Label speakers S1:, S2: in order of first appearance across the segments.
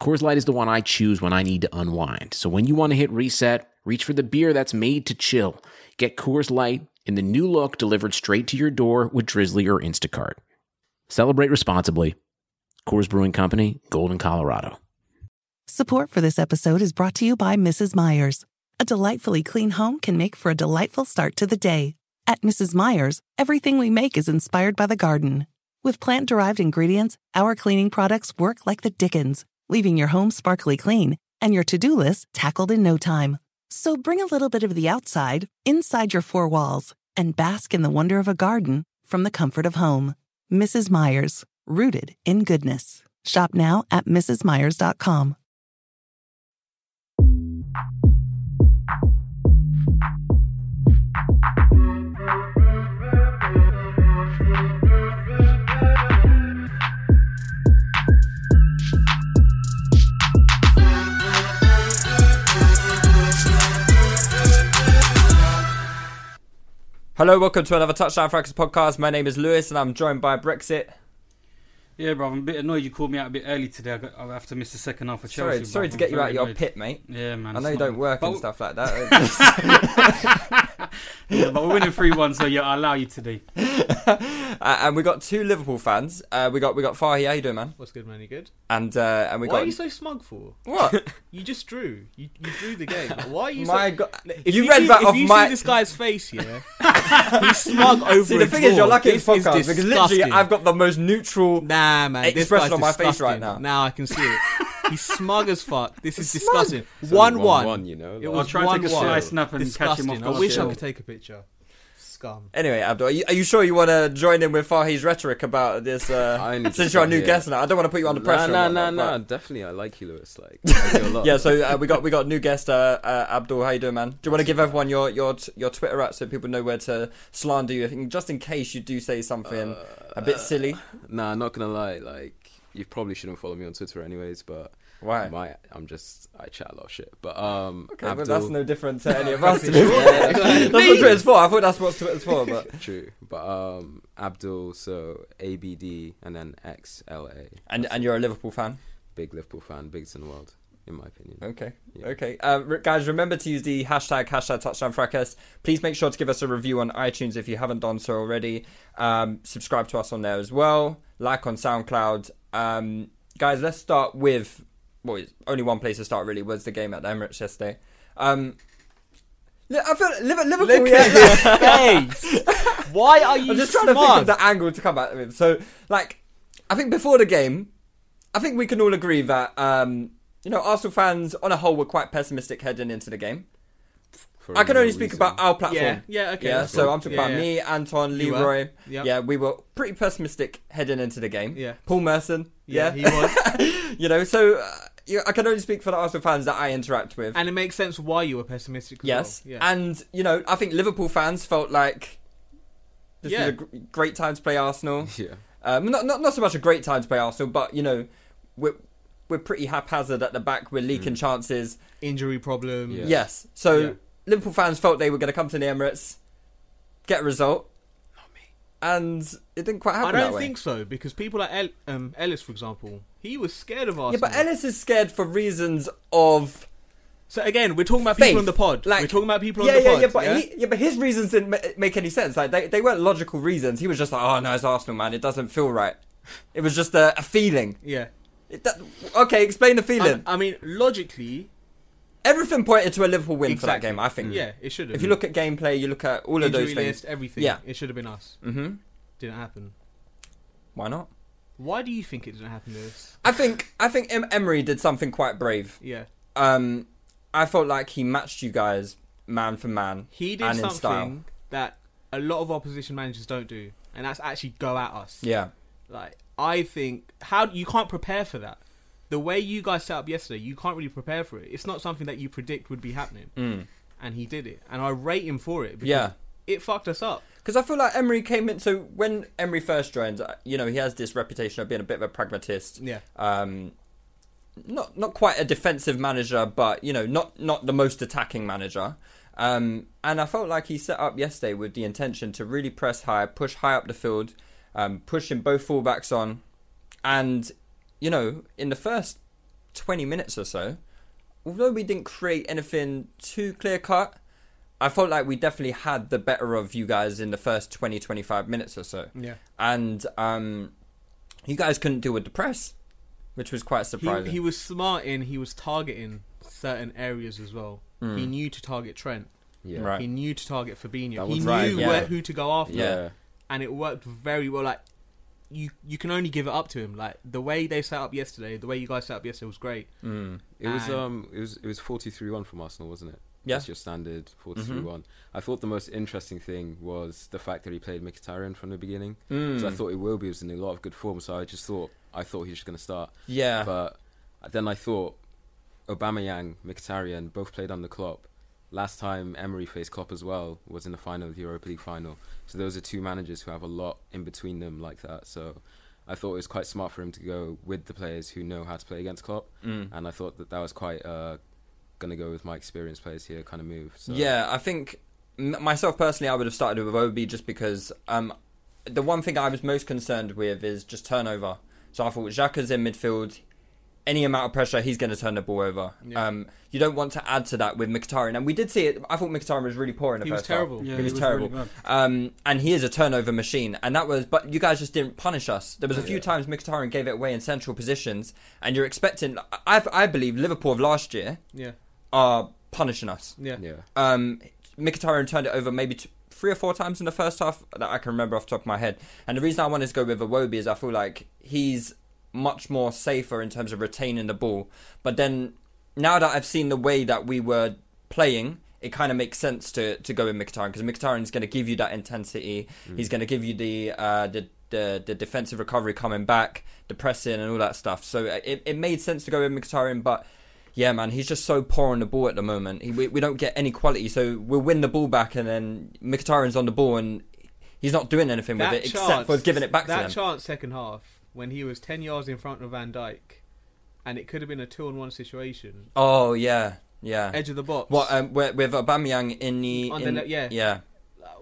S1: Coors Light is the one I choose when I need to unwind. So when you want to hit reset, reach for the beer that's made to chill. Get Coors Light in the new look delivered straight to your door with Drizzly or Instacart. Celebrate responsibly. Coors Brewing Company, Golden, Colorado.
S2: Support for this episode is brought to you by Mrs. Myers. A delightfully clean home can make for a delightful start to the day. At Mrs. Myers, everything we make is inspired by the garden. With plant derived ingredients, our cleaning products work like the dickens, leaving your home sparkly clean and your to do list tackled in no time. So bring a little bit of the outside inside your four walls and bask in the wonder of a garden from the comfort of home. Mrs. Myers, rooted in goodness. Shop now at mrsmyers.com.
S3: Hello, welcome to another Touchdown Fracas podcast. My name is Lewis, and I'm joined by Brexit.
S4: Yeah, bro, I'm a bit annoyed you called me out a bit early today. I got, I'll have to miss the second half of
S3: Sorry,
S4: Chelsea. bruv.
S3: sorry to
S4: I'm
S3: get you
S4: very
S3: out of your
S4: annoyed.
S3: pit, mate.
S4: Yeah, man.
S3: I know
S4: it's
S3: you
S4: not-
S3: don't work
S4: but,
S3: and stuff like that.
S4: Yeah, but we're winning three one, so yeah, I allow you today.
S3: Uh, and we got two Liverpool fans. Uh, we got we got Fahy. How you doing, man?
S5: What's good, man? You good?
S3: And uh, and we
S5: Why
S3: got
S5: are you so smug for?
S3: what?
S5: You just drew. You, you drew the game. Why are you?
S3: My
S5: so...
S3: God.
S5: If
S3: You read
S5: see,
S3: that
S5: if
S3: off
S5: you
S3: my-
S5: see this guy's face, yeah, he's smug over.
S3: See, the
S5: a
S3: thing
S5: draw.
S3: is, you're lucky it's
S5: this is
S3: podcast because literally
S5: disgusting.
S3: I've got the most neutral.
S5: Nah, man. This
S3: expression
S5: guy's
S3: on my face
S5: disgusting.
S3: right now.
S5: Now I can see it. He's smug as fuck. This is
S3: Smug.
S5: disgusting. One one.
S6: one, you know,
S5: It
S6: like-
S5: was
S4: I'll try and
S5: one
S4: take a
S5: one.
S4: sly snap and catch him
S5: disgusting.
S4: off
S5: I
S4: guard.
S5: wish I
S4: Yeah.
S5: could take a picture. Scum.
S3: Anyway, Abdul, are you, are you sure you want to join in with Fahy's rhetoric about this?
S6: I
S3: Uh,
S6: only
S3: since
S6: just
S3: you're a
S6: got
S3: new
S6: here.
S3: guest now, I don't want to put you under pressure.
S6: Nah,
S3: and
S6: nah,
S3: whatnot,
S6: nah, nah.
S3: but-
S6: Definitely, I like you, Lewis. Like, I like you a lot.
S3: Yeah, so uh, we got we got new guest uh, uh, Abdul. How you doing, man? Do you want to give everyone your your t- your Twitter at so people know where to slander you, in- just in case you do say something a
S6: Uh,
S3: bit silly?
S6: nah, not gonna lie. Like, you probably shouldn't follow me on Twitter, anyways. But
S3: Why?
S6: My, I'm just I chat a lot of shit. But um,
S3: Okay,
S6: Abdul,
S3: but that's no different to any of us. to be fair. that's what Twitter's for. I thought that's what Twitter's for. But
S6: true. But um, Abdul, so ABD and then XLA.
S3: and and you're a Liverpool fan.
S6: Big Liverpool fan, biggest in the world, in my opinion.
S3: Okay.
S6: Yeah.
S3: Okay. Uh, re- guys, remember to use the hashtag, hashtag touchdown fracas. Please make sure to give us a review on iTunes if you haven't done so already. Um, subscribe to us on there as well. Like on SoundCloud. Um, guys, let's start with, well, it's only one place to start really was the game at the Emirates yesterday. Um, li- I feel Liver- Liverpool.
S5: Look
S3: yeah,
S5: at his face. Why are you
S3: I'm just
S5: smug?
S3: trying to think of the angle to come at it with. So, like, I think before the game, I think we can all agree that um, you know Arsenal fans, on a whole, were quite pessimistic heading into the game.
S6: For
S3: I can
S6: no
S3: only speak
S6: reason.
S3: about our platform.
S5: Yeah, yeah, okay,
S3: Yeah,
S5: that's
S3: so
S5: cool.
S3: I'm talking
S5: Yeah,
S3: about
S5: yeah.
S3: me, Anton,
S5: You were.
S3: Leroy.
S5: Yep.
S3: Yeah, we were pretty pessimistic heading into the game.
S5: Yeah.
S3: Paul Merson. Yeah,
S5: yeah, he was.
S3: you know, so uh, you I can only speak for the Arsenal fans that I interact with.
S5: And it makes sense why you were pessimistic. as
S3: yes,
S5: well. Yeah.
S3: and you know, I think Liverpool fans felt like this
S5: Yeah.
S3: is a gr- great time to play Arsenal.
S6: Yeah.
S3: Um, not, not not so much a great time to play Arsenal, but you know, we're we're pretty haphazard at the back. We're leaking chances.
S5: Injury problems.
S6: Yeah.
S3: Yes. So
S5: Mm. Yeah.
S3: Liverpool fans felt they were going to come to the Emirates, get a result, and it didn't quite happen
S5: Oh, I don't
S3: that way.
S5: think so because people like El- um, Ellis, for example, he was scared of
S3: yeah,
S5: Arsenal.
S3: but Ellis is scared for reasons of
S5: So again, we're talking about
S3: faith.
S5: people on the pod.
S3: Like-
S5: we're talking about people
S3: yeah,
S5: on the
S3: yeah,
S5: pod.
S3: Yeah, but He, yeah, but his reasons didn't ma- make any sense. Like they, they weren't logical reasons. He was just like, oh no, it's Arsenal, man. It doesn't feel right. It was just a, a feeling.
S5: yeah.
S3: It, that, okay, explain the feeling.
S5: Um, I mean, logically,
S3: Everything pointed to a Liverpool win for that
S5: Exactly. Mm.
S3: game. I think.
S5: yeah, it should have.
S3: If you look at gameplay, you look at all of
S5: injury
S3: those things.
S5: list, everything,
S3: Yeah.
S5: it should have been us.
S3: hmm
S5: Didn't happen.
S3: Why not?
S5: Why do you think it didn't happen to us?
S3: I think I think em- Emery did something quite brave.
S5: Yeah,
S3: Um, I felt like he matched you guys man for man.
S5: he
S3: and
S5: did
S3: in style.
S5: something that a lot of opposition managers don't do, and that's actually go at us.
S3: Yeah.
S5: Like I think how you can't prepare for that. the way you guys set up yesterday, you can't really prepare for it. It's not something that you predict would be happening, and he did it, and I rate him for it. Because
S3: Yeah.
S5: it fucked us up.
S3: Because I feel like Emery came in. So when Emery first joined, uh, you know, he has this reputation of being a bit of a pragmatist.
S5: Yeah.
S3: Um, not not quite a defensive manager, but you know, not not the most attacking manager. Um, and I felt like he set up yesterday with the intention to really press high, push high up the field, um, pushing both fullbacks on, and you know, in the first twenty minutes or so, although we didn't create anything too clear cut, I felt like we definitely had the better of you guys in the first 20, 25 minutes or so.
S5: Yeah.
S3: And um, you guys couldn't deal with the press, which was quite
S5: He,
S3: surprising.
S5: he was smart in he was targeting certain areas as well. He knew to target Trent.
S6: Yeah.
S3: Right.
S5: He knew to target Fabinho.
S6: That
S5: He
S6: was
S5: knew
S6: right,
S3: yeah.
S5: where, who to go after.
S3: Yeah.
S5: And it worked very well. Like you, you can only give it up to him. Like the way they set up yesterday, the way you guys set up yesterday was great.
S6: It was
S5: And-
S6: um, it was it was forty three one from Arsenal, wasn't it?
S3: Yeah.
S6: That's your standard forty three one. I thought the most interesting thing was the fact that he played Mkhitaryan from the beginning. So I thought he will be was in a lot of good form. So I just thought I thought he was just going to start.
S3: Yeah.
S4: uh,
S6: But then I thought Aubameyang, Mkhitaryan both played under Klopp. Last time Emery faced Klopp as well was in the final of the Europa League final. So those are two managers who have a lot in between them like that. So I thought it was quite smart for him to go with the players who know how to play against Klopp. And I thought that that was quite uh, going to go with my experienced players here kind of move. So
S3: Yeah, I think m- myself personally, I would have started with Obi just because um, the one thing I was most concerned with is just turnover. So I thought Xhaka's in midfield. Any amount of pressure, he's going to turn the ball over. Um, you don't want to add to that with Mkhitaryan, and we did see it. I thought Mkhitaryan was really poor in the
S5: He was
S3: first half.
S5: terrible.
S4: Yeah,
S3: he
S4: he
S3: was
S4: was
S3: terrible.
S4: really bad.
S3: um, and he is a turnover machine, and that was. But you guys just didn't punish us. There was a few times Mkhitaryan gave it away in central positions, and you're expecting. I, I believe Liverpool of last year
S5: Yeah,
S3: are punishing us.
S5: yeah.
S6: Yeah.
S3: Um, Mkhitaryan turned it over maybe t- three or four times in the first half that I can remember off the top of my head. And the reason I wanted to go with Awobi is I feel like he's much more safer in terms of retaining the ball. But then now that I've seen the way that we were playing, it kind of makes sense to to go with Mkhitaryan because Mkhitaryan's going to give you that intensity. He's going to give you the uh, the the, the defensive recovery coming back, the pressing, and all that stuff. So uh, it, it made sense to go with Mkhitaryan, but yeah, man, he's just so poor on the ball at the moment. He, we, we don't get any quality, so we'll win the ball back, and then Mkhitaryan's on the ball, and he's not doing anything with it except for giving it back
S5: that
S3: to them.
S5: chance second half when he was ten yards in front of Van Dyke, and it could have been a two-on-one situation,
S3: oh yeah, yeah.
S5: edge of the box.
S3: What um, with, with Aubameyang in the,
S5: On the
S3: in-
S5: le- yeah.
S3: yeah.
S5: uh,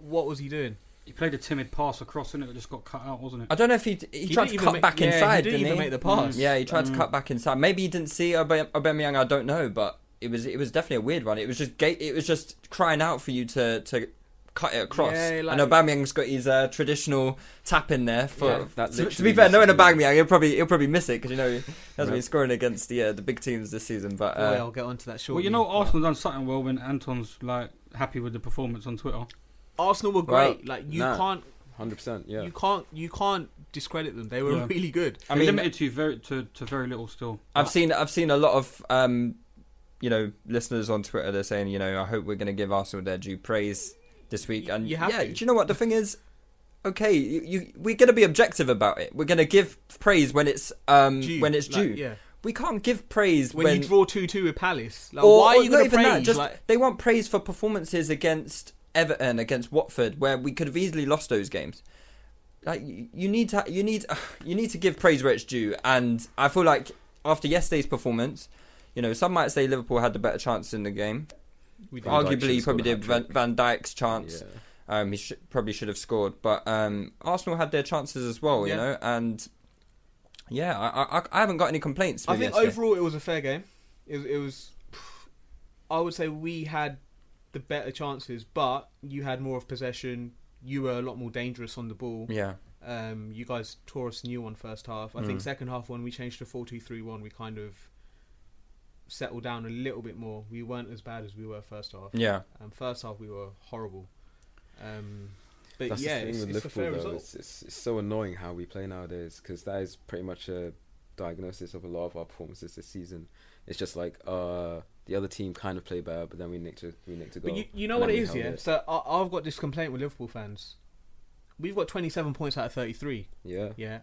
S5: What was he doing?
S4: He played a timid pass across, and it just got cut out, wasn't
S3: I
S4: it?
S3: don't know if he he, tried to
S5: didn't even
S3: cut
S5: make-
S3: back
S5: yeah, he
S3: inside.
S5: didn't
S3: didn't
S5: even
S3: he? Mm.
S5: make the pass.
S3: Yeah, he tried to cut back inside. Maybe he didn't see Aubame- Aubameyang. I don't know, but it was it was definitely a weird one. It was just ga- it was just crying out for you to to cut it across.
S5: Yeah, like-
S3: and Aubameyang's got his uh, traditional tap in there. For
S6: Yeah, that
S3: to, to be
S6: literally
S3: fair, knowing
S6: used to be-
S3: Aubameyang, he'll probably he'll probably miss it because you know he hasn't been
S6: Right.
S3: scoring against the uh, the big teams this season. But
S5: Boy,
S3: uh,
S5: I'll get onto that shortly.
S4: Well, you know,
S5: but-
S4: Arsenal done something well when Anton's like happy with the performance on Twitter.
S5: Arsenal were
S6: Well,
S5: great. like you
S6: nah.
S5: can't,
S6: hundred percent. Yeah.
S5: you can't, you can't discredit them. They were
S4: Yeah.
S5: really good.
S3: I
S4: I mean,
S3: mean-
S4: limited to very to, to very little still.
S3: I've seen I've seen a lot of um, you know listeners on Twitter. They're saying you know I hope we're going to give Arsenal their due praise this week. And
S5: you have
S3: yeah,
S5: to.
S3: do you know what the thing is? Okay, you, you we're going to be objective about it. We're going to give praise when it's um
S5: Due,
S3: when it's due.
S5: like, yeah.
S3: We can't give praise
S5: When,
S3: when,
S5: you draw two two with Palace, like,
S3: or,
S5: why
S3: or
S5: are you
S3: not
S5: going to
S3: even
S5: praise?
S3: that. Just
S5: like,
S3: they want praise for performances against Everton, against Watford, where we could have easily lost those games. Like you you need to, you need, you need to give praise where it's due. And I feel like after yesterday's performance, you know, some might say Liverpool had the better chance in the game.
S5: we did.
S6: Van Dijk
S3: Arguably,
S6: should've
S3: you probably
S6: scored a
S3: did Van, Van Dyke's chance.
S6: Yeah.
S3: Um, he sh- probably should have scored, but um, Arsenal had their chances as well. You
S5: Yeah.
S3: know, and yeah, I, I, I haven't got any complaints.
S5: I
S3: with
S5: think
S3: yesterday.
S5: overall it was a fair game. It, was- it was, I would say we had the better chances, but you had more of possession. You were a lot more dangerous on the ball.
S3: yeah,
S5: Um, you guys tore us new on first half. I
S3: Mm.
S5: think second half when we changed to 4-2-3-1, we kind of settled down a little bit more. We weren't as bad as we were first half.
S3: yeah.
S5: Um, first half we were horrible. Um, but
S6: That's
S5: yeah,
S6: the
S5: it's,
S6: thing with
S5: it's a fair
S6: Liverpool, though.
S5: result.
S6: It's, it's, it's so annoying how we play nowadays because that is pretty much a diagnosis of a lot of our performances this season. It's just like uh, the other team kind of play better, but then we nicked a, we nicked a goal.
S5: But you, you know
S6: and
S5: what
S6: then
S5: it
S6: we
S5: is,
S6: held
S5: yeah.
S6: it.
S5: So I, I've got this complaint with Liverpool fans. We've got 27 points out of 33.
S6: yeah.
S5: Yeah,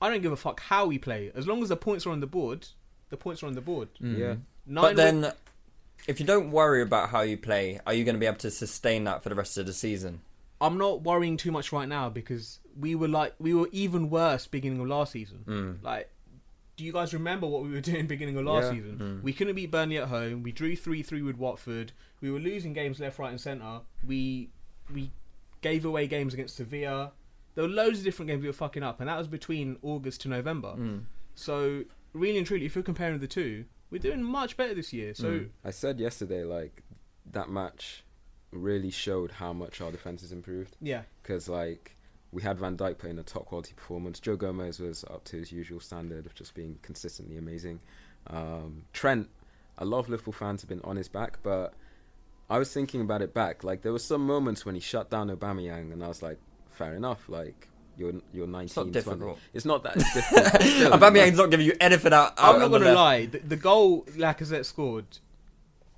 S5: I don't give a fuck how we play. As long as the points are on the board, the points are on the board.
S6: Yeah.
S5: Nine
S3: Mm. But then, if you don't worry about how you play, are you going to be able to sustain that for the rest of the season?
S5: I'm not worrying too much right now because we were like we were even worse beginning of last season. Like, do you guys remember what we were doing beginning of last
S6: Yeah.
S5: season? We couldn't beat Burnley at home. We drew three three with Watford. We were losing games left, right, and centre. We we gave away games against Sevilla. There were loads of different games we were fucking up, and that was between August to November. So really and truly, if you're comparing the two, we're doing much better this year. So
S6: I said yesterday, like that match really showed how much our defense has improved.
S5: yeah,
S6: Because like we had Van Dijk playing a top quality performance. Joe Gomez was up to his usual standard of just being consistently amazing. Um, Trent, a lot of Liverpool fans have been on his back, but I was thinking about it back. Like there were some moments when he shut down Aubameyang, and I was like, fair enough. Like you're you're 19.
S3: not
S6: 20.
S3: difficult.
S6: It's not that difficult. but still, like-
S3: Aubameyang's not giving you anything out. out
S5: I'm not
S3: on the
S5: gonna
S3: left.
S5: lie. The, the goal Lacazette scored,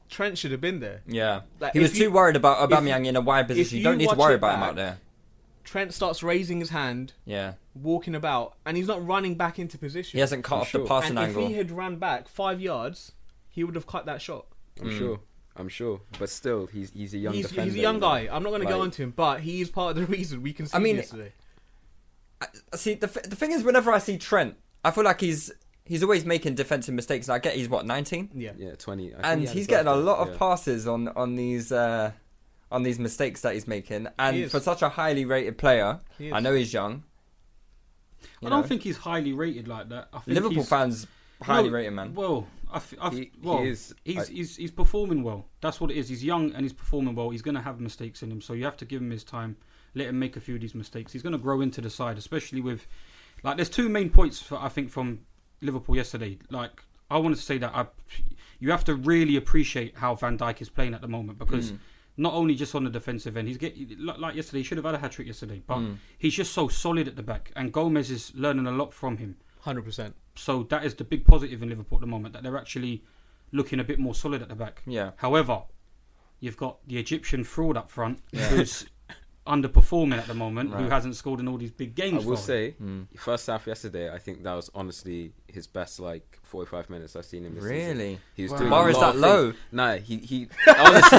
S5: Trent should have been there.
S3: Yeah,
S5: Like,
S3: he
S5: if
S3: was
S5: you-
S3: too worried about
S5: if you-
S3: Aubameyang in a wide
S5: if
S3: position. You,
S5: you
S3: don't need to
S5: watch
S3: worry
S5: it
S3: about him
S5: back-
S3: out there.
S5: Trent starts raising his hand,
S3: Yeah,
S5: walking about, and he's not running back into position.
S3: he hasn't cut
S6: I'm
S3: off
S6: sure.
S3: the passing
S5: And if
S3: angle.
S5: he had ran back five yards, he would have cut that shot.
S6: I'm
S3: Hmm.
S6: sure. I'm sure. But still, he's he's a young
S5: He's,
S6: defender.
S5: he's a young
S6: you know.
S5: guy. I'm not going to go
S6: Like-
S5: on to him, but he is part of the reason we can see
S3: I mean,
S5: yesterday.
S3: See, the f- the thing is, whenever I see Trent, I feel like he's he's always making defensive mistakes. And I get he's what 19,
S5: Yeah.
S6: Yeah, 20. I think
S3: and
S6: he had
S3: he's
S6: his last
S3: getting a
S6: one,
S3: lot of
S6: yeah.
S3: passes on on these uh, on these mistakes that he's making.
S5: He
S3: And
S5: is.
S3: for such a highly rated player,
S5: He is.
S3: I know he's young.
S4: I
S3: You
S4: don't
S3: know?
S4: think he's highly rated like that. I think
S3: Liverpool
S4: he's-
S3: fans highly
S4: No,
S3: rate him, man.
S4: Well, I, f- I f-
S6: He-
S4: well,
S6: he is-
S4: he's,
S6: I-
S4: he's he's performing well. That's what it is. He's young and he's performing well. He's going to have mistakes in him, so you have to give him his time. Let him make a few of these mistakes. He's going to grow into the side, especially with like. There's two main points for, I think from Liverpool yesterday. Like I wanted to say that I, you have to really appreciate how Van Dijk is playing at the moment because.
S6: Mm.
S4: Not only just on the defensive end, he's get like like yesterday. He should have had a hat trick yesterday, but
S6: Mm.
S4: he's just so solid at the back. And Gomez is learning a lot from him.
S5: Hundred percent.
S4: So that is the big positive in Liverpool at the moment that they're actually looking a bit more solid at the back.
S3: Yeah.
S4: However, you've got the Egyptian fraud up front who's underperforming at the moment, who hasn't scored in all these big
S6: I
S4: games.
S6: will
S4: for them.
S6: say,
S3: Hmm.
S6: first half yesterday, I think that was honestly his best like 45 minutes I've seen him. This season.
S3: Really?
S6: He was
S3: Wow.
S6: doing a
S3: Bar is
S6: lot of
S3: that low?
S6: things. Nah, he he honestly,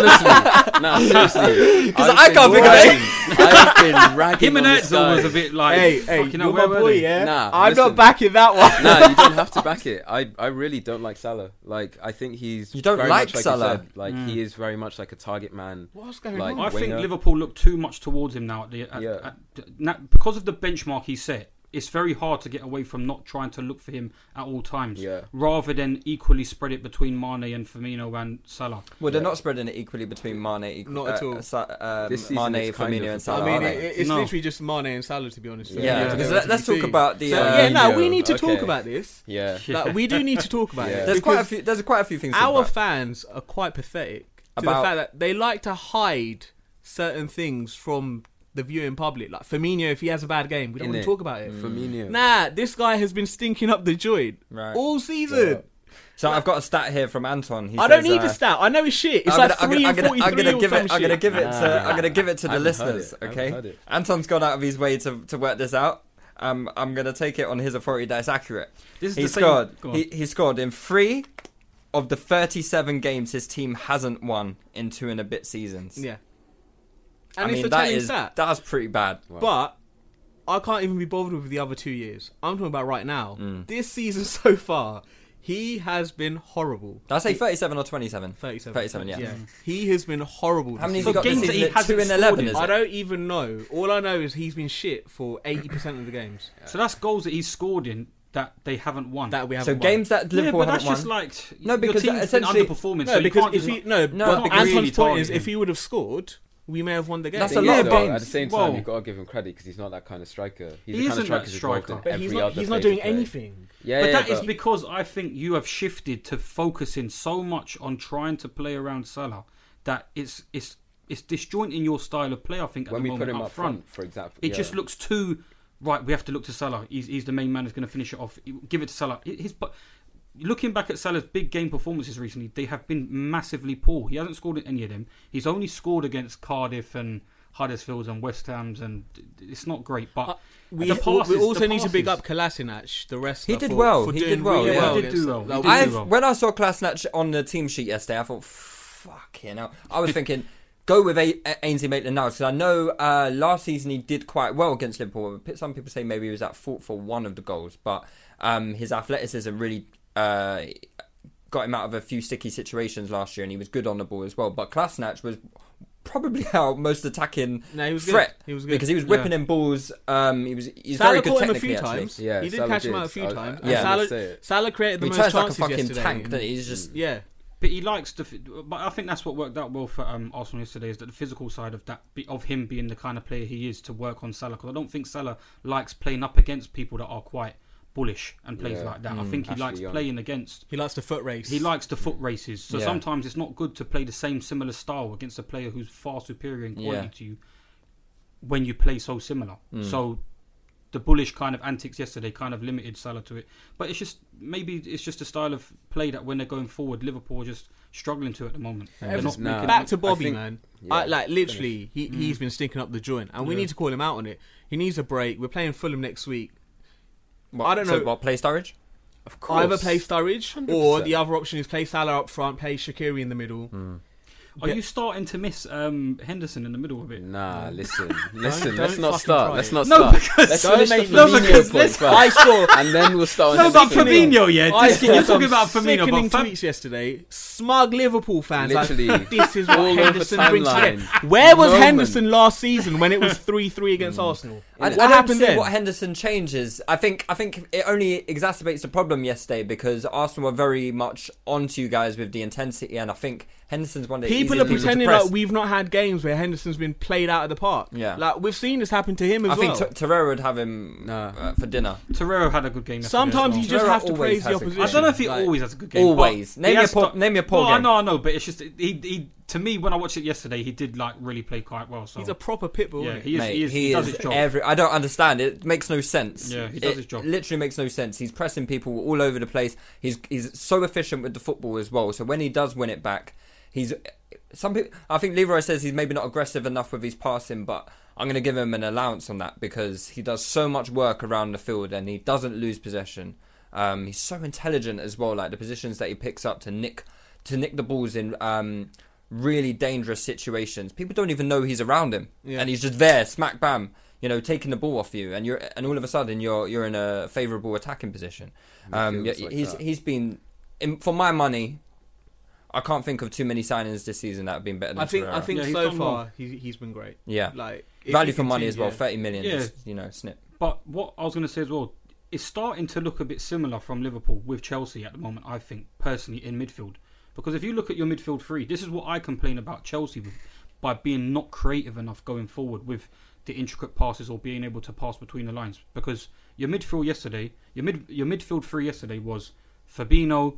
S6: honestly, nah, seriously. Because
S3: I can't think of
S6: I've been ragging
S4: him and
S6: on this
S4: Ertzl was
S6: guy.
S4: a bit like,
S5: hey, hey,
S4: fucking
S5: you're
S4: hell,
S5: my
S4: where were
S5: boy,
S4: they?
S5: yeah.
S6: Nah,
S5: I'm
S6: listen.
S5: not backing that one.
S6: nah, you don't have to back it. I, I really don't like Salah. Like I think he's
S3: You don't
S6: very
S3: like
S6: much you
S3: Salah?
S6: said, like
S4: Hmm.
S6: he is very much like a target man.
S5: What's going
S6: like,
S5: on?
S4: I think
S6: winger.
S4: Liverpool look too much towards him now. At the, at,
S6: Yeah.
S4: at- na- because of the benchmark he set, it's very hard to get away from not trying to look for him at all times,
S6: Yeah.
S4: rather than equally spread it between Mane and Firmino and Salah.
S3: Well, they're not spreading it equally between Mane, equal,
S5: Not at
S3: uh,
S5: all.
S3: Sa- um,
S6: This season
S3: Mane,
S6: it's kind
S3: Firmino,
S6: of
S3: and
S6: a-
S3: Salah.
S5: I
S3: are
S5: mean,
S3: they?
S5: it, it's
S4: No.
S5: literally just Mane and Salah, to be honest.
S3: yeah,
S4: yeah,
S3: because
S4: yeah.
S3: let- let's talk about the.
S5: So,
S3: uh,
S5: yeah, no, we
S6: Mourinho,
S5: need to talk
S6: okay.
S5: about this.
S6: Yeah,
S5: Like, we do need to talk about
S6: Yeah.
S5: it.
S3: There's quite a
S5: because-
S3: few. There's quite a few things. to
S5: our
S3: talk about.
S5: fans are quite pathetic to
S3: About-
S5: the fact that they like to hide certain things from the viewing public. Like Firmino, if he has a bad game, we don't want
S6: Innit?
S5: to talk about it.
S3: Mm.
S6: Firmino.
S5: Nah, this guy has been stinking up the joint
S3: Right.
S5: all season.
S3: So I've got a stat here from Anton. He
S5: I don't
S3: says,
S5: need
S3: uh,
S5: a stat. I know his shit. It's
S3: I'm
S5: like
S3: gonna-
S5: three
S3: I'm gonna-
S5: and
S3: I'm
S5: forty-three
S3: gonna
S5: or
S3: give
S5: some
S3: it. I'm gonna
S5: shit.
S3: give it to. I'm gonna give it to
S6: I
S3: the
S6: haven't heard
S3: listeners.
S6: it. I haven't heard
S3: Okay.
S6: it.
S3: Anton's gone out of his way to to work this out. Um, I'm gonna take it on his authority that it's accurate.
S4: This is
S3: he
S4: the same-
S3: scored.
S4: go on.
S3: He, he scored in three of the 37 games his team hasn't won in two and a bit seasons.
S5: Yeah,
S3: I
S5: and
S3: mean
S5: it's a
S3: that
S5: telling
S3: is
S5: stat.
S3: that's pretty bad.
S5: But I can't even be bothered with the other two years. I'm talking about right now.
S4: Mm.
S5: This season so far, he has been horrible.
S3: Did I say 37 or 27?
S5: 37.
S3: 37, yeah.
S5: He has been horrible.
S3: How many has
S5: this
S3: he
S4: So
S3: got
S5: season.
S3: this
S4: games that
S3: season?
S4: he
S3: At
S4: hasn't
S3: 2 and 11,
S4: scored in.
S3: is
S5: I
S3: it?
S5: don't even know. All I know is he's been shit for 80% of the games
S4: So that's goals that he's scored in that they haven't won.
S5: that we have
S3: So games that Liverpool
S4: yeah, but that's
S3: haven't won.
S4: just like
S3: No,
S4: your
S3: because
S4: team's been
S3: essentially-
S4: underperforming.
S5: No,
S4: so you
S5: because
S4: can't
S5: if
S4: just-
S5: he no,
S3: No,
S5: but
S3: because
S5: Anton's
S4: really
S5: point is
S4: targeting.
S5: if he would have scored, we may have won the game.
S3: That's
S6: Thing
S3: a lot
S6: is,
S3: of
S6: though,
S3: games.
S6: At the same time,
S4: Whoa.
S6: you've got to give him credit because he's not that kind of striker. He's
S4: He
S6: the kind
S4: isn't
S6: of
S4: that
S6: striker who's involved
S4: striker.
S6: in
S5: But
S6: every
S5: he's not,
S6: other
S5: he's not
S6: phase of
S5: doing
S6: play.
S5: anything.
S6: Yeah,
S4: but
S6: yeah,
S4: that is because I think you have shifted to focusing so much on trying to play around Salah that it's it's it's disjointing your style of play. I think at
S6: when
S4: the
S6: we
S4: moment
S6: put him
S4: up, front,
S6: for example,
S4: it
S6: yeah.
S4: just looks too right. We have to look to Salah. He's, he's the main man. who's going to finish it off. Give it to Salah. His, his but looking back at Salah's big game performances recently, they have been massively poor. He hasn't scored in any of them. He's only scored against Cardiff and Huddersfields and West Ham's, and it's not great. But
S5: We,
S4: the
S5: Uh, we
S4: passes-
S5: also
S4: the
S5: need to big
S4: passes-
S5: up Kolasinac, the wrestler.
S3: He did
S5: for,
S3: well,
S5: For
S3: he
S5: doing
S3: did well,
S5: Really
S3: yeah.
S5: well
S3: He
S4: did do
S5: against
S4: well, he
S5: Liverpool.
S4: did
S5: I-
S3: I've
S4: well.
S3: when I saw Klasnach on the team sheet yesterday, I thought, fucking hell. I was thinking, go with a- a- Ainsley Maitland-Niles because I know uh, last season he did quite well against Liverpool. But Some people say maybe he was at fault for one of the goals, but um, his athleticism really uh, got him out of a few sticky situations last year, and he was good on the ball as well. But Klasnach was. Probably our most attacking
S5: No, he was good.
S3: threat
S5: He was good.
S3: because he was whipping in balls. Um, he was he's
S5: Salah
S3: very good
S5: caught him a
S3: technically.
S5: few
S3: actually.
S5: times.
S6: Yeah,
S5: he did uh,
S6: Salah
S5: catch him
S6: did.
S5: out a few
S6: I- I-
S5: times.
S3: yeah.
S5: and
S6: I'll say
S5: Salah,
S6: it.
S5: Salah created the
S3: He
S5: most
S3: turns like a
S5: chances
S3: fucking
S5: yesterday.
S3: tank. That he's just
S5: Yeah,
S4: But he likes to. But I think that's what worked out well for um, Arsenal yesterday is that the physical side of that of him being the kind of player he is to work on Salah. Because I don't think Salah likes playing up against people that are quite bullish and plays
S6: Yeah.
S4: like that. I think he
S6: Mm, Ashley
S4: likes
S6: Young.
S4: playing against.
S5: he likes the foot race.
S4: He likes the foot races, so
S3: Yeah.
S4: sometimes it's not good to play the same similar style against a player who's far superior in quality
S3: Yeah. Mm.
S4: to you. When you play so similar, so the bullish kind of antics yesterday kind of limited Salah to it. But it's just maybe it's just a style of play that when they're going forward, Liverpool are just struggling to at the moment. They're not
S6: Just now.
S4: making
S5: back to
S6: I
S5: Bobby,
S6: think-
S5: man.
S6: yeah,
S5: I, like literally, he he's been stinking up the joint, and we need to call him out on it. He needs a break. We're playing Fulham next week.
S3: What,
S5: I don't
S3: so
S5: know.
S3: What play storage?
S6: Of
S5: Either play Sturridge,
S6: 100%.
S5: or the other option is play Salah up front, play Shakiri in the middle.
S4: Are you starting to miss um, Henderson in the middle of it?
S6: Nah, listen, listen.
S5: don't
S6: let's not
S5: fucking
S6: start.
S5: try
S6: Let's
S5: it.
S6: not
S4: No,
S6: start.
S4: because-
S6: let's
S4: No,
S6: finish the
S4: because- no,
S6: Firmino
S4: because
S6: point
S4: let's-
S6: first,
S5: I saw-
S6: and then we'll start. on
S4: No,
S6: the
S4: but
S6: second one.
S4: Fabinho, yeah.
S5: Oh, I
S4: just-
S5: saw
S4: you're
S5: some
S4: talking about Firmino,
S5: sickening
S4: but Fab-
S5: tweets yesterday. Smug Liverpool fans. Literally,
S6: Literally.
S5: this is
S6: All
S5: what
S6: over
S5: Henderson brings to them.
S6: timeline.
S5: Where was
S6: Moment.
S5: Henderson last season when it was three three against Arsenal?
S3: Hmm. I,
S5: what
S3: I don't
S5: happened
S3: see
S5: then?
S3: what Henderson changes. I think I think it only exacerbates the problem yesterday because Arsenal were very much onto you guys with the intensity, and I think Henderson's one of the
S5: People
S3: easiest
S5: are
S3: people to
S5: pretending
S3: press.
S5: like we've not had games where Henderson's been played out of the park.
S3: Yeah.
S5: like we've seen this happen to him as
S3: I
S5: well.
S3: think Ter- Torreira would have him
S6: Nah.
S3: uh, for dinner.
S4: Torreira had a good game. yesterday
S5: Sometimes
S4: as
S5: you
S4: well.
S5: just
S3: Torreira
S5: have to
S3: always
S5: praise the
S3: has a good
S5: opposition.
S4: I don't know if he
S6: Like,
S4: always has a good game.
S3: always.
S4: but
S3: Name
S4: he
S3: me
S4: has
S3: a poor-
S4: got-
S3: name me a poor
S4: no, I
S3: game.
S4: know, I know, but it's just he, he to me when I watched it yesterday, he did like really play quite well. So
S5: He's a proper pitbull.
S4: yeah,
S5: isn't he?
S4: he is.
S3: Mate,
S4: he is. He, does his job.
S3: every. I don't understand. It makes no sense.
S4: Yeah, he does
S3: It
S4: his job.
S3: Literally makes no sense. He's pressing people all over the place. He's he's so efficient with the football as well. So when he does win it back, he's some people. I think Leroy says he's maybe not aggressive enough with his passing, but I'm going to give him an allowance on that because he does so much work around the field and he doesn't lose possession. Um, he's so intelligent as well. Like the positions that he picks up to nick to nick the balls in. Um, Really dangerous situations. People don't even know he's around him,
S5: Yeah.
S3: and he's just there, smack bam, you know, taking the ball off you, and you're and all of a sudden you're you're in a favourable attacking position. Um, yeah,
S6: Midfield's like
S3: he's
S6: that.
S3: he's been, in, for my money, I can't think of too many signings this season that have been better than.
S5: I think I
S3: Torreira.
S5: think
S4: Yeah, he's
S5: so
S4: done well.
S5: far he's he's been great.
S3: yeah,
S5: Like if
S3: value
S5: he
S3: for money as well,
S5: continues- yeah.
S3: thirty million,
S4: Yeah.
S3: just, you know, snip.
S4: But what I was going to say as well, it's starting to look a bit similar from Liverpool with Chelsea at the moment. I think personally in midfield, because if you look at your midfield three, this is what I complain about Chelsea with, by being not creative enough going forward with the intricate passes or being able to pass between the lines. Because your midfield yesterday, your mid your midfield three yesterday was Fabinho,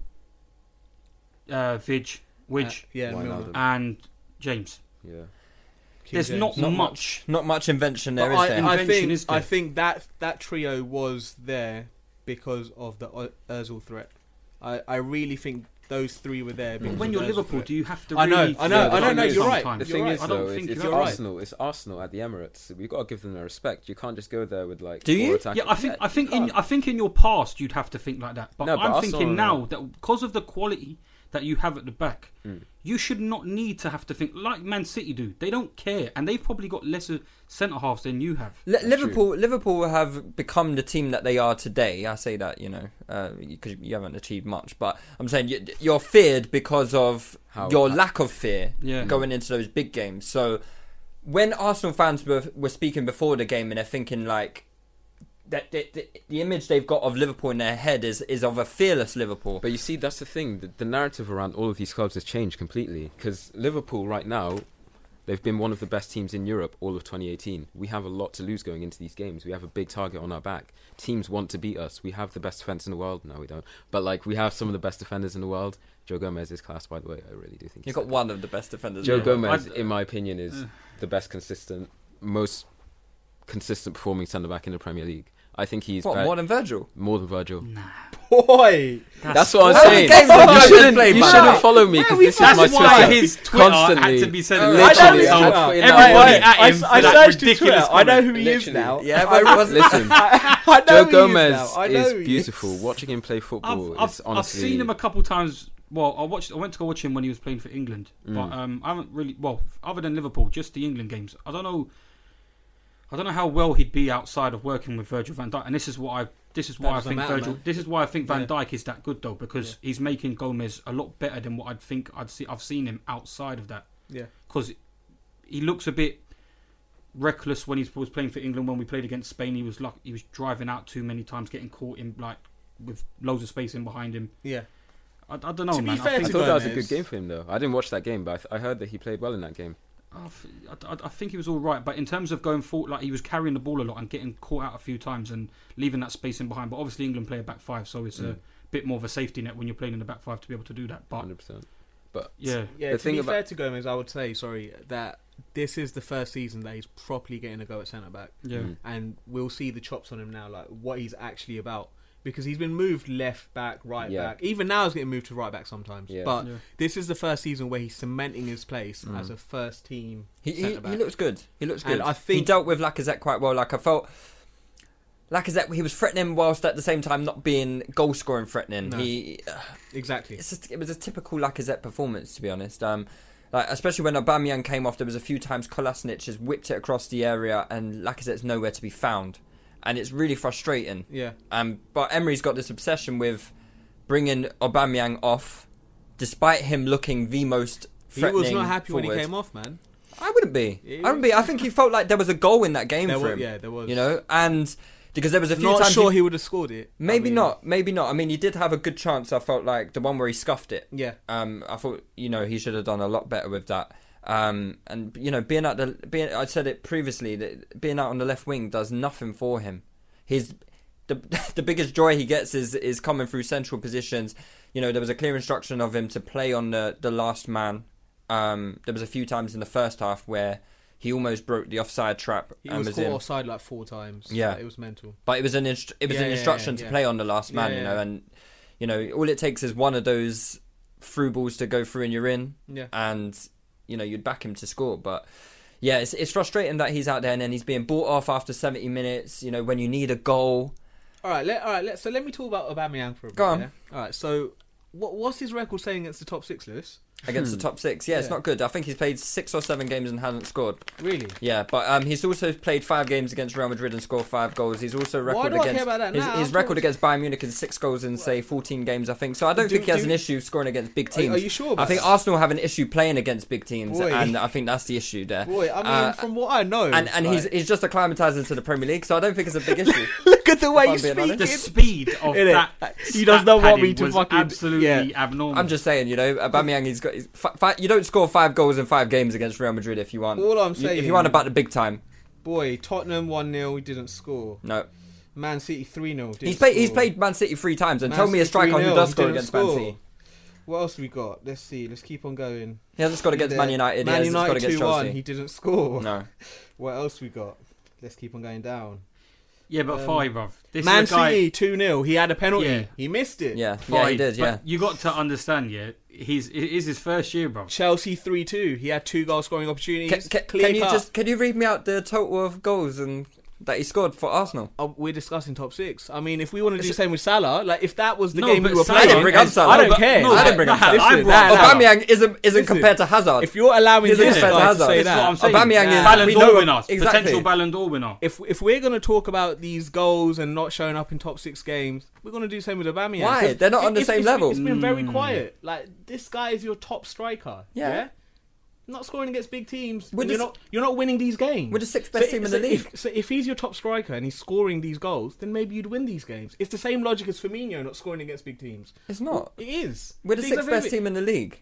S4: uh, Vig, Widge,
S5: Uh, Yeah,
S6: Why
S5: Milner.
S6: not?
S4: and James.
S6: Yeah.
S5: King
S4: There's
S5: James.
S4: not,
S3: Not
S4: much.
S3: Not much invention there, is
S5: But I,
S3: there?
S5: I
S4: Invention
S5: think
S4: is
S5: I
S4: there.
S5: think that that trio was there because of the O- Özil threat. I, I really think those three were there. Because
S4: But when
S5: of
S4: you're
S5: Özil
S4: Liverpool,
S5: threat.
S4: do you have to?
S5: I know,
S4: really
S5: I know,
S4: feel
S6: I know,
S4: that
S6: no,
S4: way
S6: you're
S5: right,
S4: sometimes?
S6: The
S5: You're
S6: thing
S5: right.
S6: is,
S4: I don't
S6: though,
S4: think
S6: if,
S4: you
S6: if
S4: have
S6: you're
S4: to-
S6: Arsenal, it's Arsenal at the Emirates. We've got to give them their respect. You can't just go there with like.
S3: Do
S6: four
S3: you?
S6: attacking-
S4: Yeah, I think I think in
S6: can't.
S4: I think in your past you'd have to think like that, but
S6: No, Hmm. but
S4: I'm
S6: I
S4: thinking
S6: saw-
S4: now that because of the quality that you have at the back, you should not need to have to think like Man City do. They don't care, and they've probably got lesser centre halves than you have.
S3: Li- Liverpool, Liverpool have become the team that they are today. I say that you know because you haven't achieved much, but I'm saying you, you're feared because of
S6: How-
S3: your
S6: how-
S3: lack of fear
S4: Yeah.
S3: going into those big games. So when Arsenal fans were were speaking before the game and they're thinking like that, that, that the image they've got of Liverpool in their head is is of a fearless Liverpool.
S6: But you see, that's the thing. The, the narrative around all of these clubs has changed completely. Because Liverpool, right now, they've been one of the best teams in Europe all of 2018. We have a lot to lose going into these games. We have a big target on our back. Teams want to beat us. We have the best defense in the world. No, we don't. But like, we have some of the best defenders in the world. Joe Gomez is class, by the way. I really do
S3: You've
S6: think he's
S3: got
S6: the-
S3: one of the best defenders.
S6: Joe
S3: in the world.
S6: Gomez,
S4: I'd-
S6: in my opinion, is the best consistent, most consistent performing centre back in the Premier League. I think he's
S3: What,
S6: bet-
S3: more than Virgil?
S6: more than Virgil.
S5: Boy,
S6: That's, what
S3: How
S6: I'm
S3: many
S6: saying.
S3: games have
S6: You
S3: you
S6: shouldn't,
S3: played,
S6: you
S3: man?
S6: shouldn't follow me
S5: Where
S6: because
S5: we
S6: this is
S5: fucking-
S6: my
S4: That's
S6: Twitter.
S4: why his Twitter had
S6: Constantly.
S4: to be said. in
S3: Literally,
S4: the
S5: I know
S4: Twitter.
S5: his
S4: So
S6: Twitter.
S4: everybody
S6: Right,
S4: at
S5: I,
S4: him.
S5: I
S4: for that
S5: searched his Twitter.
S4: ridiculous
S5: I know
S4: comment.
S5: who he is
S3: Literally.
S5: now.
S3: Yeah,
S5: I,
S3: I was
S6: Listen,
S5: I know who
S6: Joe
S5: he is,
S6: Gomez
S5: now. I know
S6: is
S5: who he
S6: beautiful. Watching him play football
S4: I've, I've,
S6: is honestly.
S4: I've seen him a couple times. Well, I watched. I went to go watch him when he was playing for England, but um, I haven't really. Well, other than Liverpool, just the England games. I don't know. I don't know how well he'd be outside of working with Virgil Van Dijk, and this is what I. This is why I
S5: doesn't
S4: think
S5: matter,
S4: Virgil.
S5: man.
S4: This is why I think Van Dijk is that good though, because he's making Gomez a lot better than what I'd think I'd see. I've seen him outside of that
S5: Yeah.
S4: because he looks a bit reckless when he was playing for England. When we played against Spain, he was like he was driving out too many times, getting caught in like with loads of space in behind him.
S5: Yeah.
S4: I, I don't know,
S5: To be
S4: man.
S5: fair
S4: I
S6: I
S4: think,
S6: thought that was a
S5: Gomez.
S6: good game for him, though. I didn't watch that game, but I, th- I heard that he played well in that game.
S4: I, th- I- I think he was all right, but in terms of going forward, like he was carrying the ball a lot and getting caught out a few times and leaving that space in behind. But obviously, England play a back five, so it's a
S5: Mm.
S4: bit more of a safety net when you're playing in the back five to be able to do that. But
S6: 100%. But
S4: yeah,
S5: Yeah,
S6: The
S5: to
S6: thing
S5: be
S6: about-
S5: fair to Gomez, I would say, sorry, that this is the first season that he's properly getting a go at centre back.
S4: yeah,
S5: And we'll see the chops on him now, like what he's actually about. Because he's been moved left back, right
S6: Yeah.
S5: back. Even now he's getting moved to right back sometimes.
S6: Yeah.
S5: But
S4: Yeah.
S5: this is the first season where he's cementing his place as a first team
S3: Mm. He, he,
S5: centre
S3: he
S5: back.
S3: looks good. He looks
S5: And
S3: good.
S5: I
S3: he
S5: think-
S3: dealt with Lacazette quite well. Like I felt Lacazette, he was threatening whilst at the same time not being goal scoring threatening.
S5: No.
S3: He
S5: exactly.
S3: it's just, it was a typical Lacazette performance, to be honest. Um, like especially when Aubameyang came off, there was a few times Kolasinac has whipped it across the area, and Lacazette's nowhere to be found, and it's really frustrating.
S5: Yeah.
S3: Um, but Emery's got this obsession with bringing Aubameyang off, despite him looking the most.
S5: He was
S3: threatening
S5: not happy when
S3: forward.
S5: he came off, man.
S3: I wouldn't be.
S5: He
S3: I wouldn't be. I think he felt like there was a goal in that game
S5: There
S3: for
S5: was-
S3: him.
S5: yeah, there was.
S3: You know, and because there was a few
S5: Not
S3: times.
S5: sure
S3: he-
S5: he would have scored it. I
S3: maybe
S5: mean,
S3: not. Maybe not. I mean, he did have a good chance. I felt like the one where he scuffed it.
S5: Yeah.
S3: Um, I thought you know he should have done a lot better with that. Um, and you know being at the being I said it previously that being out on the left wing does nothing for him. His the the biggest joy he gets is is coming through central positions. You know there was a clear instruction of him to play on the the last man. Um, there was a few times in the first half where he almost broke the offside trap.
S5: He
S3: and
S5: was caught
S3: in-
S5: offside like four times.
S3: Yeah.
S5: Like, it was mental.
S3: but it was an instru- it was
S5: Yeah,
S3: an
S5: yeah,
S3: instruction
S5: yeah,
S3: to
S5: yeah.
S3: play on the last man,
S5: Yeah,
S3: you
S5: yeah,
S3: know,
S5: yeah.
S3: and you know all it takes is one of those through balls to go through and you're in,
S5: Yeah.
S3: and you know you'd back him to score, but. Yeah, it's, it's frustrating that he's out there and then he's being bought off after 70 minutes, you know, when you need a goal.
S5: All right, let, all right. Let, so let me talk about Aubameyang for a bit.
S3: Go on.
S5: yeah? All right. So, what, what's his record saying against the top six, Lewis?
S3: Against the top six, yeah, it's
S5: Hmm. Yeah.
S3: not good. I think he's played six or seven games and hasn't scored.
S5: Really?
S3: Yeah, but um, he's also played five games against Real Madrid and scored five goals. He's also
S5: Why
S3: record
S5: do I care
S3: against
S5: about that
S3: his,
S5: now?
S3: his
S5: I
S3: record
S5: thought-
S3: against Bayern Munich is six goals in say fourteen games, I think. So I don't
S5: Do-
S3: think he has
S5: do-
S3: an issue scoring against big teams.
S5: are you sure
S3: I
S5: about
S3: think
S5: that?
S3: Arsenal have an issue playing against big teams,
S5: Boy.
S3: and I think that's the issue there.
S5: Boy, I mean,
S3: Uh,
S5: from what I know,
S3: and and he's
S5: like-
S3: he's just acclimatizing to the Premier League, so I don't think it's a big issue.
S5: look at the way
S3: I'm
S5: he's
S3: being
S5: speaking.
S4: the speed of
S5: Innit?
S4: that.
S5: He does
S4: stat
S5: not want me
S4: padding
S5: to
S4: was
S5: fucking-
S4: absolutely
S5: yeah.
S4: abnormal.
S3: I'm just saying, you know, Aubameyang, he's got. He's, fi- fi- you don't score five goals in five games against Real Madrid if you want.
S5: All I'm
S3: you- if
S5: saying-
S3: you want about the big time,
S5: Boy, Tottenham one 0 He didn't score.
S3: no.
S5: Man City three 0
S3: He's played. He's played Man City three times, and
S5: Man
S3: tell me a
S5: City 3-0,
S3: striker who does
S5: he
S3: score
S5: didn't
S3: against Man
S5: score.
S3: City.
S5: What else we got? Let's see. Let's keep on going.
S3: He hasn't scored against
S5: There.
S3: Man United.
S5: Man
S3: he hasn't scored
S5: United
S3: against
S5: two
S3: Chelsea.
S5: one. He didn't score.
S3: No.
S5: What else we got? Let's keep on going down.
S4: yeah, but
S5: um,
S4: five, bruv. This
S5: Man
S4: is a guy,
S5: City two 0 He had a penalty.
S4: Yeah.
S5: He missed it.
S3: Yeah. Yeah, he
S4: Fine,
S3: did.
S4: but
S3: Yeah.
S4: you got to understand, yeah. He's it is his first year, bro.
S5: Chelsea three two. He had two goal scoring
S3: Can,
S5: opportunities.
S3: can,
S5: Clear
S3: can you
S5: cut.
S3: just can you read me out the total of goals and that he scored for Arsenal?
S5: Oh, we're discussing top six. I mean, if we want to do the same with Salah, like if that was the
S4: No,
S5: game
S4: but
S5: we were
S4: Salah-
S5: playing,
S3: I didn't bring up Salah.
S5: I don't
S3: No,
S5: care.
S3: no, I didn't bring up Salah.
S5: Listen,
S4: I brought
S5: nah, nah.
S4: Salah.
S3: Aubameyang isn't isn't compared to Hazard.
S5: If you're allowing
S3: He's
S5: this
S3: a
S5: guy to
S3: Hazard.
S5: say
S3: That's
S4: That's
S5: that,
S4: what I'm saying.
S3: Aubameyang is-
S4: Ballon
S3: we
S4: d'Or
S3: know-
S4: winner,
S3: exactly.
S4: potential Ballon d'Or winner.
S5: if if we're gonna talk about these goals and not showing up in top six games, we're gonna do the same with Aubameyang.
S3: Why?
S5: 'Cause
S3: They're not on the
S5: it's-
S3: same
S5: it's-
S3: level.
S5: It's been very quiet. Like this guy is your top striker.
S3: Yeah.
S5: Yeah. Not scoring against big teams.
S3: We're
S5: and you're
S3: just-
S5: not you're not winning these games.
S3: We're the sixth best
S5: i-
S3: team in
S5: so
S3: the
S5: if-
S3: league.
S5: so if he's your top striker and he's scoring these goals, then maybe you'd win these games. It's the same logic as Firmino not scoring against big teams.
S3: it's not.
S5: It is.
S3: We're the
S5: See,
S3: sixth
S5: that's
S3: best
S5: it.
S3: team in the league.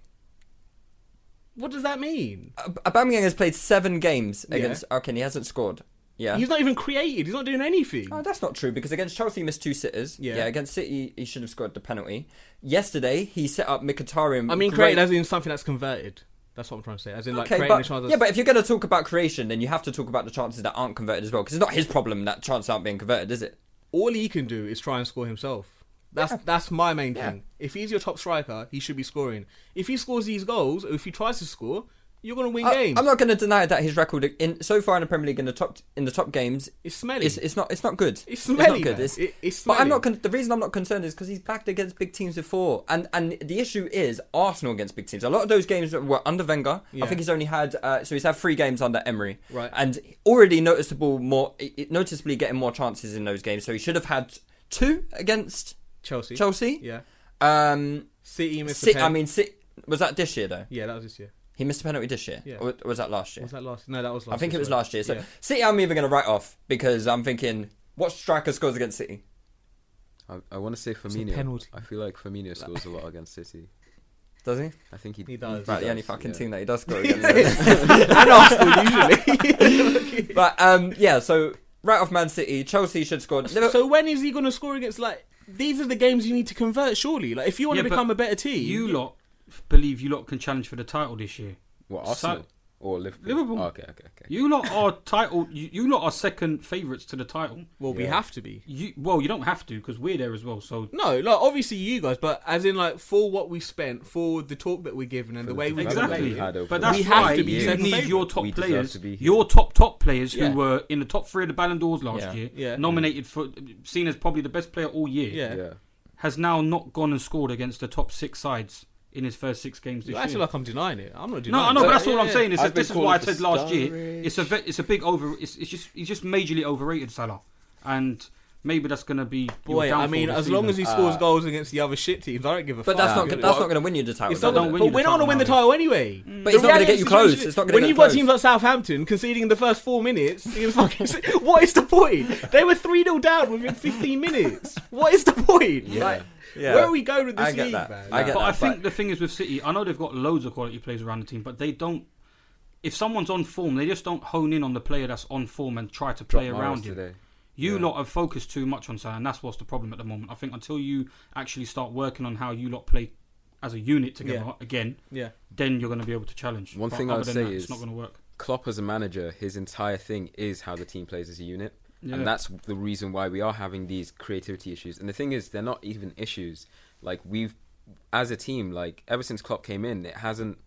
S5: What does that mean?
S3: Ab- Aubameyang has played seven games
S5: Yeah.
S3: against. Okay, and he hasn't scored. Yeah.
S5: He's not even created. He's not doing anything.
S3: Oh, that's not true because against Chelsea he missed two sitters. Yeah.
S5: Yeah.
S3: against City he should have scored the penalty. Yesterday he set up Mkhitaryan.
S5: I mean,
S3: great-
S5: created as in something that's converted. That's what I'm trying to say. As in, like,
S3: Okay,
S5: creating
S3: but,
S5: a chance. that's-
S3: yeah, but if you're going to talk about creation, then you have to talk about the chances that aren't converted as well. Because it's not his problem that chances aren't being converted, is it?
S5: all he can do is try and score himself. That's that's my main thing. If he's your top striker, he should be scoring. If he scores these goals, or if he tries to score, you're gonna win
S3: I-
S5: games.
S3: Uh, I'm not going to deny that his record in so far in the Premier League in the top in the top games
S5: It's smelly.
S3: It's, it's not it's not good.
S5: It's smelly,
S3: not good.
S5: man.
S3: It's,
S5: It- it's
S3: but I'm
S5: smelly.
S3: not. Con- the reason I'm not concerned is because he's backed against big teams before, and and the issue is Arsenal against big teams. A lot of those games were under Wenger. I think he's only had uh, so he's had three games under Emery,
S5: Right.
S3: And already noticeable more i- noticeably getting more chances in those games. So he should have had two against
S5: Chelsea.
S3: Chelsea.
S5: Yeah.
S3: Um.
S5: City missed
S3: Si-
S5: a
S3: I
S5: pen-
S3: mean, si- was that this year though?
S5: yeah, that was this year.
S3: He missed a penalty this year,
S5: Yeah.
S3: or was that last year?
S5: Was that last? No, that was last.
S3: I think
S5: year,
S3: it was
S5: sorry.
S3: last year. So
S5: Yeah.
S3: City, I'm either going to write off because I'm thinking, what striker scores against City?
S6: I, I want to say
S5: a
S6: Firmino.
S5: penalty.
S6: I feel like Firmino scores a lot against City.
S3: Does he?
S6: I think he,
S5: He does.
S3: Right, the only
S6: does,
S3: fucking
S6: yeah.
S3: team that he does score against.
S5: and Arsenal usually.
S3: but um, yeah, so right off Man City, Chelsea should score. Liver-
S5: so when is he going to score against like? These are the games you need to convert. Surely, like if you want
S4: Yeah,
S5: to
S4: but
S5: become a better team,
S4: You lot believe you lot can challenge for the title this year.
S6: What
S4: So-
S6: Arsenal or Liverpool?
S4: Liverpool.
S6: Oh, okay, okay, okay.
S4: You lot are title. You, you lot are second favourites to the title.
S5: well, we
S6: Yeah.
S5: have to be.
S4: You well, you don't have to because we're there as well. So
S5: No, like obviously you guys, but as in like for what we spent, for the talk that we're given, and the, way we
S6: development
S4: exactly.
S6: we had over
S4: But
S6: the
S4: that's
S5: We
S4: why
S5: have to be
S4: you
S5: second
S4: need
S5: favourite.
S4: your top
S6: We deserve
S4: players,
S6: to be here.
S4: your top top players
S3: Yeah.
S4: who were in the top three of the Ballon d'Ors last
S3: Yeah.
S4: year,
S5: Yeah.
S4: nominated for seen as probably the best player all year,
S5: Yeah.
S6: Yeah.
S4: has now not gone and scored against the top six sides in his first six games this
S5: You
S4: year.
S5: acting like I'm denying it. I'm not denying.
S4: No, I
S5: it.
S4: know, but that's
S5: Yeah,
S4: all I'm
S5: yeah.
S4: saying. Is
S6: I've
S4: that this is
S6: been
S4: what I
S6: calling
S4: said
S6: for
S4: last year.
S6: Sturridge.
S4: It's a ve- it's a big over. It's, it's just he's just majorly overrated Salah, and maybe that's gonna be your
S5: Boy, I
S4: downfall
S5: mean,
S4: this
S5: as
S4: season.
S5: long as he
S6: Uh,
S5: scores
S4: uh,
S5: goals against the other shit teams, I don't give a
S3: but
S5: fuck.
S3: that's not
S5: Yeah.
S3: that's not going to win you the title.
S5: It's not
S3: though,
S5: gonna,
S4: win
S3: is
S4: you
S5: but
S4: the
S5: we're not going to
S4: title
S5: win the
S4: now.
S5: title anyway.
S3: But it's
S5: The
S3: not gonna
S5: reality
S3: get you
S5: of the situation
S3: close.
S5: is
S3: It's not gonna
S5: when
S3: get
S5: you've got
S3: close.
S5: teams like Southampton conceding the first four minutes, it's fucking, what is the point? They were 3 0 down within 15 minutes. What is the point? Like,
S3: Yeah.
S5: Where are we going with this
S3: I get
S5: league,
S3: that.
S5: man?
S3: I get
S4: but
S3: that,
S4: I think
S3: but-
S4: the thing is with City, I know they've got loads of quality players around the team, but they don't. If someone's on form, they just don't hone in on the player that's on form and try to play
S6: Mahrez
S4: around him.
S6: today.
S4: You lot have focused too much on Salah, and that's what's the problem at the moment. I think until you actually start working on how you lot play as a unit together
S5: Yeah.
S4: again,
S5: Yeah.
S4: then you're going to be able to challenge.
S6: One
S4: But
S6: thing I
S4: other
S6: would
S4: than
S6: say
S4: that,
S6: is-
S4: it's not going to work.
S6: Klopp as a manager, his entire thing is how the team plays as a unit.
S4: Yeah.
S6: And that's the reason why we are having these creativity issues. And the thing is, they're not even issues. Like we've as a team, like ever since Klopp came in, it hasn't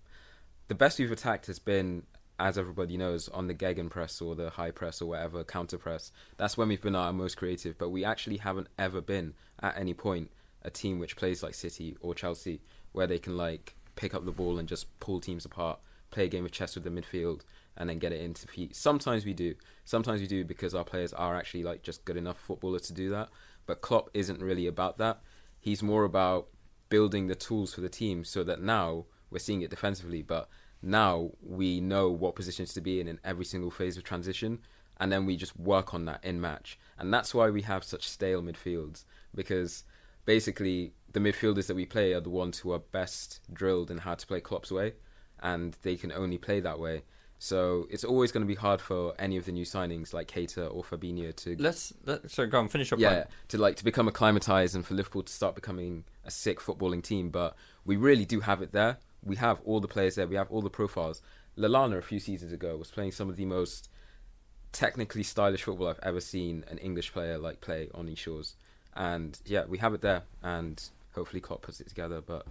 S6: the best we've attacked has been as everybody knows on the gegenpress or the high press or whatever counter press. That's when we've been our most creative, but we actually haven't ever been at any point a team which plays like City or Chelsea where they can like pick up the ball and just pull teams apart, play a game of chess with the midfield and then get it into feet. Sometimes we do. Sometimes we do because our players are actually like just good enough footballers to do that. But Klopp isn't really about that. He's more about building the tools for the team so that now we're seeing it defensively, but now we know what positions to be in in every single phase of transition, and then we just work on that in match. And that's why we have such stale midfields because basically the midfielders that we play are the ones who are best drilled in how to play Klopp's way, and they can only play that way. So it's always going to be hard for any of the new signings like Keita or Fabinho to
S3: Let's, let's so go on finish up.
S6: yeah, to like to become acclimatized and for Liverpool to start becoming a sick footballing team. But we really do have it there. We have all the players there. We have all the profiles. Lalana a few seasons ago was playing some of the most technically stylish football I've ever seen an English player like play on these shores. And yeah, we have it there. And hopefully Klopp puts it together. But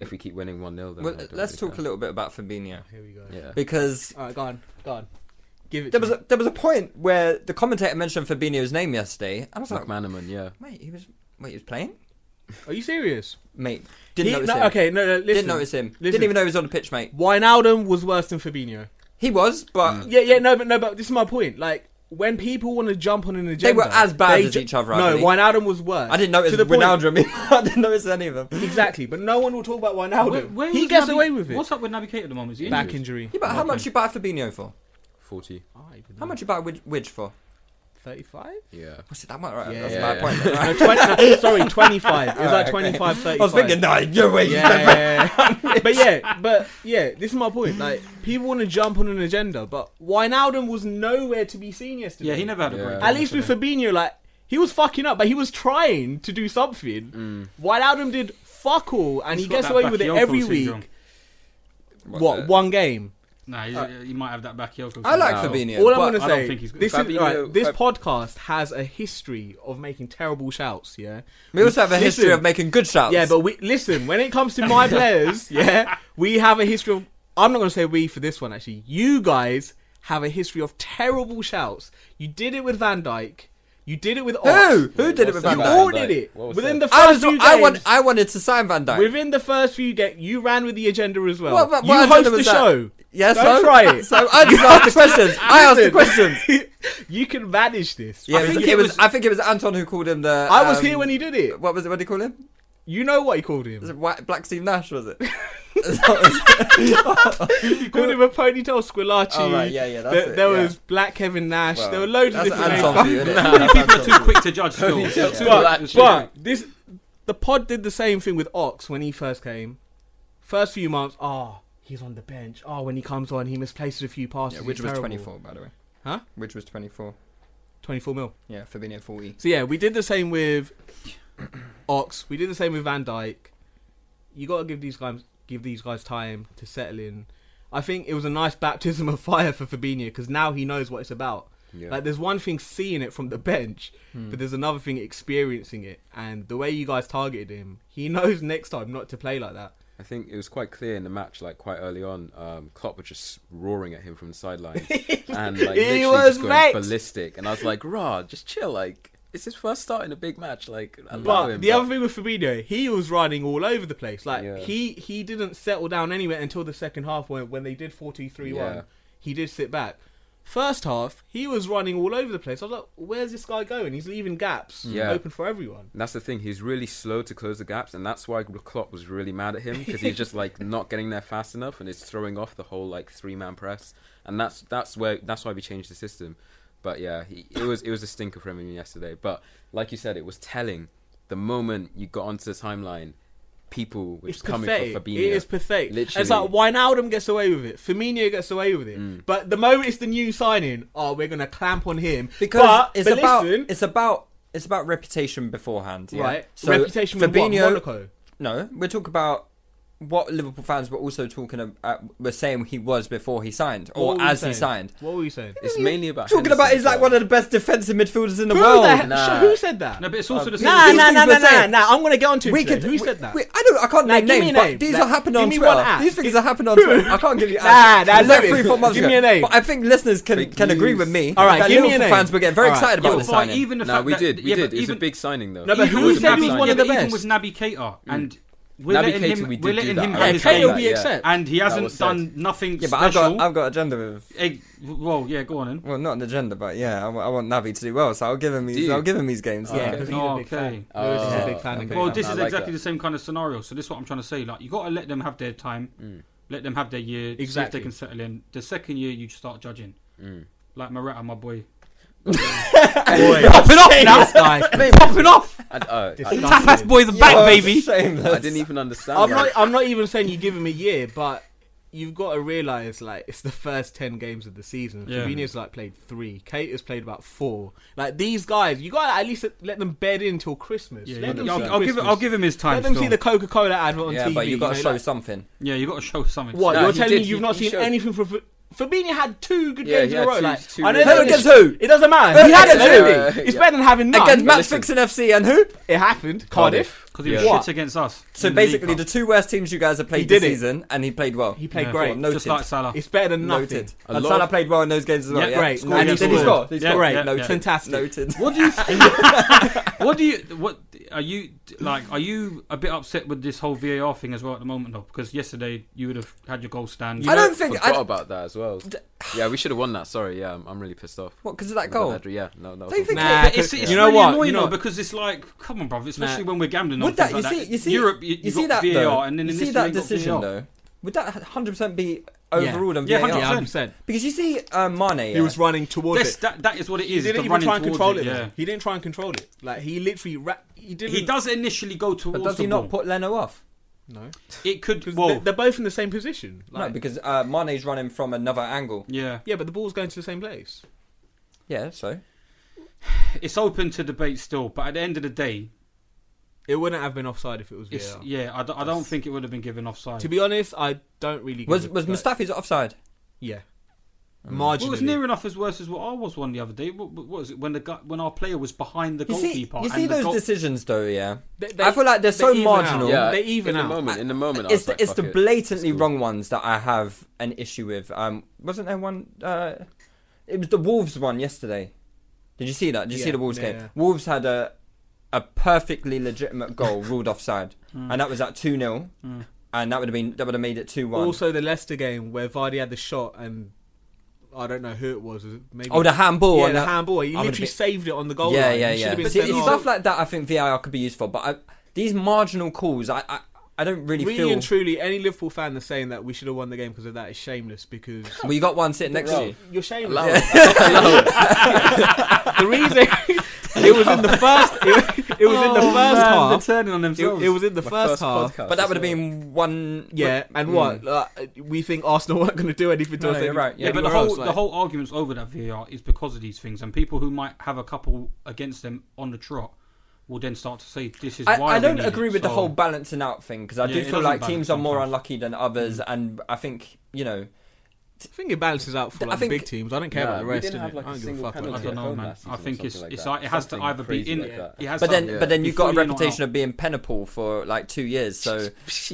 S6: if we keep winning one 0 then
S3: Well,
S6: I don't
S3: let's
S6: really
S3: talk a
S6: care.
S3: little bit about Fabinho
S5: Here we go.
S6: Yeah.
S3: because
S5: All right, go on. Go on. Give it
S3: there
S5: to
S3: was
S5: me.
S3: a, there was a point where the commentator mentioned Fabinho's name yesterday, and I was like,
S6: McManaman, yeah.
S3: wait, he was wait, he was playing,
S5: Are you serious?
S3: mate. Didn't
S5: He-
S3: notice
S5: no,
S3: him.
S5: Okay, no, no, listen.
S3: Didn't notice him. Didn't even know he was on the pitch, mate.
S5: Wijnaldum was worse than Fabinho.
S3: He was, but
S5: Yeah, yeah, no, but no, but this is my point. Like when people want to jump on an agenda,
S3: were as bad as
S5: ju-
S3: each other, I
S5: No,
S3: believe.
S5: Wijnaldum was worse.
S3: I didn't notice
S5: To the point-
S3: Ronaldo. I didn't notice any of them.
S5: Exactly, but no one will talk about Wijnaldum.
S4: Where- where
S5: he
S4: was
S5: gets
S4: Naby-
S5: away with it.
S4: What's up with Naby Keita at the moment? Is he injured?
S5: Back injury.
S3: Yeah, but how much you buy Fabinho for?
S6: Forty.
S5: Mm.
S3: How much you buy Wid- Widge for?
S5: Thirty-five.
S6: Yeah.
S3: What's it, that might, right?
S5: Yeah,
S3: That's
S5: yeah,
S3: my
S6: yeah.
S3: point. right?
S5: No, 20, no, sorry, twenty-five. It was like
S3: okay.
S5: 25, 35.
S3: I was thinking, no, you're way.
S5: Yeah, yeah, yeah. but yeah, but yeah, this is my point. Like people want to jump on an agenda, but Wijnaldum was nowhere to be seen yesterday.
S4: Yeah, he never had a
S6: Yeah.
S4: great.
S6: At
S4: game
S5: At least with
S4: yesterday.
S5: Fabinho, like he was fucking up, but he was trying to do something.
S3: Mm.
S5: Wijnaldum did fuck all, and
S4: He's
S5: he
S4: got
S5: gets
S4: that
S5: away with it
S4: Bakayoko
S5: every
S4: syndrome.
S5: week. What one game?
S4: Nah, he's- he might have that back heel.
S3: I like
S6: No.
S3: Fabinho.
S5: All
S3: but
S5: I'm going
S4: I
S5: to
S4: don't
S5: say,
S4: think he's-
S5: this, is,
S3: Fabinho- uh,
S5: right, this
S3: Fab-
S5: podcast has a history of making terrible shouts, yeah?
S3: We also have a history
S5: Listen.
S3: of making good shouts.
S5: Yeah, but we listen, when it comes to my players, yeah, we have a history of I'm not gonna say we for this one actually. You guys have a history of terrible shouts. You did it with Van Dyke. You did it with
S3: Who?
S5: Ox.
S3: Who did it with Van
S5: You all
S3: Dijk?
S6: Dijk?
S5: did it.
S6: What was
S5: Within
S6: that?
S5: the
S3: I,
S5: first
S3: was,
S5: few games,
S3: I, want, I wanted to sign Van Dijk.
S5: within the first few games, you ran with the agenda as well.
S3: What- what-
S5: you
S3: what
S5: host
S3: agenda
S5: the
S3: was that?
S5: show.
S3: Yeah,
S5: Don't
S3: so,
S5: try it.
S3: So I just asked the questions. I asked the questions.
S5: questions. you can manage this.
S3: Yeah,
S5: I
S3: it was,
S5: think
S3: it
S5: it
S3: was,
S5: was-
S3: I think it was Anton who called him the.
S5: I was
S3: um,
S5: here when he did it.
S3: What was it? What did he call him?
S5: You know what he called him.
S3: Was it White, Black Steve Nash? Was it?
S5: You called him a ponytail squillaci.
S3: Oh, right, yeah, yeah, that's
S5: there
S3: it,
S5: there
S3: yeah.
S5: was Black Kevin Nash.
S3: Well,
S5: there were loads of
S3: that's
S5: different names.
S3: Anton for you, isn't it? That's
S4: People are
S3: Anton.
S4: too quick to judge still. It's too-
S5: But,
S4: it's too
S5: but
S4: quick.
S5: this, the pod did the same thing with Ox when he first came. First few months, oh, he's on the bench. Oh, when he comes on, he misplaces a few passes.
S3: Yeah, which
S5: he's
S3: was
S5: terrible.
S3: 24, by the way.
S5: Huh?
S3: Which was 24.
S5: 24 mil.
S3: Yeah, Fabinho 40.
S5: So yeah, we did the same with Ox. We did the same with Van Dyke. You got to give these guys give these guys time to settle in. I think it was a nice baptism of fire for Fabinho because now he knows what it's about.
S6: Yeah.
S5: Like there's one thing seeing it from the bench, but there's another thing experiencing it. And the way you guys targeted him, he knows next time not to play like that.
S6: I think it was quite clear in the match, like quite early on, um, Klopp was just roaring at him from the sideline, and like
S5: He
S6: literally
S5: was
S6: just going
S5: vexed.
S6: ballistic. And I was like, "Rah, just chill. Like, it's his first start in a big match. Like, allow
S5: But
S6: him."
S5: the other thing with Fabinho, he was running all over the place. Like
S6: Yeah.
S5: he he didn't settle down anywhere until the second half when when they did 43-1.
S6: Yeah.
S5: He did sit back. First half, he was running all over the place. I was like, where's this guy going? He's leaving gaps
S6: Yeah.
S5: open for everyone.
S6: And that's the thing. He's really slow to close the gaps, and that's why Klopp was really mad at him because he's just like not getting there fast enough, and it's throwing off the whole like three man press. And that's that's where that's why we changed the system. But yeah, he, it was it was a stinker from him yesterday. But like you said, it was telling. The moment you got onto the timeline, people were
S5: It's
S6: just coming
S5: pathetic.
S6: for Fabinho.
S5: It is pathetic.
S6: Literally,
S5: It's like Wijnaldum gets away with it. Firmino gets away with it. But the moment it's the new signing, oh, we're gonna clamp on him.
S3: Because
S5: but,
S3: it's
S5: but
S3: about
S5: listen,
S3: it's about it's about reputation beforehand, yeah?
S5: right reputation with what,
S3: Fabinho-
S5: Monaco.
S3: No, we're talking about what Liverpool fans were also talking about. Were saying he was before he signed,
S5: What
S3: or
S5: were you
S3: as he
S5: saying?
S3: signed.
S5: What were you saying?
S6: it's mainly about
S3: Talking
S6: Henderson
S3: about he's
S6: as
S3: like
S6: well.
S3: one of the best defensive midfielders in the
S5: Who,
S3: world.
S5: the he-
S6: Nah.
S5: who said that?
S4: No, but it's also the same.
S5: uh, Nah,
S3: These
S5: nah,
S3: things
S5: nah,
S3: we're
S5: nah, nah,
S3: saying.
S5: nah. I'm gonna get on to it.
S3: We
S5: today.
S3: could.
S5: Who
S3: we-
S5: said that?
S3: we- I don't. I can't
S5: Nah,
S3: name
S5: give me
S3: names,
S5: a name.
S3: but these
S5: Like,
S3: are happening
S5: give
S3: on
S5: me
S3: Twitter.
S5: one app.
S3: These things
S5: Give-
S3: are happening on Twitter. I can't give you.
S5: Nah,
S3: ads.
S5: nah,
S3: It was like
S5: leave it.
S3: three, four months
S5: Give
S3: ago.
S5: me a name.
S3: But I think listeners can,
S6: Fake
S3: can agree
S6: news.
S3: with me.
S5: All right,
S3: that
S5: give me
S3: Liverpool
S5: a name.
S3: fans were getting very
S5: All right.
S3: excited
S4: Yeah,
S3: about
S4: but
S3: this signing.
S4: even the
S6: No,
S4: fact
S6: we
S4: that-
S6: did. We
S4: yeah,
S6: did.
S4: but
S6: It was a
S4: even-
S6: big signing, though.
S5: No, but
S6: It
S4: even,
S5: who
S6: was a
S5: said
S4: Naby-
S5: he was
S6: big signing.
S5: one
S4: yeah,
S5: of the
S4: but Even
S5: best? Hmm.
S4: with Naby Keita, and we're
S6: Naby
S4: letting
S6: Keita,
S4: him,
S6: we did
S4: we're
S6: do
S4: letting
S6: that.
S4: him
S6: Yeah,
S4: have his
S5: Keita
S4: game,
S5: we accept.
S4: and he
S6: That
S4: hasn't
S6: was said.
S4: done nothing
S3: Yeah, but I've
S4: special.
S3: got I've got agenda with.
S4: Eh, well, yeah, go on then.
S3: Well, not an agenda, but yeah, I, wa- I want Navi to do well, so I'll give him. These,
S6: Do you?
S3: I'll give him these games.
S5: Yeah,
S3: yeah.
S5: because
S4: Oh,
S5: he's a big fan.
S6: okay.
S5: Lewis is a
S6: Oh,
S5: big fan. of
S6: okay.
S5: Keita.
S4: Well,
S6: Yeah,
S4: this
S6: I
S4: is
S6: like
S4: exactly
S6: that.
S4: the same kind of scenario. So this is what I'm trying to say. Like you got to let them have their time, let them have their year, see if
S5: Exactly.
S4: they can settle in. The second year, you start judging. Like Morata, my boy.
S5: popping off now, guy. popping off.
S6: And, uh, I,
S5: Disgusting.
S4: boy, the back, baby.
S6: I
S3: Shameless.
S6: didn't even understand.
S5: I'm not.
S6: like-
S5: I'm not even saying you give him a year, but you've got to realize like it's the first ten games of the season.
S4: Yeah.
S5: Fabinho's like played three. Kate has played about four. Like these guys, you got to at least let them bed in till Christmas.
S4: Yeah,
S5: Let
S4: yeah,
S5: them
S4: I'll,
S5: see
S4: I'll give.
S5: Christmas.
S4: I'll give him his time.
S5: Let them
S4: still.
S5: see the Coca Cola advert on
S3: Yeah,
S5: TV.
S3: but you've got to
S5: know,
S3: show
S5: like-
S3: something.
S4: Yeah, you got to show something.
S5: What
S6: No,
S5: you're
S6: he
S5: telling
S6: did.
S5: me you've
S6: He-
S5: not
S6: he
S5: seen
S6: showed.
S5: anything from Fa- Fabinho had two good
S6: Yeah,
S5: games in
S6: he
S5: a
S6: had
S5: row.
S6: two-
S5: like
S6: two
S5: I know
S6: really
S5: that-
S6: good
S3: Against who?
S5: It doesn't matter.
S3: Who
S5: He had
S3: against
S6: who?
S5: two. It's
S6: Yeah.
S5: better than having none.
S3: Against Match
S6: listen.
S3: Fixing FC and who?
S5: it happened. Cardiff.
S4: Because he was
S5: What?
S4: shit against us.
S3: So
S4: in the League
S3: basically, the
S4: Cup.
S3: two worst teams you guys have
S5: He
S3: played
S5: did
S3: this
S5: it.
S3: season, and he played well.
S5: He played
S4: Yeah.
S5: great.
S3: Well, noted.
S4: just like Salah.
S5: It's better than nothing.
S3: Noted.
S6: A
S3: And
S6: lot-
S3: Salah played well in those games as well.
S4: Yeah,
S3: Yeah,
S5: great.
S3: No,
S5: And
S3: he
S5: he
S3: did he
S5: scored.
S3: score. He
S4: Yeah,
S3: scored.
S4: yeah,
S3: Noted.
S4: yeah.
S5: Fantastic.
S3: Noted.
S4: What do you? what do you? What are you like? Are you a bit upset with this whole VAR thing as well at the moment, though? Because yesterday you would have had your goal stand.
S3: I don't think.
S6: forgot
S3: I,
S6: about that as well. Yeah, we should have won that. Sorry, yeah, I'm, I'm really pissed off.
S3: what? Because of that
S6: About
S3: goal.
S6: that, yeah, no, no.
S3: Don't you think-
S5: Nah,
S4: But it's, it's
S5: you know
S4: really
S5: what?
S4: annoying
S5: you know,
S4: though because it's like, come on, brother. Especially when we're gambling on
S3: Would that
S4: things
S3: you
S4: like
S3: see?
S4: that.
S3: You see?
S4: Europe, you,
S3: you see
S4: got
S3: that
S4: VAR,
S3: though.
S4: and then
S3: you
S4: in
S3: see
S4: this
S3: that
S4: league got
S3: decision
S4: VAR.
S3: though. Would that 100% be
S5: Yeah.
S3: overruled on
S4: Yeah,
S3: VAR?
S4: 100%.
S3: Because you see, um, Mane.
S5: He was
S3: yeah.
S5: running towards
S4: That's-
S5: it.
S4: that, that is what it
S5: He
S4: is.
S5: didn't
S4: the
S5: even
S4: running
S5: try and
S4: towards
S5: control it.
S4: Yeah.
S5: He didn't try and control it. Like he literally, ra- he didn't.
S4: He does initially go towards
S3: But does
S4: the
S3: he
S4: ball.
S3: not put Leno off?
S5: No,
S4: it could.
S5: because
S4: Well,
S5: they're, they're both in the same position.
S3: No,
S5: Like,
S3: because uh, Mane's running from another angle.
S4: yeah,
S5: yeah, but the ball's going to the same place.
S3: Yeah, so
S4: it's open to debate still. But at the end of the day,
S5: It wouldn't have been offside if it was
S4: it's
S5: VAR.
S4: yeah. I, d- I don't think it would have been given offside.
S5: To be honest, I don't really.
S3: was
S5: give a-
S3: was uh,
S5: like-
S3: Mustafi's offside?
S5: Yeah.
S4: Well, it was
S5: Marginally.
S4: near enough as worse as what I was one the other day. What, what what was it when the guy, when our player was behind the
S3: You see,
S4: goalkeeper?
S3: you see
S4: and the
S3: those
S4: goal-
S3: decisions though, yeah.
S5: They- they-
S3: I feel like they're
S5: they
S3: so
S5: even out.
S3: marginal.
S5: Yeah.
S6: Yeah,
S5: They even
S6: in
S5: out.
S6: the moment. In the moment,
S3: It's
S6: I was
S3: the,
S6: like,
S3: it's
S6: "Fuck
S3: the
S6: it,
S3: blatantly
S6: it's cool."
S3: wrong ones that I have an issue with. Um, wasn't there one? Uh, it was the Wolves one yesterday. Did you see that? Did you see
S5: Yeah,
S3: the Wolves
S5: yeah,
S3: game?
S5: yeah.
S3: Wolves had a a perfectly legitimate goal ruled offside,
S6: Hmm.
S3: and that was at two 0 and that would have been that would have made it two one.
S5: Also, the Leicester game where Vardy had the shot and I don't know who it was. was it maybe
S3: Oh, the handball
S5: Yeah,
S3: on
S5: the
S3: that-
S5: handball. He
S3: I would've
S5: literally
S3: been-
S5: saved it on the goal
S3: yeah,
S5: line.
S3: yeah,
S5: He should
S3: yeah.
S5: have been
S3: But
S5: sent
S3: see,
S5: off.
S3: stuff like that, I think VAR could be useful. But I, these marginal calls, I, I, I don't really,
S5: really
S3: feel.
S5: and truly, any Liverpool fan that's saying that we should have won the game because of that is shameless because
S3: well, you got one sitting next to you.
S5: you're shameless.
S6: Allow
S5: the reason it was in the first, it, it was in the
S4: Oh, man,
S5: first
S4: they're
S5: half.
S4: turning on themselves.
S5: It, it was in the first,
S6: First
S5: half.
S6: podcast
S3: But that
S6: as
S3: would have
S6: well.
S3: been one. Hmm.
S5: Yeah, and what like, we think Arsenal weren't going to do anything to
S3: Mm. No,
S5: us.
S3: you're
S5: any-
S3: right, yeah.
S4: Yeah, but the
S5: anywhere
S4: whole
S5: else, like-
S4: the whole arguments over that VAR is because of these things, and people who might have a couple against them on the trot will then start to say this is
S3: I,
S4: why.
S3: I
S4: we
S3: don't
S4: need
S3: agree
S4: it.
S3: with the
S4: So-
S3: whole balancing out thing because I
S4: Yeah,
S3: do
S4: it
S3: feel
S4: doesn't
S3: like teams
S4: balance
S3: are more
S4: sometimes. Mm.
S3: unlucky than others, and I think you know.
S5: I think it balances out for
S3: I
S5: like,
S3: think-
S5: the big teams. I don't care
S6: Nah,
S5: about the
S6: we
S5: rest.
S6: didn't
S5: innit?
S6: have, like,
S5: I
S6: a
S5: don't give a
S6: single
S5: fuck.
S6: penalty.
S5: about
S4: I
S5: it.
S4: don't know,
S6: home
S4: man.
S6: last
S4: I
S6: season or
S4: think it's
S6: something
S4: it's
S6: like
S4: like
S6: that.
S4: it has to
S6: Something
S4: either be
S6: crazy
S4: in.
S6: like that.
S4: It has
S3: But
S4: to
S3: then,
S4: be-
S3: but then
S4: be
S3: you've got a
S4: fully in or
S3: reputation
S4: out.
S3: of being peniple for like two years, so you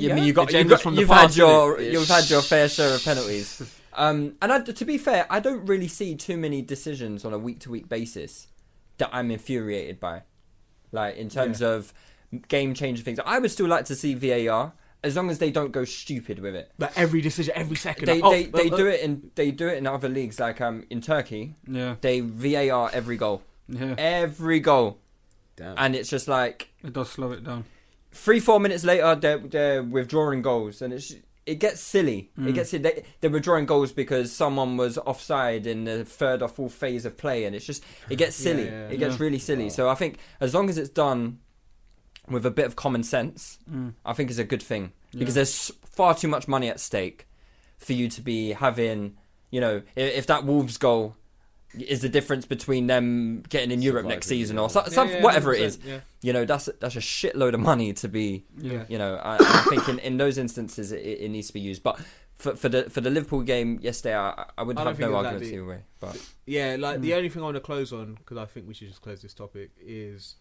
S6: Yeah.
S3: mean you got, you
S5: Agendas
S3: got
S5: from the
S3: you've
S5: past,
S3: had your
S6: innit?
S3: you've had your fair share of penalties. Um, and I, to be fair, I don't really see too many decisions on a week to week basis that I'm infuriated by, like in terms of game changing things. I would still like to see VAR as long as they don't go stupid with it.
S5: But every decision, every second.
S3: They,
S5: like, oh,
S3: they,
S5: well,
S3: they
S5: uh,
S3: do it in they do it in other leagues like um in Turkey
S4: Yeah,
S3: they VAR every goal Eh.
S4: yeah,
S3: every goal
S6: Damn.
S3: and it's just like
S4: it does slow it down.
S3: three four minutes later they're, they're withdrawing goals and it's it gets silly
S5: Mm.
S3: it gets silly. they, they're withdrawing goals because someone was offside in the third or fourth phase of play and it's just it gets silly
S5: yeah, yeah.
S3: it gets
S4: Yeah.
S3: really silly so I think as long as it's done with a bit of common sense
S4: Mm,
S3: I think is a good thing because there's far too much money at stake for you to be having you know i- if that Wolves goal is the difference between them getting in Europe next
S6: Surviving,
S3: season
S6: yeah.
S3: or so,
S5: Yeah,
S3: some-
S5: yeah,
S3: whatever it is
S5: 100%, yeah.
S3: you know that's that's a shitload of money to be
S5: Yeah.
S3: you know I, I think in, in those instances it, it needs to be used but for, for the for the Liverpool game yesterday I, I would
S5: I don't
S3: have
S5: think
S3: no
S5: it was that
S3: arguments
S5: deep.
S3: either way but
S5: Yeah, like the only thing I want to close on because I think we should just close this topic is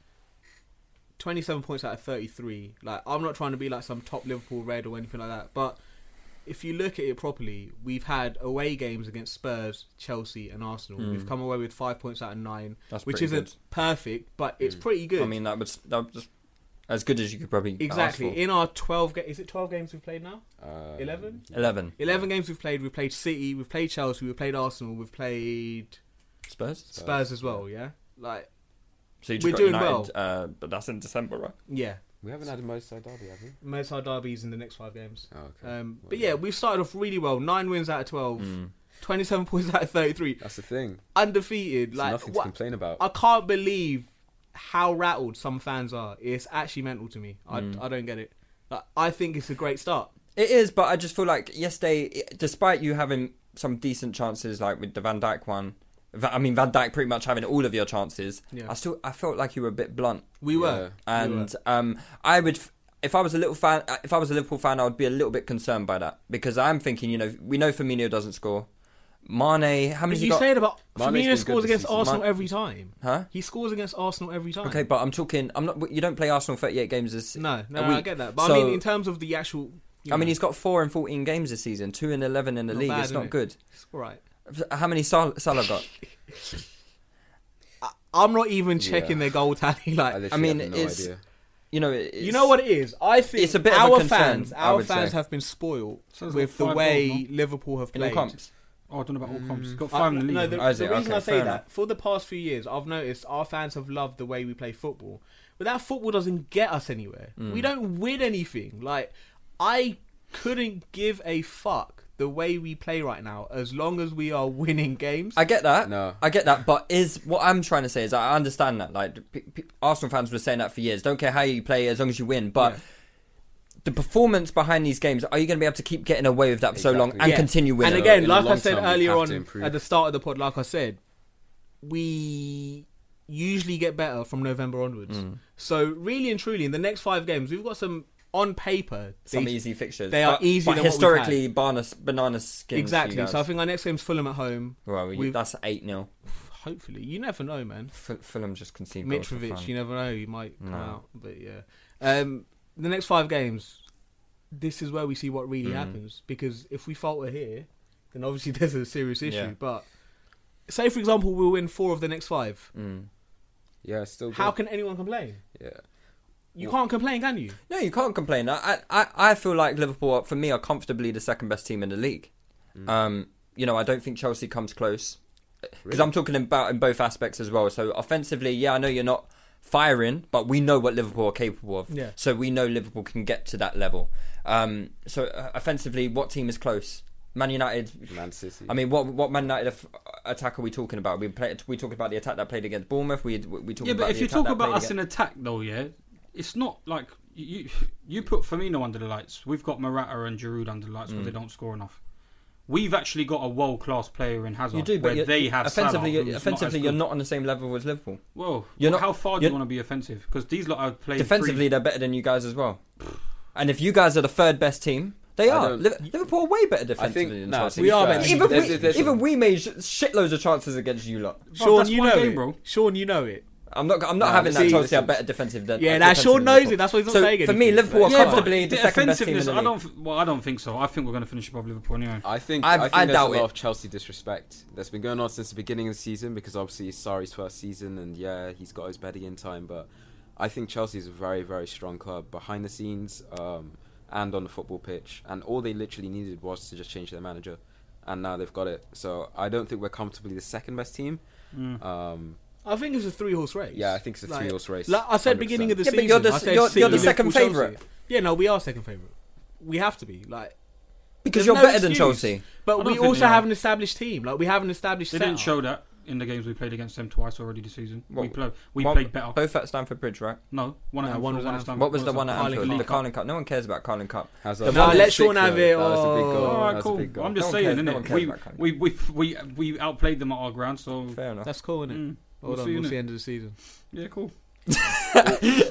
S5: twenty-seven points out of thirty-three. Like I'm not trying to be like some top Liverpool red or anything like that, but if you look at it properly, we've had away games against Spurs, Chelsea, and Arsenal. We've come away with five points out of nine,
S3: That's
S5: which
S3: pretty
S5: isn't
S3: good.
S5: perfect, but it's pretty good.
S3: I mean that was that was just as good as you could probably ask
S5: exactly
S3: for.
S5: in our twelve. Ga- is it twelve games we've played now?
S6: Uh,
S5: Eleven.
S3: 11
S5: 11 games we've played. We've played City, we've played Chelsea, we've played Arsenal, we've played
S3: Spurs
S5: Spurs as well, yeah? Like,
S3: so you just
S5: We're
S3: got
S5: doing
S3: United, uh, but that's in December right
S5: yeah.
S6: We haven't had a Mo Salah derby, have we?
S5: Most of our derbies in the next five games.
S6: Oh, okay.
S5: Um,
S6: Well, Mm.
S5: but yeah, we've started off really well. Nine wins out of 12, 27 points out of 33.
S6: that's the thing.
S5: Undefeated.
S6: There's
S5: like,
S6: nothing
S5: what-
S6: to complain about.
S5: I can't believe how rattled some fans are. It's actually mental to me. I,
S6: Mm.
S5: I don't get it. Like, I think it's a great start.
S3: It is, but I just feel like yesterday, i- despite you having some decent chances, like with the Van Dyke one, Va- I mean Van Dyke pretty much having all of your chances.
S5: Yeah.
S3: I still, I felt like you were a bit blunt,
S5: We were. We were.
S3: and um, I would, f- if I was a little fan, uh, if I was a Liverpool fan, I would be a little bit concerned by that because I'm thinking, you know, we know Firmino doesn't score. Mane, how many?
S5: But
S3: has
S5: you
S3: he got?
S5: say it about
S6: Mane's been
S5: Firmino
S6: good
S5: scores
S6: this
S5: against
S6: season.
S5: Arsenal
S3: Man-
S5: every time.
S3: Huh?
S5: He scores against Arsenal every time.
S3: Okay, but I'm talking. I'm not. You don't play Arsenal 38 games this.
S5: No, no,
S3: a week.
S5: I get that. But
S3: So-
S5: I mean, in terms of the actual, you
S3: I mean,
S5: know,
S3: he's got four and 14 games this season, two and 11 in the
S5: Not
S3: league.
S5: bad,
S3: it's not
S5: innit?
S3: good.
S5: it's all right.
S3: How many Sal- Salah got?
S5: I'm not even checking their goal tally.
S6: I,
S5: Like,
S6: literally
S3: I mean,
S6: have no
S3: it's-
S6: idea.
S3: You know, it's,
S5: you know what it is? I think
S3: It's a bit of a
S5: our
S3: concern,
S5: fans,
S3: I
S5: our
S3: would
S5: fans
S3: say.
S5: have been spoiled
S4: Sounds like
S5: with the
S4: five
S5: way
S4: goals,
S5: Liverpool have
S3: In all
S5: played.
S3: comps.
S4: Oh, I don't know about all comps. Got
S5: I-
S4: five in the league.
S5: no, the,
S3: Oh, is
S5: the
S3: it?
S5: reason
S3: Okay,
S5: I say
S3: fair
S5: that
S3: enough.
S5: for the past few years, I've noticed our fans have loved the way we play football, but that football doesn't get us anywhere.
S3: Mm.
S5: We don't win anything. Like, I couldn't give a fuck the way we play right now, as long as we are winning games.
S3: I get that.
S6: No.
S3: I get that. But is what I'm trying to say is I understand that. Like p- p- Arsenal fans were saying that for years. Don't care how you play as long as you win. But
S5: Yeah.
S3: the performance behind these games, are you going to be able to keep getting away with that for so long
S6: Exactly.
S3: and
S5: Yeah.
S3: continue winning?
S5: And again,
S6: In the
S5: like I
S6: long
S5: said
S6: term, we
S5: earlier
S6: have to
S5: on
S6: improve.
S5: at the start of the pod, like I said, we
S6: Mm.
S5: usually get better from November onwards. So really and truly, in the next five games, we've got some on paper,
S3: Some
S5: they,
S3: easy fixtures.
S5: they are
S3: But-
S5: easier
S3: but
S5: than what we've
S3: historically, banana banana skins.
S5: exactly.
S3: You guys.
S5: So I think our next game's Fulham at home.
S3: well, we,
S5: we've-
S3: that's eight 0
S5: Hopefully, you never know, man.
S3: F- Fulham just conceded. goals for fun.
S5: Mitrovic, you never know, you might come
S3: No.
S5: out. But yeah, um, the next five games, this is where we see what really happens. Because if we falter here, then obviously there's a serious issue.
S3: Yeah.
S5: But say, for example, we'll win four of the next five.
S6: Yeah, it's still.
S5: How
S6: good.
S5: can anyone complain?
S6: Yeah.
S5: You can't complain, can you?
S3: No, you can't complain. I, I, I feel like Liverpool, are- for me, are comfortably the second best team in the league.
S6: Mm.
S3: Um, you know, I don't think Chelsea comes close because I'm talking about in both aspects as well. So offensively, yeah, I know you're not firing, but we know what Liverpool are capable of.
S5: Yeah.
S3: So we know Liverpool can get to that level. Um, so uh, offensively, what team is close? Man United.
S6: Man City.
S3: I mean, what what Man United f- attack are we talking about? We play, we talking about the attack that played against Bournemouth. We we talking
S4: Yeah,
S3: about
S4: but if
S3: the
S4: you
S3: attack
S4: talk
S3: that
S4: about
S3: played
S4: us
S3: against-
S4: in attack, though, yeah, it's not like you you put Firmino under the lights. We've got Morata and Giroud under the lights,
S3: Mm.
S4: but they don't score enough. We've actually got a world class player in Hazard.
S3: you do, but
S4: where
S3: you're-
S4: they have
S3: offensively,
S4: Salah,
S3: you're,
S4: who's
S3: offensively,
S4: not as
S3: you're
S4: good.
S3: not on the same level as Liverpool.
S4: Well,
S3: you're not-
S4: how far do
S3: you're-
S4: you want to be offensive? Because these lot are playing
S3: Defensively, they're better than you guys as well. And if you guys are the third best team, they
S6: I
S3: are.
S6: don't-
S3: Liv- Liverpool are way better defensively
S6: think-
S3: than
S6: nah,
S3: Chelsea.
S6: to be
S5: We are
S6: fair,
S5: better.
S3: Even,
S6: there's-
S3: we,
S6: there's-
S3: even we made sh- shitloads of chances against you lot.
S4: Sean,
S5: Sean,
S4: that's
S5: you
S4: you one
S5: know
S4: know game,
S5: it.
S4: it. bro.
S5: Sean, you know it.
S3: I'm not. I'm not
S6: Nah,
S3: having that
S6: see,
S3: Chelsea are
S6: listen.
S3: better defensive than.
S5: Yeah,
S3: uh,
S5: nah,
S3: defensive
S5: Sean
S3: than
S5: knows
S3: Liverpool.
S5: it, that's why he's not
S3: so
S5: saying
S3: For me,
S5: anything.
S3: Liverpool are
S5: Yeah, but
S3: comfortably the,
S4: the
S3: second best team in
S4: offensiveness,
S3: the
S4: I
S3: league.
S4: don't. f- Well, I don't think so. I think we're going to finish above Liverpool anyway.
S6: I think
S3: I've-
S6: I, think
S3: I
S6: there's
S3: doubt
S6: a lot
S3: it.
S6: of Chelsea disrespect that's been going on since the beginning of the season because obviously it's Sarri's first season and yeah he's got his bedding in time but I think Chelsea is a very very strong club behind the scenes um, and on the football pitch and all they literally needed was to just change their manager and now they've got it so I don't think we're comfortably the second best team um,
S5: I think it's a three-horse race.
S6: Yeah, I think it's a three-horse race,
S5: Like I said, beginning of the
S3: Yeah,
S5: season,
S3: but you're the-
S5: I said
S3: you're-
S5: City,
S3: you're the second
S5: Liverpool, Chelsea.
S3: favourite.
S5: Yeah, no, we are second favorite. We have to be like
S3: because
S5: there's
S3: you're
S5: no
S3: better than
S5: excuse.
S3: Chelsea.
S4: I
S5: But
S4: don't
S5: we
S4: think
S5: also
S4: they are.
S5: have an established team. Like we have an established.
S4: They didn't
S5: setup.
S4: show that in the games we played against them twice already this season. we
S3: What-
S4: played. We
S3: One-
S4: played better.
S3: Both at Stamford Bridge, right?
S4: No, one at
S5: No,
S4: Anfield,
S5: one was
S4: one
S5: at
S4: at Stamford.
S3: What was the one at
S4: Carling-
S3: Anfield? The
S4: Carling-
S3: Carling Cup. No one cares about Carling Cup.
S6: has
S3: The
S6: a-
S5: No,
S3: one
S5: let
S3: that's
S5: Sean
S6: sick,
S5: have
S6: though.
S5: it.
S6: That was a big
S5: Oh.
S6: goal.
S4: All
S6: That
S4: right,
S6: was a
S4: cool.
S6: big goal.
S4: I'm just
S3: No one
S4: saying,
S3: cares- no one
S4: innit?
S3: cares
S4: We,
S3: about Carling
S4: we we we we outplayed them at our ground, so
S3: Fair enough.
S5: That's cool, isn't it?
S4: Mm.
S5: Hold
S4: We'll
S5: on,
S4: see,
S5: we'll
S4: innit?
S5: see end of the season.
S4: yeah, cool.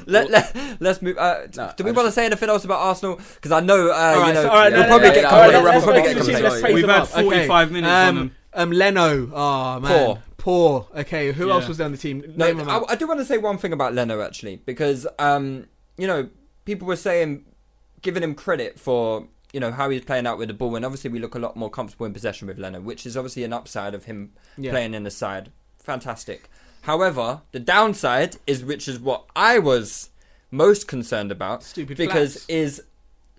S3: Let, let, let's move. Uh,
S6: No,
S3: do we
S6: I
S3: want to
S6: just-
S3: say anything else about Arsenal? Because I know, uh,
S5: Alright,
S3: you know,
S5: so- alright,
S3: we'll
S6: no,
S3: probably
S6: no,
S3: get
S6: no,
S3: complained.
S6: no,
S3: we'll
S6: no,
S3: probably
S6: no,
S3: get
S6: no,
S3: complained.
S6: no, no,
S4: We've
S5: them
S4: had
S5: up. Okay,
S4: 45 minutes on
S5: Um,
S4: them.
S5: um, Leno. Oh man,
S3: Poor.
S5: poor. Okay, who
S4: Yeah.
S5: else was on the team?
S3: No,
S5: Name them
S3: I,
S5: out.
S3: I do want to say one thing about Leno actually, because um, you know, people were saying, giving him credit for you know how he's playing out with the ball, and obviously we look a lot more comfortable in possession with Leno, which is obviously an upside of him
S5: Yeah.
S3: playing in the side. Fantastic. However, the downside is, which is what I was most concerned about,
S5: Stupid
S3: because
S5: flats.
S3: is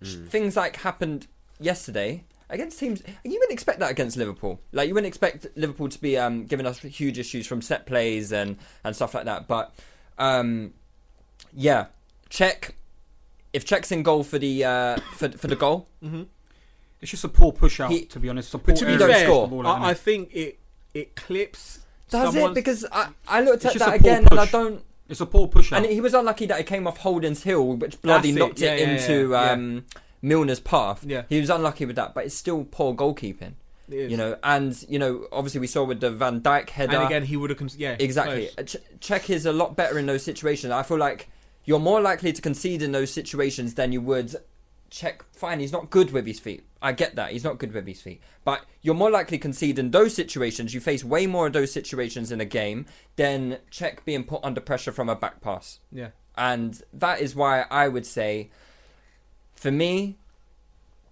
S3: sh- things like happened yesterday. Against teams, you wouldn't expect that against Liverpool. Like you wouldn't expect Liverpool to be um, giving us huge issues from set plays and and stuff like that. But um, yeah, check if check's in goal for the uh, for for the goal.
S4: It's just a poor push out,
S3: He-
S4: to be honest. It's a
S5: But
S4: poor
S5: to be
S4: area
S3: don't
S4: to
S5: fair,
S4: get the
S3: score.
S4: ball out,
S5: I, I
S4: innit?
S5: think it it clips.
S3: Does it?
S5: someone's-
S3: Because I I looked at
S4: just
S3: that
S4: a poor
S3: again and I
S4: push.
S3: don't.
S4: it's a poor push out.
S3: And he was unlucky that it came off Holden's heel, which bloody
S5: That's it.
S3: knocked
S5: Yeah,
S3: it
S5: yeah,
S3: into
S5: yeah, yeah.
S3: Um, Milner's path.
S5: Yeah.
S3: He was unlucky with that, but it's still poor goalkeeping.
S5: It is.
S3: You know, and you know, obviously we saw with the Van Dijk header.
S5: and again, he would have. Cons- yeah,
S3: exactly.
S5: close.
S3: Ch- Czech is a lot better in those situations. I feel like you're more likely to concede in those situations than you would. Czech, fine, he's not good with his feet. I get that he's not good with his feet, but you're more likely to concede in those situations. You face way more of those situations in a game than Czech being put under pressure from a back pass.
S5: Yeah.
S3: And that is why I would say, for me,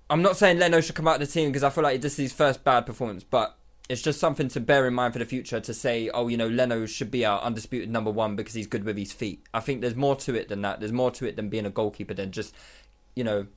S3: I'm not saying Leno should come out of the team because I feel like this is his first bad performance, but it's just something to bear in mind for the future to say, oh, you know, Leno should be our undisputed number one because he's good with his feet. I think there's more to it than that. There's more to it than being a goalkeeper than just, you know,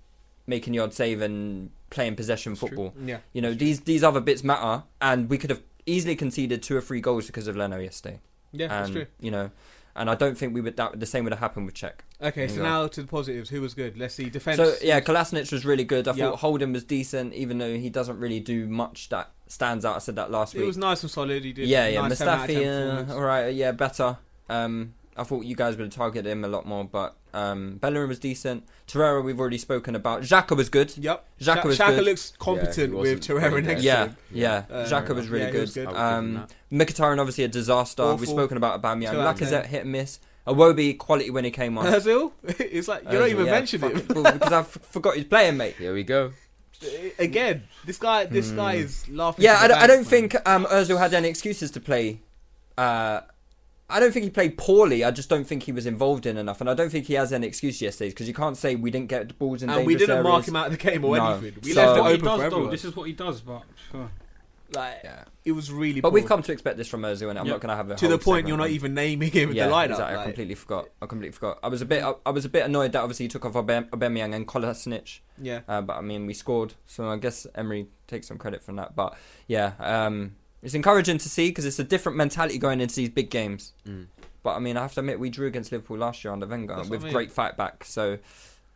S3: making the odd save and playing possession football.
S5: Yeah.
S3: You know, these these other bits matter, and we could have easily conceded two or three goals because of Leno yesterday.
S5: Yeah,
S3: and,
S5: that's true.
S3: You know, and I don't think we would that the same would have happened with Czech.
S5: Okay, so
S3: Yeah.
S5: now to the positives. Who was good? Let's see. Defense.
S3: So yeah, Kolasinac was really good. I
S5: Yeah.
S3: thought Holden was decent, even though he doesn't really do much that stands out. I said that last
S5: it
S3: week.
S5: was nice and solid. He did.
S3: yeah, yeah,
S5: nice seven out of 10
S3: Mustafi,
S5: performance.
S3: uh, all right, yeah, better. Um, I thought you guys would have targeted him a lot more, but um, Bellerin was decent. Torreira, we've already spoken about. Xhaka was good.
S5: Yep.
S3: Xhaka
S5: Sha-
S3: was
S5: Shaka
S3: good.
S5: looks
S6: Yeah,
S5: competent
S6: he
S5: with
S6: wasn't
S5: Torreira
S6: very
S5: next
S6: good.
S5: to
S3: Yeah,
S5: him.
S3: yeah,
S5: Uh,
S3: Xhaka was
S5: yeah,
S3: really
S5: he
S3: good.
S5: was good.
S6: I would give him
S3: Um, Mkhitaryan obviously a disaster.
S5: Awful.
S3: We've spoken about Aubameyang.
S5: Two out of
S3: Lacazette
S5: ten.
S3: hit and miss. Awobi quality when he came on.
S5: That's all. It's like you
S3: Ozil,
S5: don't even
S3: yeah,
S5: mention
S3: fuck
S5: him
S3: it, well, because I f- forgot he's playing, mate.
S6: Here we go.
S5: again. This guy, this guy is laughing.
S3: Hmm. Yeah,
S5: to
S3: I
S5: the
S3: don't, I
S5: bank,
S3: don't
S5: man.
S3: think um, Özil had any excuses to play. Uh, I don't think he played poorly. I just don't think he was involved in enough, and I don't think he has any excuse yesterday because you can't say we didn't get the balls in
S5: and we didn't
S3: dangerous
S5: mark
S3: areas.
S5: him out of the game or
S3: No.
S5: anything. We
S3: So-
S5: left it
S3: But
S4: what he
S5: open for
S4: does, though.
S5: everyone.
S4: This is what he does, but uh,
S5: Like,
S6: Yeah.
S5: it was really.
S3: But we've
S5: poor.
S3: come to expect this from Özil, and I'm
S4: Yeah.
S3: not going to have a
S5: to the
S3: whole
S5: point you're
S3: segment
S5: not
S3: on-
S5: even naming him in
S3: yeah,
S5: the lineup.
S3: Exactly. I
S5: like-
S3: completely forgot. I completely forgot. I was a bit. I, I was a bit annoyed that obviously he took off Aubame- Aubameyang and Kolasinac.
S5: yeah.
S3: Uh, but I mean, we scored, so I guess Emery takes some credit from that. But yeah, um, it's encouraging to see because it's a different mentality going into these big games.
S6: Mm.
S3: But I mean, I have to admit, we drew against Liverpool last year under Wenger
S5: That's what
S3: with
S5: I mean.
S3: great fight back. So,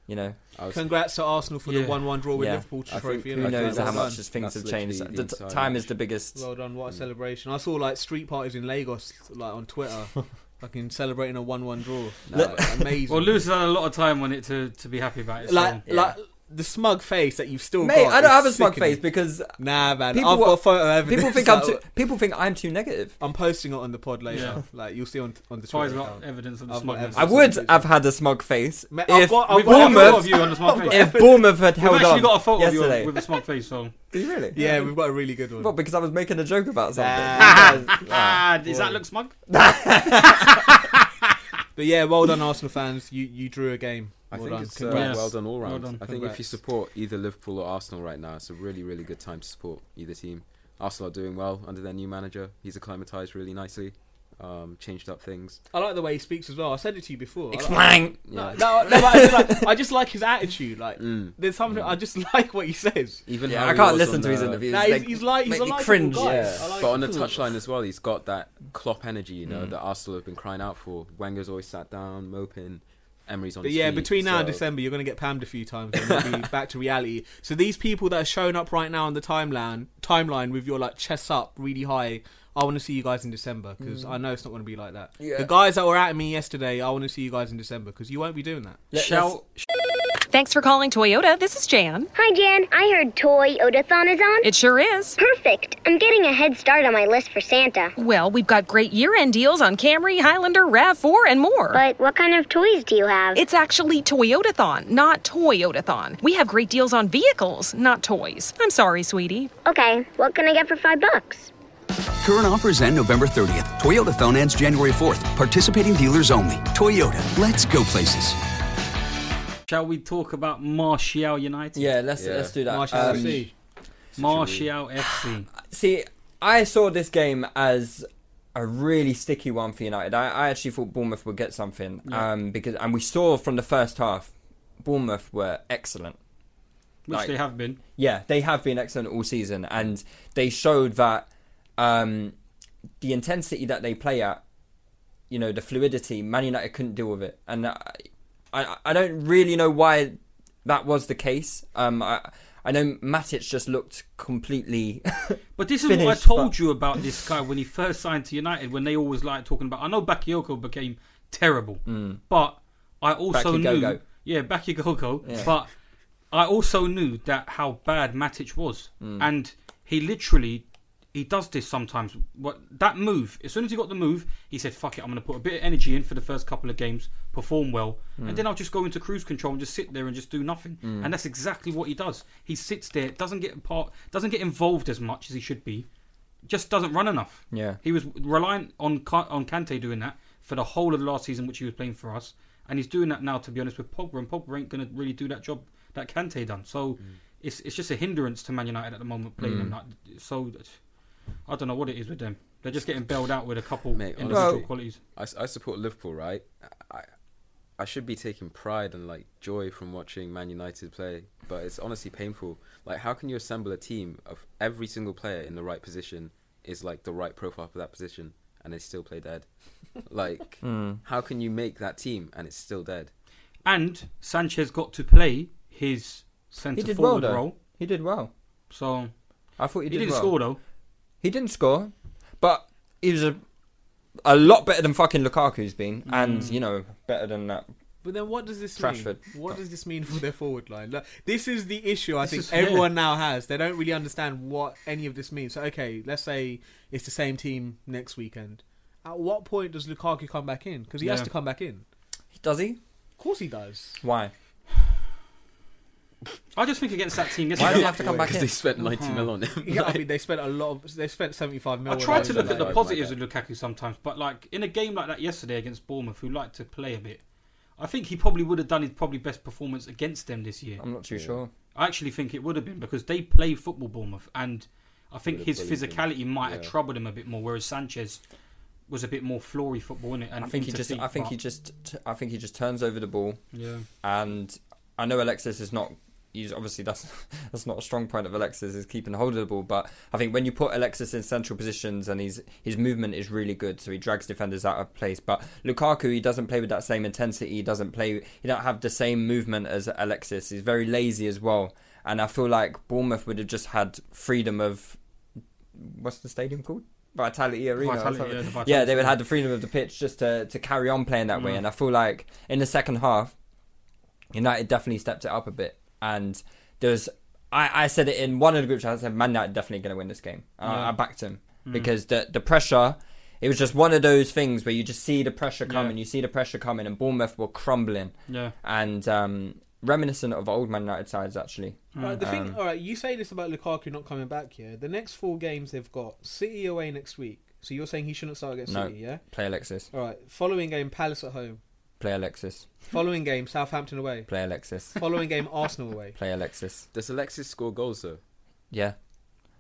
S3: you know,
S6: I was,
S5: Congrats to Arsenal for
S4: Yeah.
S5: the one-one draw with
S3: Yeah.
S5: Liverpool
S6: I
S5: trophy.
S6: think
S5: innit?
S3: who
S6: I
S3: knows
S6: well
S3: how
S6: done.
S3: much as things
S6: That's
S3: have changed.
S6: literally
S3: The
S6: the
S3: t-
S6: entire
S3: time is
S6: match.
S3: the biggest.
S5: Well done. What a celebration! I saw like street parties in Lagos, like on Twitter, fucking celebrating a one-one draw.
S6: Look-
S5: Like, amazing.
S4: well, Lewis has had a lot of time on it to, to be happy about it.
S5: like,
S4: so.
S5: like the smug face that you've still
S3: Mate,
S5: got.
S3: I don't
S5: is
S3: have a smug
S5: sickening.
S3: face because
S5: Nah, man.
S3: People
S5: I've
S3: wa-
S5: got photo evidence.
S3: people think I'm too. People think I'm too negative.
S5: I'm posting it on the pod later.
S4: Yeah.
S5: Like you'll see on on the
S4: that's why he's
S5: Twitter.
S4: got
S5: account.
S4: evidence of the
S5: I've got
S4: smugness.
S5: evidence.
S3: I would have had a smug face
S5: Ma- I've
S3: if
S5: got- I've
S4: We've
S5: got
S4: got a photo
S3: Bournemouth.
S4: of you on a smug face.
S3: If Bournemouth had
S4: We've
S3: held
S4: actually
S3: on
S4: got a photo of you
S3: yesterday.
S4: on- with a smug face, so
S3: Do you really?
S5: Yeah, we've got a really good one.
S3: Well, because I was making a joke about something.
S5: Nah.
S4: ah, does that look smug?
S5: But yeah, well done, Arsenal fans. You you drew a game.
S6: I
S5: Well
S6: think
S5: done.
S6: it's uh,
S5: Congrats.
S4: Yes.
S6: well done all
S4: Well
S6: round.
S4: done.
S6: I think if you
S5: Congrats.
S6: support either Liverpool or Arsenal right now, it's a really, really good time to support either team. Arsenal are doing well under their new manager. He's acclimatized really nicely, um, changed up things.
S5: I like the way he speaks as well. I said it to you before. I like-
S3: Explain.
S5: No,
S6: Yeah.
S5: no, no, I, just like, I just like his attitude. Like,
S6: Mm.
S5: there's something I just like what he says.
S6: Even
S3: Yeah,
S6: how
S3: I
S6: he
S3: can't
S6: was
S3: listen
S6: on
S3: to his
S6: the-
S3: interviews.
S5: Nah,
S3: They
S5: he's, he's like he's
S3: make
S5: a
S3: me
S5: likable
S3: cringe.
S5: guy.
S6: Yeah,
S5: I like
S6: but on the
S5: him.
S6: touchline as well, he's got that Klopp energy, you
S4: Mm.
S6: know, that Arsenal have been crying out for. Wenger's always sat down, moping. Emery's on.
S5: But
S6: his
S5: yeah,
S6: feet,
S5: between now and
S6: so-
S5: December, you're going to get pammed a few times, and you'll be back to reality. So these people that are showing up right now on the timeline, timeline with your like chests up really high, I want to see you guys in December because I know it's not going to be like that.
S3: Yeah.
S5: The guys that were at me yesterday, I want to see you guys in December because you won't be doing that.
S3: Let-
S4: Shall
S7: Thanks for calling Toyota. This is Jan.
S8: Hi, Jan. I heard Toy Odathon is on.
S7: It sure is.
S8: Perfect. I'm getting a head start on my list for Santa.
S7: Well, we've got great year end deals on Camry, Highlander, RAV4, and more.
S8: But what kind of toys do you have?
S7: it's actually Toyotathon, not Toyotathon. We have great deals on vehicles, not toys. I'm sorry, sweetie.
S8: okay, what can I get for five bucks?
S9: Current offers end November 30th. Toyota phone ends January 4th. Participating dealers only. Toyota, let's go places.
S4: shall we talk about Martial United?
S3: Yeah, let's
S6: Yeah.
S3: let's do that.
S5: Martial
S3: Um,
S5: FC.
S4: Martial FC.
S3: see, I saw this game as a really sticky one for United. I, I actually thought Bournemouth would get something, um, because and we saw from the first half, Bournemouth were excellent.
S4: Which
S3: Like-
S4: they have been.
S3: yeah, they have been excellent all season, and they showed that um, the intensity that they play at, you know, the fluidity, Man United couldn't deal with it, and I, I, I don't really know why that was the case. Um, I, I know Matic just looked completely.
S4: But this is what I
S3: finished,
S4: told
S3: but-
S4: you about this guy when he first signed to United, when they always like talking about. I know Bakayoko became terrible,
S3: Mm.
S4: but I also knew,
S3: Bakayoko.
S4: yeah, Bakayoko. But I also knew that how bad Matic was, and he literally he does this sometimes. What that move? As soon as he got the move, he said, "Fuck it, I'm going to put a bit of energy in for the first couple of games, perform well, and then I'll just go into cruise control and just sit there and just do nothing." And that's exactly what he does. He sits there, doesn't get part, doesn't get involved as much as he should be, just doesn't run enough.
S3: Yeah.
S4: he was reliant on Ka- on Kante doing that for the whole of the last season, which he was playing for us, and he's doing that now. To be honest, with Pogba, and Pogba ain't going to really do that job that Kante done.
S6: Mm.
S4: So. It's, it's just a hindrance to Man United at the moment playing them like so I don't know what it is with them. They're just getting bailed out with a couple
S6: Mate,
S4: individual
S6: honestly.
S4: qualities.
S6: I, s- I support Liverpool, right? I I should be taking pride and like joy from watching Man United play, but it's honestly painful. Like, how can you assemble a team of every single player in the right position is like the right profile for that position, and they still play dead? Like,
S3: Hmm.
S6: how can you make that team and it's still dead?
S4: And Sanchez got to play his
S3: he
S4: centre
S3: did well
S4: forward
S3: though.
S4: role,
S3: He did well.
S4: so
S3: I thought he
S4: he,
S3: did
S4: didn't
S3: well.
S4: score though.
S3: He didn't score, but he was a a lot better than fucking Lukaku's been, and you know better than that.
S5: But then, what does this
S3: Rashford.
S5: mean? What does this mean for their forward line? Look, this is the issue I think
S4: is-
S5: everyone now has. They don't really understand what any of this means. So, okay, let's say it's the same team next weekend, At what point does Lukaku come back in? Because he has
S4: Yeah.
S5: to come back in.
S3: Does he?
S5: Of course he does.
S3: Why?
S4: I just think against that team yesterday.
S3: Why does he have to come back
S6: because
S3: in?
S6: they spent 90 mil on him.
S5: Yeah, I mean, they spent a lot. Of, they spent seventy-five
S4: I
S5: million.
S4: try to
S6: no,
S4: look
S6: no,
S4: at the
S6: no,
S4: positives of Lukaku sometimes, but like in a game like that yesterday against Bournemouth, who like to play a bit, I think he probably would have done his probably best performance against them this year.
S3: I'm not too sure.
S4: I actually think it would have been because they play football Bournemouth, and I think
S6: Would
S4: his
S6: have bullied him.
S4: physicality might have
S6: Yeah.
S4: troubled him a bit more, whereas Sanchez was a bit more flory football in it. And
S3: I think he
S4: into
S3: just.
S4: feet,
S3: I think
S4: but-
S3: he just. t- I think he just turns over the ball.
S4: Yeah.
S3: and I know Alexis is not. He's obviously that's that's not a strong point of Alexis is keeping hold of the ball, but I think when you put Alexis in central positions and his his movement is really good, so he drags defenders out of place. But Lukaku, he doesn't play with that same intensity. He doesn't play. He don't have the same movement as Alexis. He's very lazy as well, and I feel like Bournemouth would have just had freedom of what's the stadium called? Vitality Arena. or
S4: Vitality,
S3: something.
S4: yeah, the Vitality
S3: yeah, they would have
S4: Arena. Mm.
S3: had the freedom of the pitch just to, to carry on playing that way. And I feel like in the second half, United definitely stepped it up a bit. And there's, I, I said it in one of the group chats, I said, Man United definitely going to win this game. And I, I backed him because the, the pressure, it was just one of those things where you just see the pressure coming, you see the pressure coming, and Bournemouth were crumbling.
S4: Yeah.
S3: And um, reminiscent of old Man United sides, actually.
S5: Right, the thing, all right, you say this about Lukaku not coming back. Yeah, the next four games they've got City away next week. So you're saying he shouldn't start against
S3: No.
S5: City, yeah?
S3: Play Alexis.
S5: All right. Following game, Palace at home.
S3: Play Alexis.
S5: Following game, Southampton away.
S3: Play Alexis.
S5: Following game, Arsenal away.
S3: Play Alexis.
S6: Does Alexis score goals though?
S3: Yeah.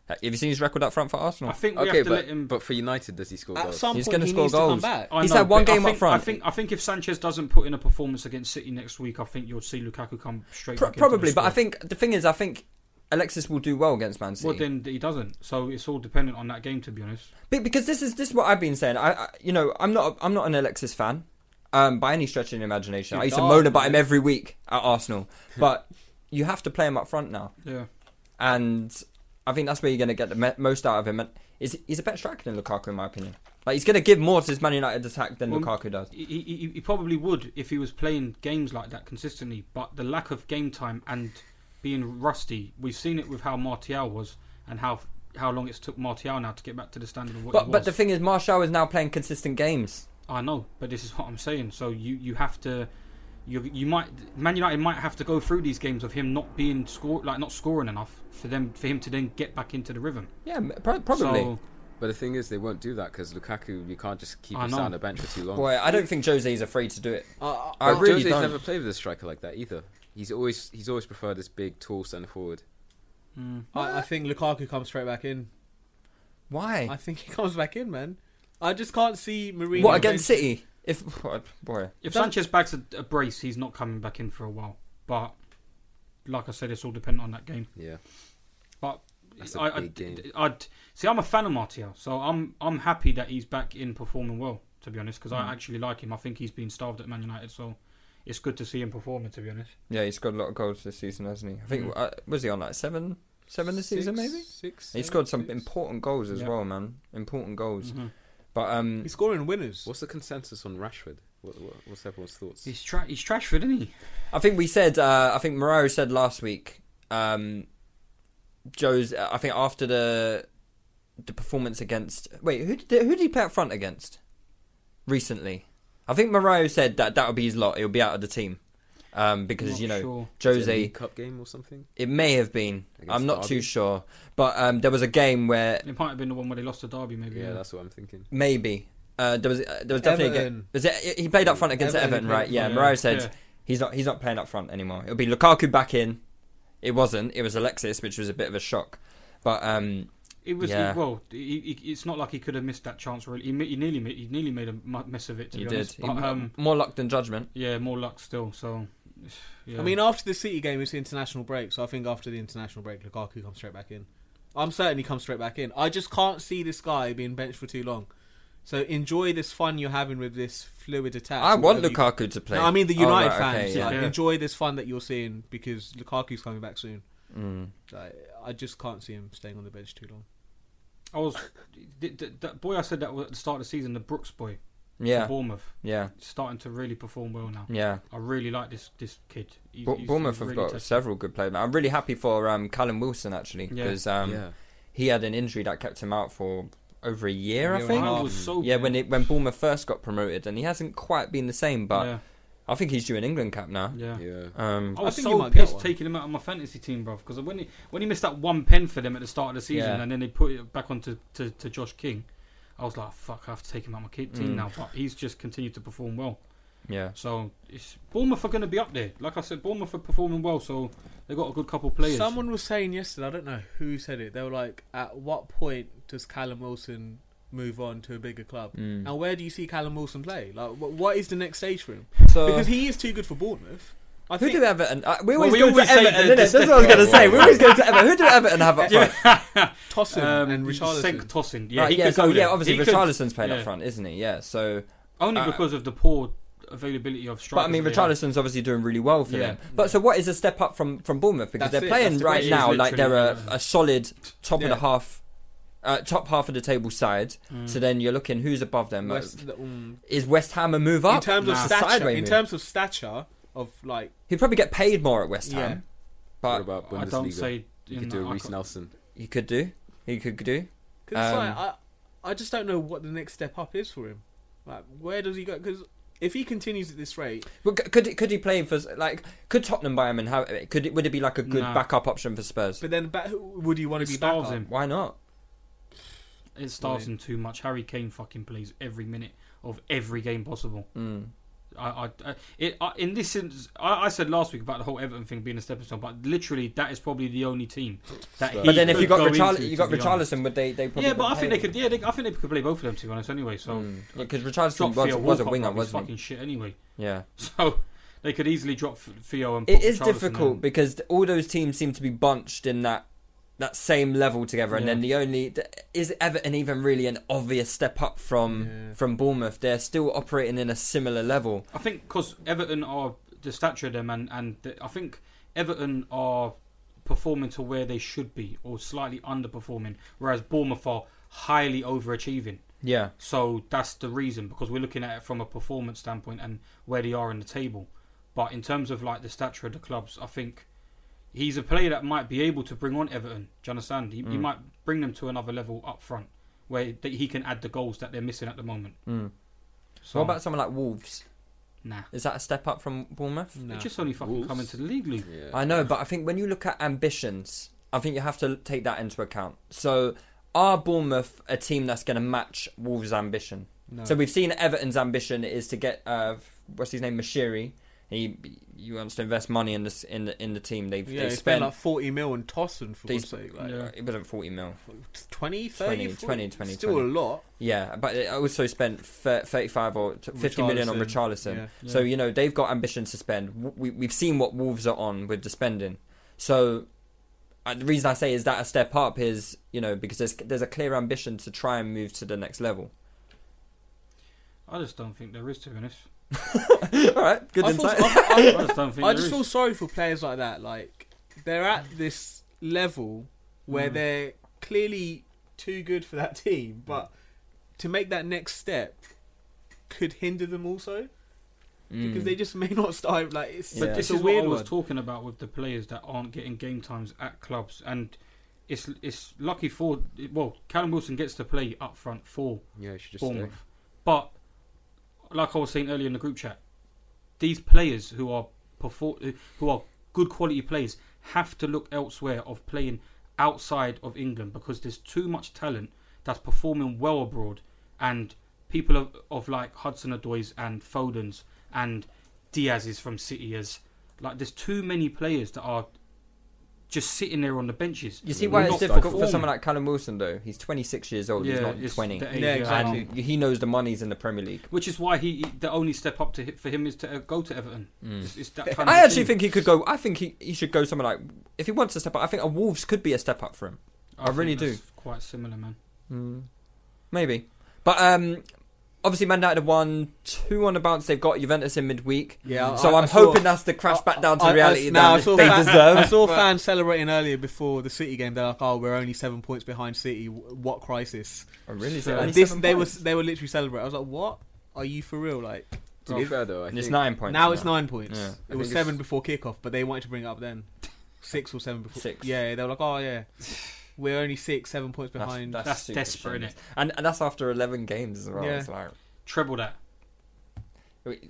S3: Have you seen his record up front for
S4: I
S3: Arsenal?
S4: think we
S6: Okay,
S4: have to
S6: but,
S4: let him.
S6: but for United, does he score
S5: At
S6: goals?
S5: some
S3: He's
S5: point,
S3: gonna
S5: he
S3: score
S5: needs
S3: goals.
S5: to come back.
S4: I
S3: He's
S4: know,
S3: had one
S4: but I
S3: game up
S4: think-
S3: front.
S4: I think I think if Sanchez doesn't put in a performance against City next week, I think you'll see Lukaku come straight.
S3: Pro-
S4: back into the
S3: probably, but I
S4: squad.
S3: think the thing is, I think Alexis will do well against Man City.
S4: Well, then he doesn't. So it's all dependent on that game, to be honest.
S3: Be- because this is this is what I've been saying. I, I you know I'm not I'm not an Alexis fan, um, by any stretch of the imagination. I used to
S5: dark,
S3: moan about him
S5: man.
S3: every week at Arsenal, but you have to play him up front now,
S4: Yeah.
S3: and I think that's where you're going to get the me- most out of him. And is he's a better striker than Lukaku in my opinion. Like he's going to give more to his Man United attack than
S4: Well,
S3: Lukaku does.
S4: He, he, he probably would if he was playing games like that consistently, but the lack of game time and being rusty, we've seen it with how Martial was and how how long it's took Martial now to get back to the standard of what he
S3: But
S4: was.
S3: but the thing is, Martial is now playing consistent games.
S4: I know, but this is what I'm saying. So you, you have to, you you might Man United might have to go through these games of him not being score like not scoring enough for them for him to then get back into the rhythm.
S3: Yeah, pro- probably.
S4: So
S6: But the thing is, they won't do that because Lukaku, you can't just keep
S4: I
S6: him
S4: know.
S6: sat on the bench for too long.
S3: Boy, I don't think Jose's afraid to do it. I
S6: But
S3: really
S6: uh, Jose's
S3: don't.
S6: never played with a striker like that either. He's always he's always preferred this big, tall centre forward.
S5: I, I think Lukaku comes straight back in.
S3: Why?
S5: I think he comes back in, man. I just can't see Mourinho.
S3: What against
S5: bench-
S3: City? If boy,
S4: if
S5: Does-
S4: Sanchez bags a, a brace, he's not coming back in for a while. But like I said, it's all dependent on that game.
S6: Yeah.
S4: But
S6: That's a
S4: I,
S6: big game.
S4: I'd, I'd see. I'm a fan of Martial, so I'm I'm happy that he's back in performing well. To be honest, because I actually like him. I think he's been starved at Man United, so it's good to see him performing. To be honest.
S3: yeah, he's scored a lot of goals this season, hasn't he? I think uh, was he on like seven, seven this season
S5: Six-
S3: maybe.
S5: Six.
S3: He
S5: seven,
S3: scored some
S5: six.
S3: important goals as
S4: Yeah.
S3: well, man. Important goals. But um,
S5: He's scoring winners.
S6: What's the consensus on Rashford? What, what, what's everyone's thoughts?
S4: He's tra- he's Trashford, isn't he?
S3: I think we said, uh, I think Morero said last week, um, Joe's. uh, I think after the the performance against, wait, who did who did he play up front against recently? I think Morero said that that would be his lot. He'll be out of the team um, because
S4: Not
S3: you know
S4: sure.
S6: Is it a
S3: Jose.
S6: League Cup game or something?
S3: It may have been.
S6: Against
S3: I'm not
S6: Derby?
S3: too sure. But um, there was a game where
S4: It might have been the one where they lost to Derby, maybe.
S6: Yeah, that's what I'm thinking.
S3: maybe uh, there was uh, there was definitely a game.
S5: Everton.
S3: Was it, he played up front against Everton,
S5: Everton, he played
S3: right?
S5: up
S3: Yeah,
S4: front,
S3: Moreau
S4: yeah.
S3: said
S4: Yeah.
S3: he's not he's not playing up front anymore. It'll be Lukaku back in. It wasn't. It was Alexis, which was a bit of a shock. But um,
S4: It was
S3: Yeah.
S4: well. He, he, it's not like he could have missed that chance. Really, he, mi- he nearly mi- he nearly made a mu- mess of it. To
S3: he
S4: be
S3: did
S4: honest, but
S3: He-
S4: um,
S3: more luck than judgment.
S4: yeah, more luck still. So, yeah.
S5: I mean, after the City game, it's the international break, so I think after the international break, Lukaku comes straight back in. I'm certain he comes straight back in. I just can't see this guy being benched for too long. So enjoy this fun you're having with this fluid attack.
S3: I want
S5: Whatever you-
S3: Lukaku to play.
S5: No, I mean the
S3: Oh,
S5: United
S3: right,
S5: fans.
S3: okay, yeah.
S5: like,
S4: Yeah.
S5: Enjoy this fun that you're seeing because Lukaku's coming back soon.
S3: Mm.
S5: Like, I just can't see him staying on the bench too long.
S4: I was th- th- that boy. I said that at the start of the season, the Brooks boy,
S3: Yeah,
S4: for Bournemouth,
S3: yeah,
S4: starting to really perform well now.
S3: yeah.
S4: I really like this this kid. He's,
S3: Bo-
S4: he's-
S3: Bournemouth
S4: he's
S3: have
S4: really
S3: got
S4: tested.
S3: several good players. I'm really happy for um, Callum Wilson actually
S4: Yeah.
S3: because um,
S6: yeah.
S3: he had an injury that kept him out for over a year, I
S5: Year and a
S3: think.
S4: I was so
S3: yeah, when it, when Bournemouth first got promoted, and he hasn't quite been the same. But
S4: yeah,
S3: I think he's due an England cap now.
S4: yeah.
S6: Yeah.
S3: Um,
S4: I was
S5: think you
S4: so
S5: might get
S4: pissed
S5: one.
S4: taking him out of my fantasy team, bruv, because when he when he missed that one pen for them at the start of the season,
S3: Yeah.
S4: and then they put it back onto to, to Josh King, I was like, fuck, I have to take him out of my ki- team now. But he's just continued to perform well.
S3: yeah.
S4: So it's, Bournemouth are going to be up there. Like I said, Bournemouth are performing well, so they got a good couple of players.
S5: Someone was saying yesterday, I don't know who said it. They were like, "At what point does Callum Wilson move on to a bigger club?
S3: Mm.
S5: And where do you see Callum Wilson play? Like, wh- what is the next stage for him?
S4: Uh,
S3: So
S5: Because he is too good for Bournemouth. I
S3: who
S5: think
S3: did Everton? Uh, we
S4: Well,
S3: always
S4: we
S3: go
S4: always
S3: to
S4: say
S3: Everton.
S4: the-
S3: innit?
S4: the
S3: That's what I was going to
S4: Stephen-
S3: say. We always go to Everton. Who did Everton have up front?
S5: Tossen
S4: um,
S5: and Richarlison.
S4: Senk Tosin. Yeah,
S3: Right,
S4: he
S3: yeah,
S4: could
S3: so,
S4: go there.
S3: yeah. Obviously,
S4: He could-
S3: Richarlison's playing
S4: yeah.
S3: up front, isn't he? Yeah. So
S4: Only
S3: Uh,
S4: because of the poor availability of strikers.
S3: But I mean,
S4: they have.
S3: Richarlison's obviously doing really well for
S4: Yeah.
S3: them. But so, what is a step up from from Bournemouth because
S5: That's
S3: they're
S5: it,
S3: playing
S5: that's the
S3: right
S4: question.
S3: now
S4: It is
S3: like they're a,
S4: literally, yeah.
S3: a solid top of
S5: Yeah.
S3: the half, uh, top half of the table side. So then you're looking who's above them. Uh,
S5: West- mm.
S3: is West Ham a move up
S5: in terms of
S3: It's a
S5: stature,
S3: sideway
S5: in
S3: move.
S5: terms of stature of like,
S3: he'd probably get paid more at West
S5: yeah,
S3: Ham,
S6: what
S3: but
S6: about Bundesliga?
S4: I don't say
S6: you
S4: in
S6: could do
S4: that-
S6: a
S4: I
S6: Reece
S4: can't-
S6: Nelson.
S3: he could do. He could do.
S5: 'Cause it's
S3: Um,
S5: like, I, I just don't know what the next step up is for him. Like, where does he go? Because if he continues at this rate,
S3: But c- could could he play for s- like could Tottenham buy him and have could it, would it be like a good
S4: No.
S3: backup option for Spurs?
S5: but then back, would he want
S4: It
S5: to be back?
S4: starves
S5: up?
S4: him.
S3: Why not?
S4: It starves him too much. Harry Kane fucking plays every minute of every game possible.
S3: Hmm.
S4: I, I, I- it, I, in this, instance, I, I said last week about the whole Everton thing being a stepping stone, but literally that is probably the only team that. He
S3: But then if you
S4: could
S3: got
S4: go
S3: Richarl-
S4: into,
S3: you
S4: to
S3: got
S4: be honest.
S3: Richarlison, would they they probably Hmm.
S4: Yeah, but
S3: would
S4: I think
S3: pay
S4: they
S3: him.
S4: could. Yeah, they, I think they could play both of them to be honest. Anyway, so
S3: because
S4: drop
S3: Richardson was,
S4: Theo
S3: was a
S4: Walcott,
S3: winger,
S4: bruv, he's
S3: wasn't he?
S4: fucking shit anyway.
S3: Yeah,
S4: So they could easily drop F- Theo and.
S3: it
S4: put
S3: is
S4: Richarlison
S3: difficult
S4: in.
S3: because all those teams seem to be bunched in that that same level together, and
S4: Yeah.
S3: then the only th- is Everton even really an obvious step up from
S5: Yeah.
S3: from Bournemouth? They're still operating in a similar level.
S4: I think because Everton are the stature of them, and and the, I think Everton are performing to where they should be, or slightly underperforming, whereas Bournemouth are highly overachieving.
S3: Yeah,
S4: So that's the reason because we're looking at it from a performance standpoint and where they are in the table. But in terms of like the stature of the clubs, I think he's a player that might be able to bring on Everton. Do you understand? He, he might bring them to another level up front where that he can add the goals that they're missing at the moment. So
S3: what about someone like Wolves?
S4: nah?
S3: Is that a step up from Bournemouth?
S4: They're just only fucking coming to the league, league.
S3: I know, but I think when you look at ambitions, I think you have to take that into account. So, are Bournemouth a team that's going to match Wolves' ambition? So we've seen Everton's ambition is to get uh, what's his name, Mashiri. He he wants to invest money in this in the in the team. They've they
S5: Yeah, he spent,
S3: spent
S5: like 40 mil on Tossen for
S3: they,
S5: God's sake. Like,
S4: Yeah.
S3: it wasn't forty mil.
S5: 20, 30,
S3: 20, 20, 20,
S5: Still a lot.
S3: Yeah, but they also spent thir- 35 or t- 50 million on Richarlison.
S5: Richarlison. Yeah.
S3: So, you know, they've got ambitions to spend. W- We, we've seen what Wolves are on with the spending. So, uh, the reason I say is that a step up is, you know, because there's, there's a clear ambition to try and move to the next level.
S4: I just don't think there is, to be honest.
S3: All right, good
S5: I, feel,
S3: insight.
S4: I
S5: I,
S4: just don't think
S5: I, I
S4: there
S5: just
S4: is.
S5: feel sorry for players like that. Like, they're at this level where they're clearly too good for that team, but to make that next step could hinder them also because they just may not start. Like, it's,
S4: But
S3: Yeah.
S4: this
S5: it's a
S4: is what
S5: weird
S4: I was
S5: one.
S4: talking about with the players that aren't getting game times at clubs, and it's it's lucky for well, Callum Wilson gets to play up front for
S6: Yeah, you should just stay.
S4: Bournemouth, but like I was saying earlier in the group chat, these players who are perfor- who are good quality players have to look elsewhere of playing outside of England because there's too much talent that's performing well abroad and people of, of like Hudson Odoi's and Foden's and Diaz's from City as like there's too many players that are just sitting there on the benches.
S3: You see why
S4: Not
S3: it's difficult for
S4: performing.
S3: someone like Callum Wilson, though? He's 26 years old, he's
S4: Yeah,
S3: not
S4: it's
S3: 20.
S4: the age,
S5: Yeah,
S4: yeah.
S5: exactly.
S3: And he knows the money's in the Premier League.
S4: Which is why he the only step up to hit for him is to uh, go to Everton. It's, it's that kind of
S3: Mm. I actually
S4: thing.
S3: think he could go. I think he, he should go somewhere like if he wants to step up. I think a Wolves could be a step up for him. I,
S4: think
S3: really do.
S4: that's Quite similar, man.
S3: Maybe, but um, obviously Man United have won two on the bounce. They've got Juventus in midweek.
S5: Yeah,
S3: So
S5: I-
S3: I, am
S5: I saw-
S3: hoping that's the crash back down to reality
S5: no, I
S3: that
S5: saw
S3: they
S5: fan-
S3: deserve.
S5: I saw fans celebrating earlier before the City game. They're like, "Oh, we're only seven points behind City. W- What crisis?"
S3: Oh, really? Is it
S4: So-
S3: only
S4: Only
S5: This,
S3: seven
S5: they were
S3: points?
S5: they were literally celebrating. I was like, "What? Are you for real?" Like
S6: To be fair though, I
S3: And
S6: think
S3: it's nine points
S5: now it's nine points.
S3: Yeah.
S5: It was
S6: think it's-
S5: seven before kickoff, but they wanted to bring it up then, six or seven before.
S3: Six.
S5: Yeah, they were like, "Oh yeah, we're only six, seven points
S3: That's,
S5: behind.
S3: that's,
S4: That's
S3: super
S4: desperate,
S3: shameless.
S4: innit?
S3: And, and that's after 11 games as well.
S5: Yeah.
S3: It's like,
S4: Treble that.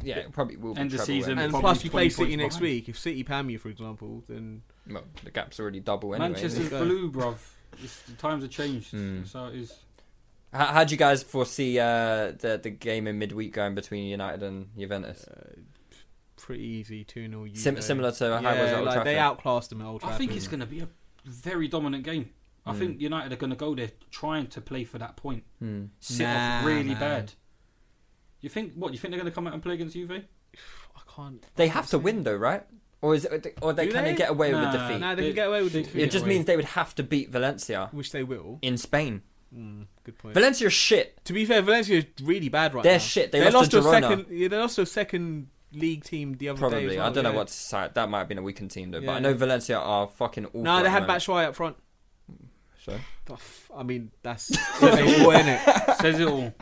S3: yeah, it probably will be
S4: End of
S3: treble
S4: season.
S3: anyway.
S5: and
S4: probably
S5: plus, you
S4: 20
S5: play
S4: points
S5: City next
S4: behind.
S5: week. If City pam you, for example, then
S3: Well, the gap's already double anyway. Hmm. isn't
S4: Manchester's
S3: it?
S5: go.
S4: blue, bruv. It's, the times have changed. So it is.
S3: How, how do you guys foresee uh, the the game in midweek going between United and Juventus?
S5: Uh, pretty easy two 0
S3: Sim- similar to how it was at Old
S5: like, they
S3: Trafford.
S5: outclassed them at Old Trafford.
S4: I think it's going to be a very dominant game. I
S3: Hmm.
S4: think United are going to go there trying to play for that point. Sit off
S5: Nah,
S4: really
S5: nah.
S4: bad. You think what? You think they're going to come out and play against Juve?
S5: I can't.
S3: They have to win though, right? Or is it, or they
S5: Do
S3: can they?
S5: they?
S3: get away
S4: Nah,
S3: with defeat?
S5: Nah, they can get away with
S4: they-
S5: it.
S4: they
S3: it
S4: get
S3: just
S4: away.
S3: means they would have to beat Valencia
S5: Which they will.
S3: in Spain.
S5: Good point.
S3: Valencia's shit.
S5: to be fair, Valencia is really bad right
S3: They're
S5: now.
S3: shit. They
S5: lost
S3: lost to
S5: to a
S3: Girona.
S5: second. Yeah, they lost to a second league team the other day.
S3: Probably.
S5: as well,
S3: I don't know
S5: yeah.
S3: what to say. That might have been a weakened team though. But I
S5: Yeah.
S3: know Valencia are fucking awful.
S5: No,
S3: at
S5: they
S3: the
S5: had
S3: moment.
S5: Batshuayi up front.
S3: So-
S5: Oh, f- I mean, that's it all, innit?
S4: Says it all.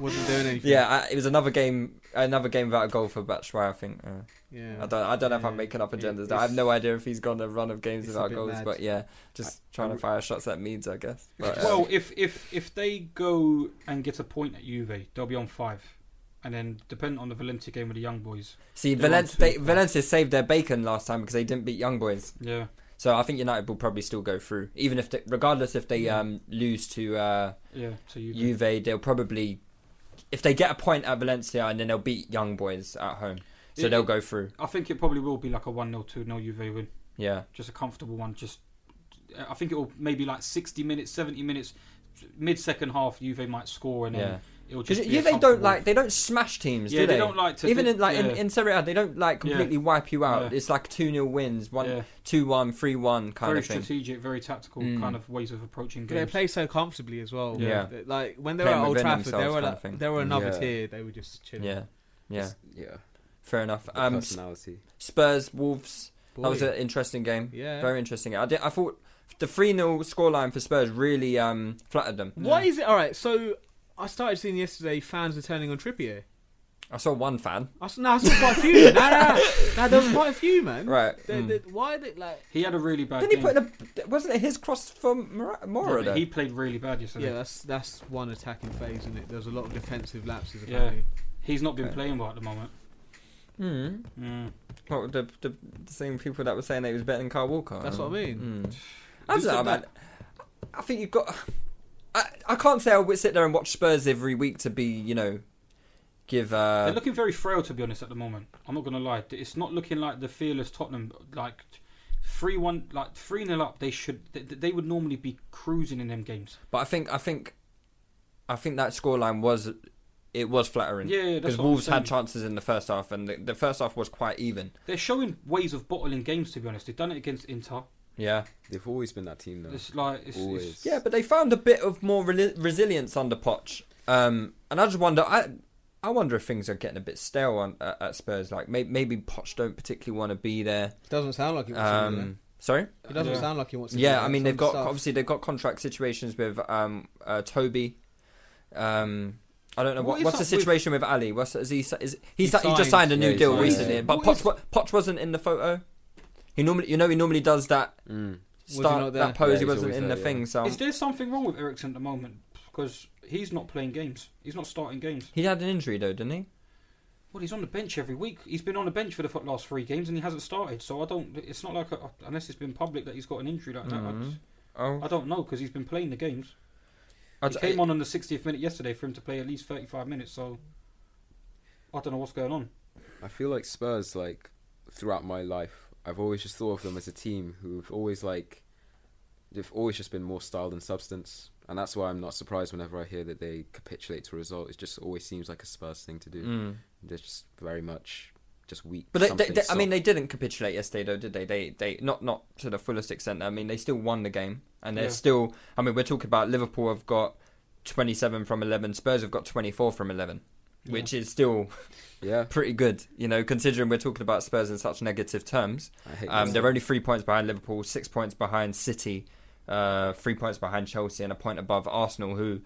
S5: Wasn't doing anything.
S3: Yeah, I, it was another game. Another game without a goal for Batshuayi. I think. Uh,
S5: yeah.
S3: I don't. I don't know if I'm
S5: Yeah,
S3: making up
S5: it-
S3: agendas. I have
S5: it's-
S3: no idea if he's gone a run of games
S5: it's a
S3: without
S5: bit
S3: goals.
S5: mad.
S3: But yeah, just trying to fire shots at Meads, I guess. But, uh,
S4: Well, if if if they go and get a point at Juve, they'll be on five, and then depending on the Valencia game with the young boys.
S3: See,
S4: They're on
S3: Valencia,
S4: two
S3: they,
S4: points.
S3: Valencia saved their bacon last time because they didn't beat Young Boys.
S4: Yeah.
S3: So I think United will probably still go through, even if, they, regardless if they um, lose to uh,
S4: Yeah, to Juve.
S3: Juve, they'll probably, if they get a point at Valencia and then they'll beat Young Boys at home, so
S4: It-
S3: they'll
S4: it-
S3: go through.
S4: I think it probably will be like a 1 0, 2 0 Juve win.
S3: Yeah,
S4: Just a comfortable one. Just, I think it will maybe like 60 minutes, 70 minutes, mid second half, Juve might score and then
S3: Yeah.
S4: it'll
S3: because
S4: just. be a
S3: Juve don't
S4: comfortable-
S3: like they don't smash teams.
S4: Yeah,
S3: do
S4: they
S3: they?
S4: don't like to
S3: even
S4: do-
S3: in like in,
S4: yeah.
S3: in Serie A, they don't like completely wipe you out.
S4: Yeah.
S3: It's like two 0 wins,
S4: Yeah.
S3: one two one, three one kind
S4: very
S3: of thing. Mm.
S4: strategic, very tactical kind of ways of approaching
S5: They
S4: games.
S5: play so comfortably as well.
S3: Yeah.
S5: That, Like when they were
S3: Playing
S5: at Old
S3: within
S5: Trafford, they
S3: themselves
S5: were
S3: kind of
S5: like,
S3: thing.
S5: they were another
S6: Yeah.
S5: tier. They were just chilling.
S3: Yeah, yeah,
S6: Yeah,
S3: fair enough.
S6: the
S3: Um,
S6: personality.
S3: Spurs Wolves. That was
S5: Boy.
S3: an interesting game.
S5: Yeah.
S3: very interesting. I, did, I thought the three 0 scoreline for Spurs really um, flattered them.
S5: What is it? All right, so I started seeing yesterday fans were turning on Trippier.
S3: I saw one fan.
S5: I saw, no, I saw quite a few. no, no, no, no, there was quite a few,
S4: Mm.
S5: man.
S3: Right.
S5: They- they- why they like?
S4: he had a really bad
S3: Didn't he
S4: game.
S3: put in a? Wasn't it his cross from Mora? Mora
S4: Yeah, but
S3: though?
S4: he played really bad yesterday.
S5: Yeah, that's that's one attacking phase, isn't it? There's a lot of defensive lapses.
S4: Yeah.
S5: Apparently.
S4: He's not been playing well at the moment. Mm.
S3: Well, the, the, the same people that were saying that he was better than Carl Walker. Hmm.
S5: That's what I mean.
S3: I don't know,
S5: said
S3: man. I think you've got. I, I can't say I would sit there and watch Spurs every week to be, you know, give.
S4: They're
S3: Uh,
S4: looking very frail, to be honest, at the moment. I'm not going to lie. It's not looking like the fearless Tottenham. Like three one, like three 0 up. They should. They, they would normally be cruising in them games.
S3: but I think, I think, I think that scoreline was, it was flattering.
S4: Yeah, yeah, that's
S3: because
S4: what I'm
S3: Wolves
S4: saying.
S3: had chances in the first half, and the, the first half was quite even.
S4: They're showing ways of bottling games. To be honest, they've done it against Inter.
S3: Yeah.
S6: They've always been that team though.
S4: It's like it's, it's
S6: Always.
S3: Yeah, but they found a bit of more reli- resilience under Poch, um, and I just wonder. I I wonder if things are getting a bit stale on, uh, at Spurs. Like maybe, maybe Poch don't particularly want to be there.
S5: Doesn't sound like he wants to. do
S3: Um, sorry.
S5: that. He doesn't sound like he wants to. do
S3: Yeah,
S5: that.
S3: I mean
S5: Some
S3: they've got
S5: stuff.
S3: obviously they've got contract situations with um, uh, Toby. Um, I don't know
S4: What
S3: what,
S4: is
S3: what's
S4: up
S3: the situation with, Ali. What's is he? si- Is, he, si- he
S5: signed.
S3: just signed a new
S6: Yeah, he
S3: deal
S6: signed.
S3: recently,
S6: Yeah.
S3: but
S4: What
S3: Poch,
S4: is-
S3: wa- Poch wasn't in the photo. He normally, you know, he normally does that.
S5: he
S3: Start
S5: not there?
S3: that pose.
S6: Yeah,
S3: he
S6: he's
S3: wasn't
S6: always
S3: in
S6: there,
S3: the
S6: yeah.
S3: thing. So
S4: Is there something wrong with Ericsson at the moment? Because he's not playing games. He's not starting games.
S3: he had an injury though, didn't he?
S4: Well, he's on the bench every week. He's been on the bench for the f- last three games and he hasn't started. So I don't. It's not like a, unless it's been public that he's got an injury like that. I just-
S3: Oh,
S4: I don't know because he's been playing the games.
S3: I
S4: It
S3: d-
S4: came on on the 60th minute yesterday for him to play at least 35 minutes. So I don't know what's going on.
S6: I feel like Spurs, like throughout my life, I've always just thought of them as a team who've always like they've always just been more style than substance, and that's why I'm not surprised whenever I hear that they capitulate to a result. It just always seems like a Spurs thing to do. They're just very much just weak.
S3: Mm. But they, they,
S6: something
S3: they- I mean,
S6: soft.
S3: they didn't capitulate yesterday, though, did they? They, they not not to the fullest extent. I mean, they still won the game, and they're
S4: Yeah.
S3: still. I mean, we're talking about Liverpool have got twenty-seven from eleven. Spurs have got twenty-four from eleven, which is still
S6: yeah,
S3: pretty good, you know, considering we're talking about Spurs in such negative terms.
S6: I hate
S3: Um,
S6: this.
S3: they're only three points behind Liverpool, six points behind City, uh, three points behind Chelsea, and a point above Arsenal, who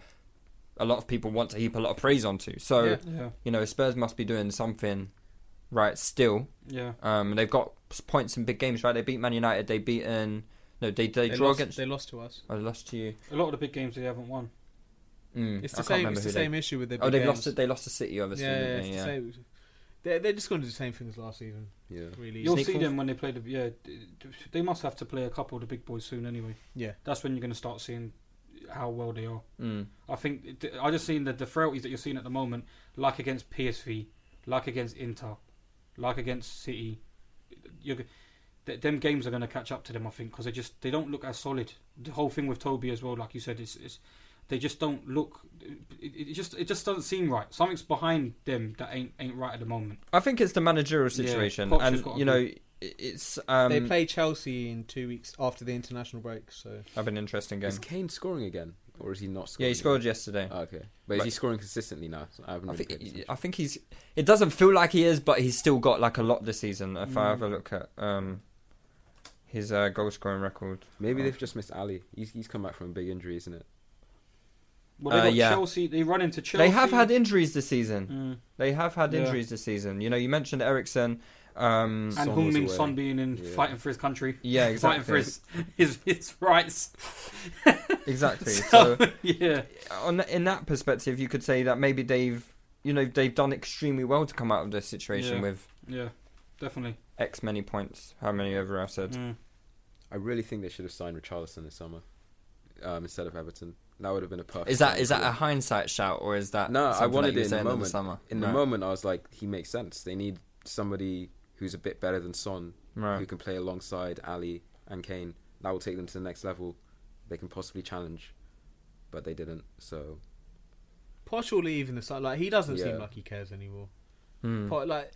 S3: a lot of people want to heap a lot of praise onto. So,
S5: Yeah.
S4: Yeah.
S3: you know, Spurs must be doing something right still.
S4: Yeah.
S3: Um, they've got s- points in big games, right? They beat Man United, they beaten No, they they,
S5: They
S3: draw
S5: lost,
S3: against.
S5: they lost to us.
S3: I lost to you.
S4: A lot of the big games they haven't won.
S3: Mm,
S5: It's
S3: I
S5: the
S3: can't
S5: same.
S3: remember
S5: It's the
S3: who they-
S5: same issue with their.
S3: Oh,
S5: big
S3: they've
S5: games.
S3: lost it. They lost to City, obviously.
S5: Yeah, yeah,
S3: didn't
S5: it's
S3: they?
S5: the
S3: yeah.
S5: same. They're, they're just going to do the same thing as last season.
S6: Yeah.
S5: Really.
S4: You'll
S3: Sneak
S4: see
S3: fourth.
S4: them when they play the yeah. d- d- They must have to play a couple of the big boys soon anyway.
S5: Yeah.
S4: That's when you're going to start seeing how well they are.
S3: Mm.
S4: I think it- I just seen the, the frailties that you're seeing at the moment, like against PSV, like against Inter, like against City. You're, g- th- them games are going to catch up to them, I think, because they just they don't look as solid. The whole thing with Toby as well, like you said, it's, it's they just don't look. It, it just it just doesn't seem right. Something's behind them that ain't ain't right at the moment.
S3: I think it's the managerial situation,
S4: Poch has
S3: and
S4: got to
S3: you know, i- it's um,
S5: they play Chelsea in two weeks after the international break, so
S3: have an interesting game.
S6: Is Kane scoring again, or is he not scoring?
S3: Yeah, he scored
S6: again?
S3: yesterday.
S6: Oh, okay, but is
S3: Right.
S6: he scoring consistently now? I haven't
S3: I
S6: really
S3: think
S6: paid attention.
S3: I think he's. It doesn't feel like he is, but he's still got like a lot this season. If I
S5: Mm.
S3: have a look at um, his uh, goal scoring record,
S6: Maybe
S3: Oh.
S6: they've just missed Ali. He's, he's come back from a big injury, isn't it?
S4: Well, they
S3: Uh,
S4: got
S3: yeah.
S4: Chelsea. They run into Chelsea.
S3: they have had injuries this season.
S4: Mm.
S3: They have had
S4: Yeah.
S3: injuries this season. You know, you mentioned Ericsson. Um,
S4: and
S6: Son
S4: Hung
S6: was
S4: Min
S6: away.
S4: Son being in
S6: Yeah.
S4: fighting for his country,
S3: yeah,
S4: fighting for
S3: exactly.
S4: his his, his rights.
S3: Exactly.
S4: So,
S3: so
S4: yeah,
S3: on in that perspective, you could say that maybe they've you know they've done extremely well to come out of this situation
S4: Yeah.
S3: with
S4: yeah, definitely.
S3: X many points. How many over I've said?
S4: Mm.
S6: I really think they should have signed Richarlison this summer um, instead of Everton. That would have been a perfect.
S3: Is that
S6: signing
S3: is that
S6: for
S3: a
S6: them.
S3: hindsight shout or is that
S6: No, I
S3: something
S6: wanted
S3: that you
S6: it in
S3: say
S6: the moment.
S3: The summer?
S6: in the
S3: Right.
S6: moment, I was like, he makes sense. They need somebody who's a bit better than Son,
S3: Right.
S6: who can play alongside Ali and Kane. That will take them to the next level. They can possibly challenge, but they didn't. So
S5: Posh will leave in the side. Like he doesn't
S6: Yeah.
S5: seem like he cares anymore.
S3: Hmm.
S5: Po- like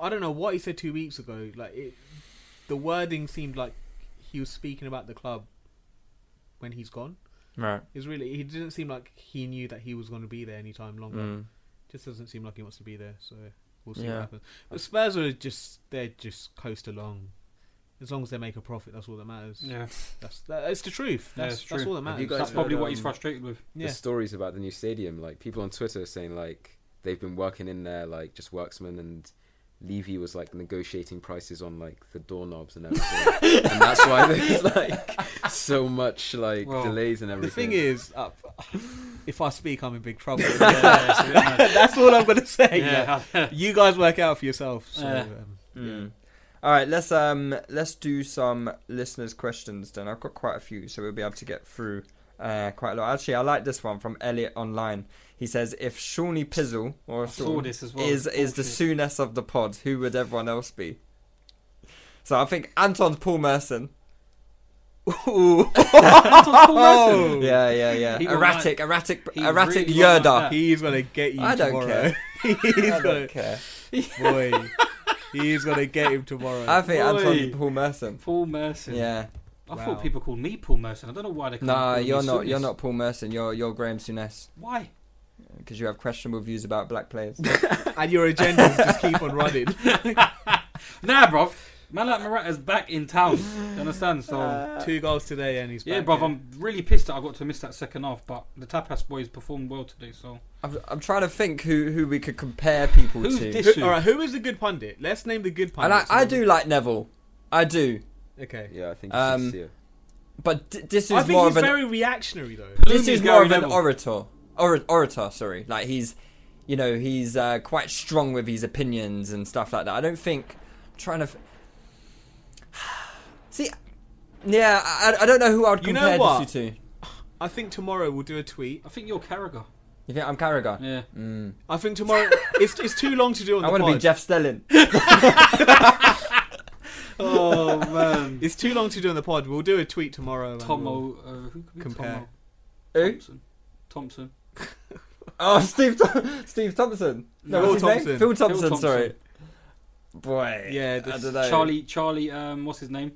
S5: I don't know what he said two weeks ago. Like it, the wording seemed like he was speaking about the club when he's gone.
S3: Right.
S5: It's really he didn't seem like he knew that he was going to be there anytime longer.
S3: Mm.
S5: Just doesn't seem like he wants to be there. So we'll see
S3: Yeah.
S5: what happens. But Spurs are just they just coast along. As long as they make a profit, that's all that matters.
S4: Yeah,
S5: That's that, it's the truth.
S4: Yeah,
S5: That's,
S4: it's
S5: that's
S4: true.
S5: all that
S6: Have
S5: matters.
S6: you guys
S4: that's probably
S6: heard,
S4: what he's
S6: um,
S4: frustrated with.
S5: yeah.
S6: the stories about the new stadium, like people on Twitter are saying like they've been working in there like just worksmen and Levy was like negotiating prices on like the doorknobs and everything, and that's why there's like so much like
S4: Well,
S6: delays and
S5: The
S6: everything.
S5: thing is, uh, if I speak, I'm in big trouble.
S4: yeah,
S5: That's all I'm going to say.
S4: yeah, yeah.
S5: You guys work out for yourself. So,
S4: Yeah.
S5: um,
S3: Mm. All right, let's um let's do some listeners' questions then. I've got quite a few, so we'll be able to get through uh, quite a lot. Actually, I like this one from Elliot Online. He says, "If Shawnee Pizzle or
S4: I saw
S3: Shaun
S4: this as well.
S3: is is the
S4: Bullshit.
S3: soonest of the pod, who would everyone else be?" So I think Anton's Paul Merson. Ooh.
S4: Paul Merson.
S3: yeah, yeah, yeah.
S4: He will
S3: erratic, erratic,
S4: he
S3: erratic
S4: really will like
S3: Yerda.
S4: that.
S5: he's going to get you
S3: I don't
S5: tomorrow.
S3: care.
S5: he's
S3: I
S5: going
S3: don't
S5: to
S3: care.
S5: boy. He's going to get him tomorrow.
S3: I think
S4: Oi.
S3: Anton's Paul Merson.
S4: Paul Merson.
S3: Yeah.
S4: I
S5: Wow.
S4: thought people called me Paul Merson. I don't know why they.
S3: No,
S4: call me
S3: you're
S4: Soonest.
S3: not. You're not Paul Merson. You're you're Graham Souness
S4: Why?
S3: because you have questionable views about black players.
S5: and your agendas just keep on running.
S4: Nah, bruv. Man like Morata's back in town. You understand? So.
S5: Two goals today, and he's
S4: yeah,
S5: back
S4: bruv,
S5: here.
S4: I'm really pissed that I got to miss that second half, but the Tapas boys performed well today, so.
S3: I'm, I'm trying to think who, who we could compare people
S4: Who's
S3: to.
S4: this?
S5: Who- all right, who is the good pundit? Let's name the good
S3: and
S5: pundit.
S3: I, I do like Neville, I do,
S5: Okay.
S6: yeah, I think
S3: Um,
S6: you should see it.
S3: but d- this
S5: I
S3: is
S5: think
S3: more
S5: he's
S3: of an
S5: very reactionary though.
S3: this
S4: Bloomy's
S3: is more
S4: Gary
S3: of an
S4: Neville.
S3: orator, or, orator. Sorry, like he's, you know, he's uh, quite strong with his opinions and stuff like that. I don't think trying to f- see. Yeah, I, I don't know who I would
S5: You know
S3: compare
S5: what?
S3: this to.
S5: I think tomorrow we'll do a tweet.
S4: I think you're Carragher.
S3: You think I'm Carragher?
S4: Yeah.
S5: I think tomorrow it's it's too long to do on
S3: I
S5: the
S3: want to be
S5: pod.
S3: Jeff Stelling.
S4: Oh, man.
S5: It's too long to do on the pod. We'll do a tweet tomorrow. and we'll-
S4: Tomo. Uh, who could be
S5: Compare.
S4: Tomo?
S3: Who?
S4: Thompson. Thompson.
S3: Oh, Steve Thom- Steve Thompson. No,
S5: Phil
S3: what's his name?
S5: Thompson.
S3: Phil Thompson.
S4: Thompson.
S3: Sorry, boy.
S5: Yeah,
S3: I
S5: this-
S3: don't know.
S4: Charlie, Charlie, um, what's his name?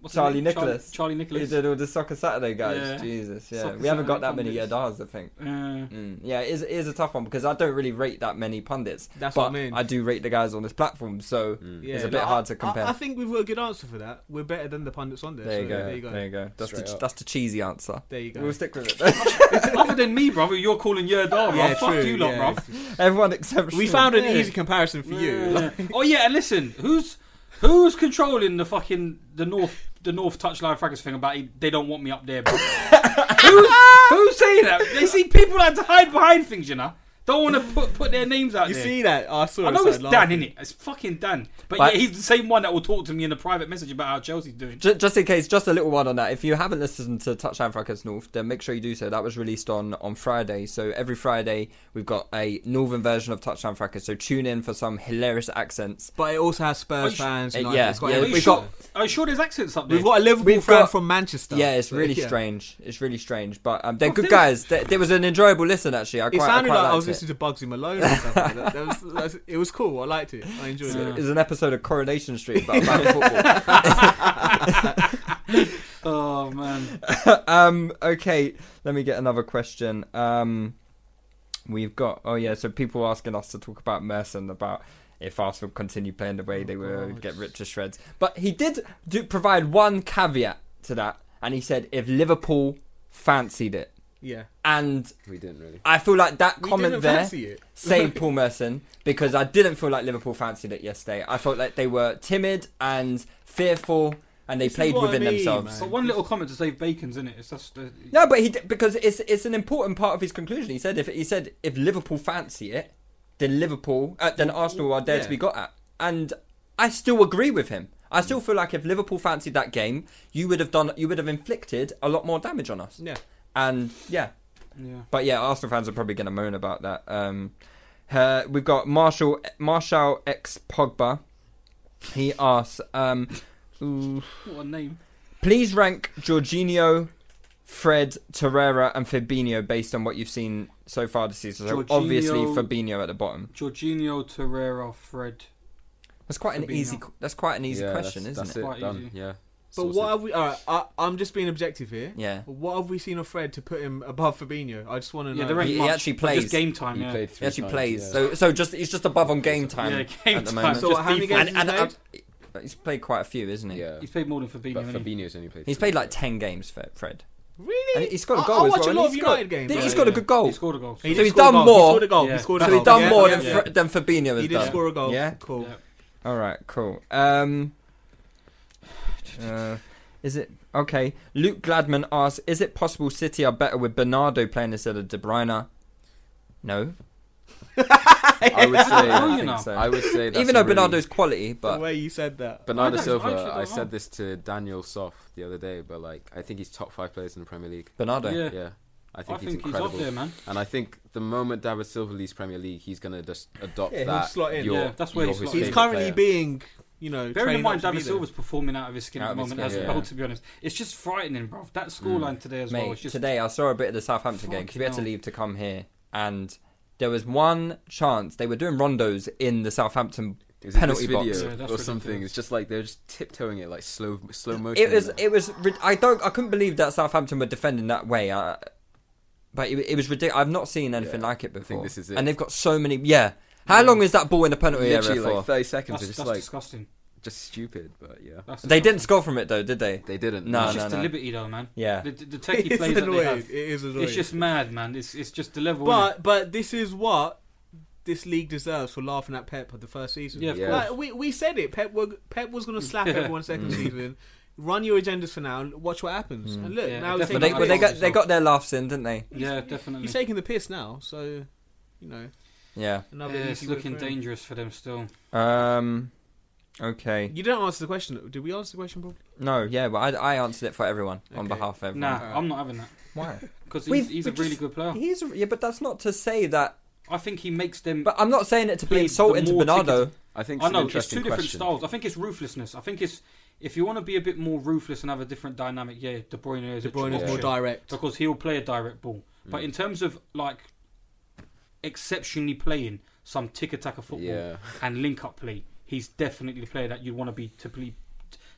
S4: What's his
S3: Charlie
S4: name?
S3: Nicholas.
S4: Charlie, Charlie
S3: He
S4: Nicholas.
S3: did all the Soccer Saturday guys.
S4: Yeah.
S3: Jesus, yeah.
S4: Soccer
S3: we haven't got that
S4: Saturday
S3: many
S4: pundits.
S3: Yadars, I think.
S4: Uh,
S3: Mm. Yeah, it is, it is a tough one because I don't really rate that many pundits.
S5: That's
S3: but
S5: what I mean. Mm.
S3: do rate the guys on this platform, so
S5: Yeah,
S3: it's a
S5: like,
S3: bit
S5: I-
S3: hard to
S5: I-
S3: compare.
S5: I, think we've got a good answer for that. We're better than the pundits on there.
S3: there, you
S5: so
S3: go.
S5: There you go.
S3: There you go. That's
S6: Straight
S3: the,
S6: up.
S3: that's the cheesy answer.
S5: There you go.
S3: We'll stick with it.
S4: Other than me, brother, you're calling your dog.
S5: Yeah,
S4: bruv. Fuck
S5: true,
S4: you, lot,
S5: yeah.
S4: bruv.
S3: Everyone except
S5: We
S3: Sean.
S5: found an
S4: Yeah.
S5: easy comparison for you.
S4: Yeah. oh yeah, and listen, who's Who was controlling the fucking the north the north touchline fracas thing about he, they don't want me up there? bro? who's, who's saying that? They see people like to hide behind things, you know. Don't want to put put their names out
S5: You
S4: there.
S5: see that? Oh, I saw.
S4: I know
S5: it,
S4: it's
S5: so
S4: Dan,
S5: laughed.
S4: innit? It's fucking Dan. But,
S3: But-
S4: yeah, he's the same one that will talk to me in a private message about how Chelsea's doing.
S3: Ju- just in case, just a little one on that. If you haven't listened to Touchdown Fracas North, then make sure you do so. That was released on on Friday. So every Friday we've got a northern version of Touchdown Fracas. So tune in for some hilarious accents.
S5: But it also has
S4: Are
S5: Spurs
S4: you-
S5: fans.
S3: uh,
S5: United,
S3: yeah,
S5: it's got
S3: yeah,
S4: Are you
S5: everything.
S3: we
S4: sure,
S3: got-
S4: are you sure there's accents up there?
S5: We've got a Liverpool
S3: We've
S5: fan
S3: got-
S5: from Manchester.
S3: Yeah, it's really
S5: Yeah.
S3: strange. It's really strange, but um, they're
S4: Well,
S3: good
S4: they-
S3: guys. There, there was an enjoyable listen actually. I
S5: It
S3: quite, I
S5: sounded
S3: quite
S5: like I
S3: liked
S5: was
S3: it.
S5: listening to Bugsy Malone and stuff like that. that was, that's- it was cool. I liked it. I enjoyed
S3: It
S5: it.
S3: was an episode of Coronation Street about American football.
S4: Oh man,
S3: um, okay, let me get another question. Um, we've got oh yeah, so people asking us to talk about Merson about if Arsenal continue playing the way they were,
S4: God.
S3: get ripped to shreds. But he did do, provide one caveat to that, and he said if Liverpool fancied it,
S5: Yeah.
S3: and
S6: We didn't really.
S3: I feel like that
S5: We
S3: comment
S5: didn't
S3: there
S5: fancy it.
S3: saved Paul Merson because I didn't feel like Liverpool fancied it yesterday. I felt like they were timid and fearful, and they
S5: is
S3: played
S5: what I
S3: within
S5: mean,
S3: themselves.
S5: man.
S4: but one little comment to save bacon's in it. It's just uh,
S3: No, but he d- because it's it's an important part of his conclusion. He said if he said if Liverpool fancy it, then Liverpool uh, then Arsenal are there to be got at. And I still agree with him. I still feel like if Liverpool fancied that game, you would have done you would have inflicted a lot more damage on us.
S5: Yeah.
S3: And yeah,
S4: yeah.
S3: but yeah, Arsenal fans are probably going to moan about that. Um, uh, we've got Marshall Marshall ex Pogba. He asks, um, ooh,
S4: What a name.
S3: Please rank Jorginho, Fred, Torreira, and Fabinho based on what you've seen so far this season. So
S4: Jorginho-
S3: obviously Fabinho at the bottom.
S4: Jorginho, Torreira, Fred.
S3: That's quite an
S4: Fabinho.
S3: easy. That's quite an easy
S6: Yeah,
S3: question,
S6: that's,
S3: isn't
S6: that's
S3: it?
S4: Quite
S6: done.
S4: easy.
S6: Yeah.
S5: But
S6: Sorted.
S5: what have we? All right, I, I'm just being objective here.
S3: Yeah.
S5: What have we seen of Fred to put him above Fabinho? I just want to
S4: Yeah,
S5: know.
S4: there ain't
S3: He- he
S4: much.
S3: actually
S4: but
S3: plays.
S4: Just game time.
S6: He
S4: Yeah.
S6: played
S3: He
S6: three
S3: actually
S6: times,
S3: plays.
S6: yeah.
S3: So so just he's just above on game time
S4: Yeah, game
S3: at the
S4: time.
S3: moment.
S5: So
S4: Just
S5: how many
S4: defense.
S5: games
S3: and,
S5: has he
S3: and,
S5: played?
S3: uh, he's played quite a few, isn't he?
S6: Yeah.
S4: He's played more than Fabinho.
S6: But
S4: hasn't he?
S6: Fabinho's only played.
S3: He's
S6: three
S3: played like
S6: times.
S3: ten games, Fe- Fred.
S5: Really?
S3: And he's got a
S5: I-
S3: goal
S5: I,
S3: as
S5: watch
S3: well,
S5: a lot
S3: and
S5: of
S3: he's got-
S5: United games.
S3: Didn't
S5: right?
S3: he's got a good goal.
S4: He scored a goal.
S3: so
S5: He did
S3: he's
S5: score a
S3: done
S5: goal.
S3: more.
S5: He scored a goal.
S4: Yeah.
S5: He scored a
S3: So
S5: goal.
S3: he's done
S5: Yeah,
S3: more
S5: yeah,
S3: than
S5: yeah.
S3: Fre- than Fabinho has
S5: He did
S3: done.
S5: score a goal.
S3: Yeah.
S5: Cool.
S4: Yeah.
S3: All right, cool. Um, uh, is it okay? Luke Gladman asks: Is it possible City are better with Bernardo playing instead of De Bruyne? No,
S6: I would
S4: I don't know,
S6: say.
S4: you know.
S6: I would say. That's
S3: even though
S6: a really-
S3: Bernardo's quality,
S5: the
S3: but
S5: way you said that.
S4: I don't- I
S6: Bernardo
S4: actually
S6: Silva,
S4: don't
S6: I,
S4: know.
S6: said this to Daniel Soff the other day, but like I think he's top five players in the Premier League.
S3: Bernardo.
S4: Yeah.
S6: Yeah, I
S4: I
S6: think he's
S4: think he's
S6: incredible.
S4: up there, man.
S6: And I think the moment David Silva leaves Premier League, he's gonna just adopt
S5: Yeah, he'll
S6: that.
S5: slot in.
S6: you're-
S4: Yeah, that's where
S6: you're
S4: he
S6: his
S4: slots in.
S5: He's
S6: favourite
S5: currently
S6: player.
S5: bearing, you know.
S4: Bearing in
S5: trained
S4: mind,
S5: up to be
S4: David
S5: there.
S4: Silva's performing out of his skin
S3: Out
S4: at
S3: of
S4: the
S3: his
S4: moment as
S6: skin, yeah.
S4: well. To be honest, it's just frightening, bro. That scoreline today as well.
S3: Mate,
S4: It's just
S3: today I saw a bit of the Southampton game because we had to
S4: Fucking hell.
S3: leave to come here, and there was one chance they were doing rondos in the Southampton
S6: Is it
S3: penalty
S6: this video
S3: box.
S4: Yeah, that's
S6: or something?
S4: ridiculous.
S6: It's just like they're just tiptoeing it like slow, slow motion.
S3: It was, it was. rid- I don't. I couldn't believe that Southampton were defending that way. I, but it, it was ridiculous. I've not seen anything
S6: Yeah,
S3: like it
S6: I
S3: before.
S6: think this is it. Mm.
S3: And they've got so many. Yeah. How long is that ball in the penalty
S6: literally
S3: area for?
S6: like thirty seconds.
S4: that's,
S6: It's
S4: that's
S6: just like
S4: disgusting.
S6: just stupid, but yeah,
S4: That's
S3: they
S4: disgusting.
S3: didn't score from it though, did they?
S6: they didn't.
S3: No,
S4: It's
S3: no,
S4: just the liberty, though, man.
S3: Yeah.
S4: the, the, the
S5: It
S4: techie
S5: is
S4: plays that they
S5: annoying.
S4: have.
S5: It is annoying.
S4: It's just mad, man. It's it's just the level. innit?
S5: But but this is what this league deserves for laughing at Pep at the first season.
S4: Yeah, of
S6: Yeah.
S5: Like, we we said it. Pep were, Pep was going to slap everyone second
S3: Mm.
S5: season. Run your agendas for now. and Watch what happens. And look,
S4: Yeah,
S5: now he's
S4: definitely.
S3: But
S5: taking,
S3: they,
S4: I
S3: but they
S4: think
S3: got
S4: so.
S3: they got their laughs in, didn't they?
S4: yeah, definitely.
S5: he's taking the piss now. So you
S3: Yeah.
S5: know
S4: Yeah,
S5: another.
S4: it's
S5: easy win
S4: looking
S5: for him.
S4: dangerous for them still.
S3: Um. Okay.
S5: You don't answer the question. Did we answer the question properly?
S3: No. Yeah. But I, I answered it for everyone on
S5: Okay.
S3: behalf of everyone.
S4: Nah, I'm not having that
S3: Why?
S4: because
S3: We've-
S4: he's, he's a
S3: we've
S4: really
S3: just-
S4: good player.
S3: He's a- yeah, but that's not to say that.
S4: I think he makes them.
S3: But I'm not saying it to be
S4: Play the
S3: insulting to
S4: more
S3: Bernardo.
S6: I think it's
S4: I
S6: an
S4: know it's
S6: interesting
S4: two different
S6: question.
S4: styles. I think it's ruthlessness. I think it's if you want to be a bit more ruthless and have a different dynamic. Yeah, De Bruyne is
S5: De
S4: a
S5: Bruyne is
S4: option
S5: more direct. Hmm.
S4: because he'll play a direct ball. But in terms of like exceptionally playing some tick attack of football
S6: Yeah.
S4: and link up play, he's definitely the player that you want to be to play,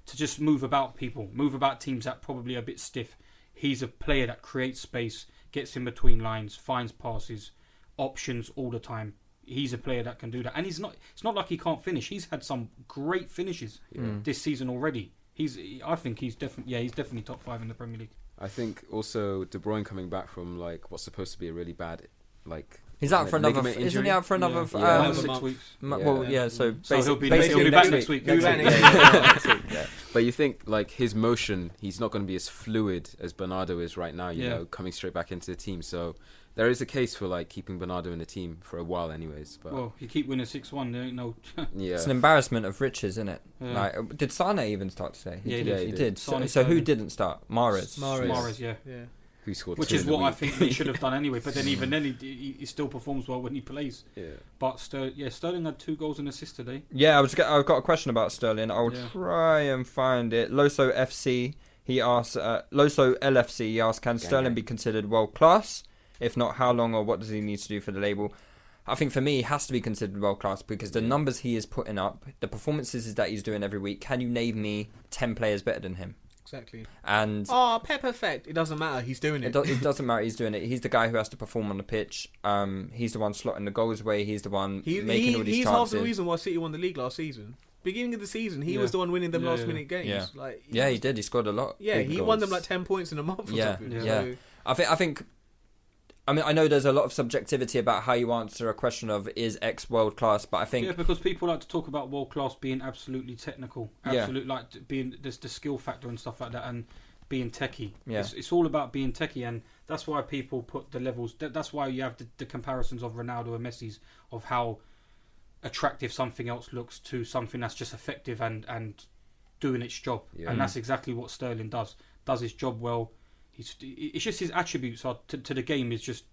S4: to just move about people, move about teams that probably are a bit stiff. He's a player that creates space, gets in between lines, finds passes, options all the time. He's a player that can do that, and he's not. It's not like he can't finish. He's had some great finishes
S3: Mm.
S4: this season already. He's. I think he's definitely. Yeah, he's definitely top five in the Premier League.
S6: I think also De Bruyne coming back from like what's supposed to be a really bad like
S3: He's out for another.
S6: Ligament
S3: Isn't he
S6: injury?
S3: out for another? f-
S6: Yeah.
S3: um,
S4: Another
S5: six
S4: month.
S5: weeks.
S3: m-
S6: Yeah.
S3: Well, yeah. So,
S4: So he'll be,
S3: basically
S4: he'll be back next
S3: next
S4: week.
S5: He'll be back
S3: week.
S5: next
S3: Yeah, yeah, yeah, next week, yeah.
S6: But you think like his motion, he's not going to be as fluid as Bernardo is right now. You
S4: Yeah.
S6: know, coming straight back into the team. So there is a case for like keeping Bernardo in the team for a while, anyways. But
S4: Well, you keep winning six one. There ain't no.
S6: yeah,
S3: It's an embarrassment of riches, isn't it?
S4: Yeah.
S3: Like, uh, did Sane even start today?
S4: Yeah, he
S6: did.
S3: He
S6: Yeah, he
S3: did.
S6: did.
S3: So,
S4: Sane
S3: so who
S4: started.
S3: didn't start? Mahrez.
S5: Mahrez.
S4: Mahrez, yeah.
S5: Yeah.
S6: who scored?
S4: Which
S6: two
S4: is
S6: in the
S4: what I
S6: week?
S4: think he should have done anyway. But then even then, he, he, he still performs well when he plays.
S6: Yeah.
S4: But Ster- yeah, Sterling had two goals and assists today.
S3: Yeah, I was. I've got a question about Sterling. I'll
S4: Yeah.
S3: try and find it. Loso FC. He asks. Uh, Loso LFC. He asks, can Sterling be considered world class? If not, how long or what does he need to do for the label? I think for me, he has to be considered world class because the numbers he is putting up, the performances that he's doing every week. Can you name me ten players better than him?
S5: Exactly.
S3: And
S5: Oh, Pep effect. It doesn't matter. He's doing
S3: It,
S5: it.
S3: do- it doesn't matter. He's doing it. He's the guy who has to perform on the pitch. Um, he's the one slotting the goals away. He's the one
S5: He,
S3: making
S5: he,
S3: all these
S5: he's half
S3: chances.
S5: the reason why City won the league last season. Beginning of the season, he
S4: Yeah.
S5: was the one winning them
S4: Yeah,
S5: last
S4: yeah.
S5: minute games.
S3: Yeah.
S5: Like,
S3: yeah, he did. He scored a lot.
S5: Yeah,
S3: Big
S5: he won
S3: goals.
S5: them like ten points in a month. Or
S3: Yeah,
S5: something.
S4: yeah.
S5: So,
S3: I think. I think. I mean, I know there's a lot of subjectivity about how you answer a question of is X world class, but I think
S4: Yeah, because people like to talk about world class being absolutely technical,
S3: Yeah.
S4: absolute like t- being there's the skill factor and stuff like that, and being techie.
S3: Yeah.
S4: It's, it's all about being techie, and that's why people put the levels. That, that's why you have the, the comparisons of Ronaldo and Messi's of how attractive something else looks to something that's just effective and and doing its job,
S6: Yeah.
S4: and that's exactly what Sterling does. Does his job well. He's, it's just his attributes are to, to the game is just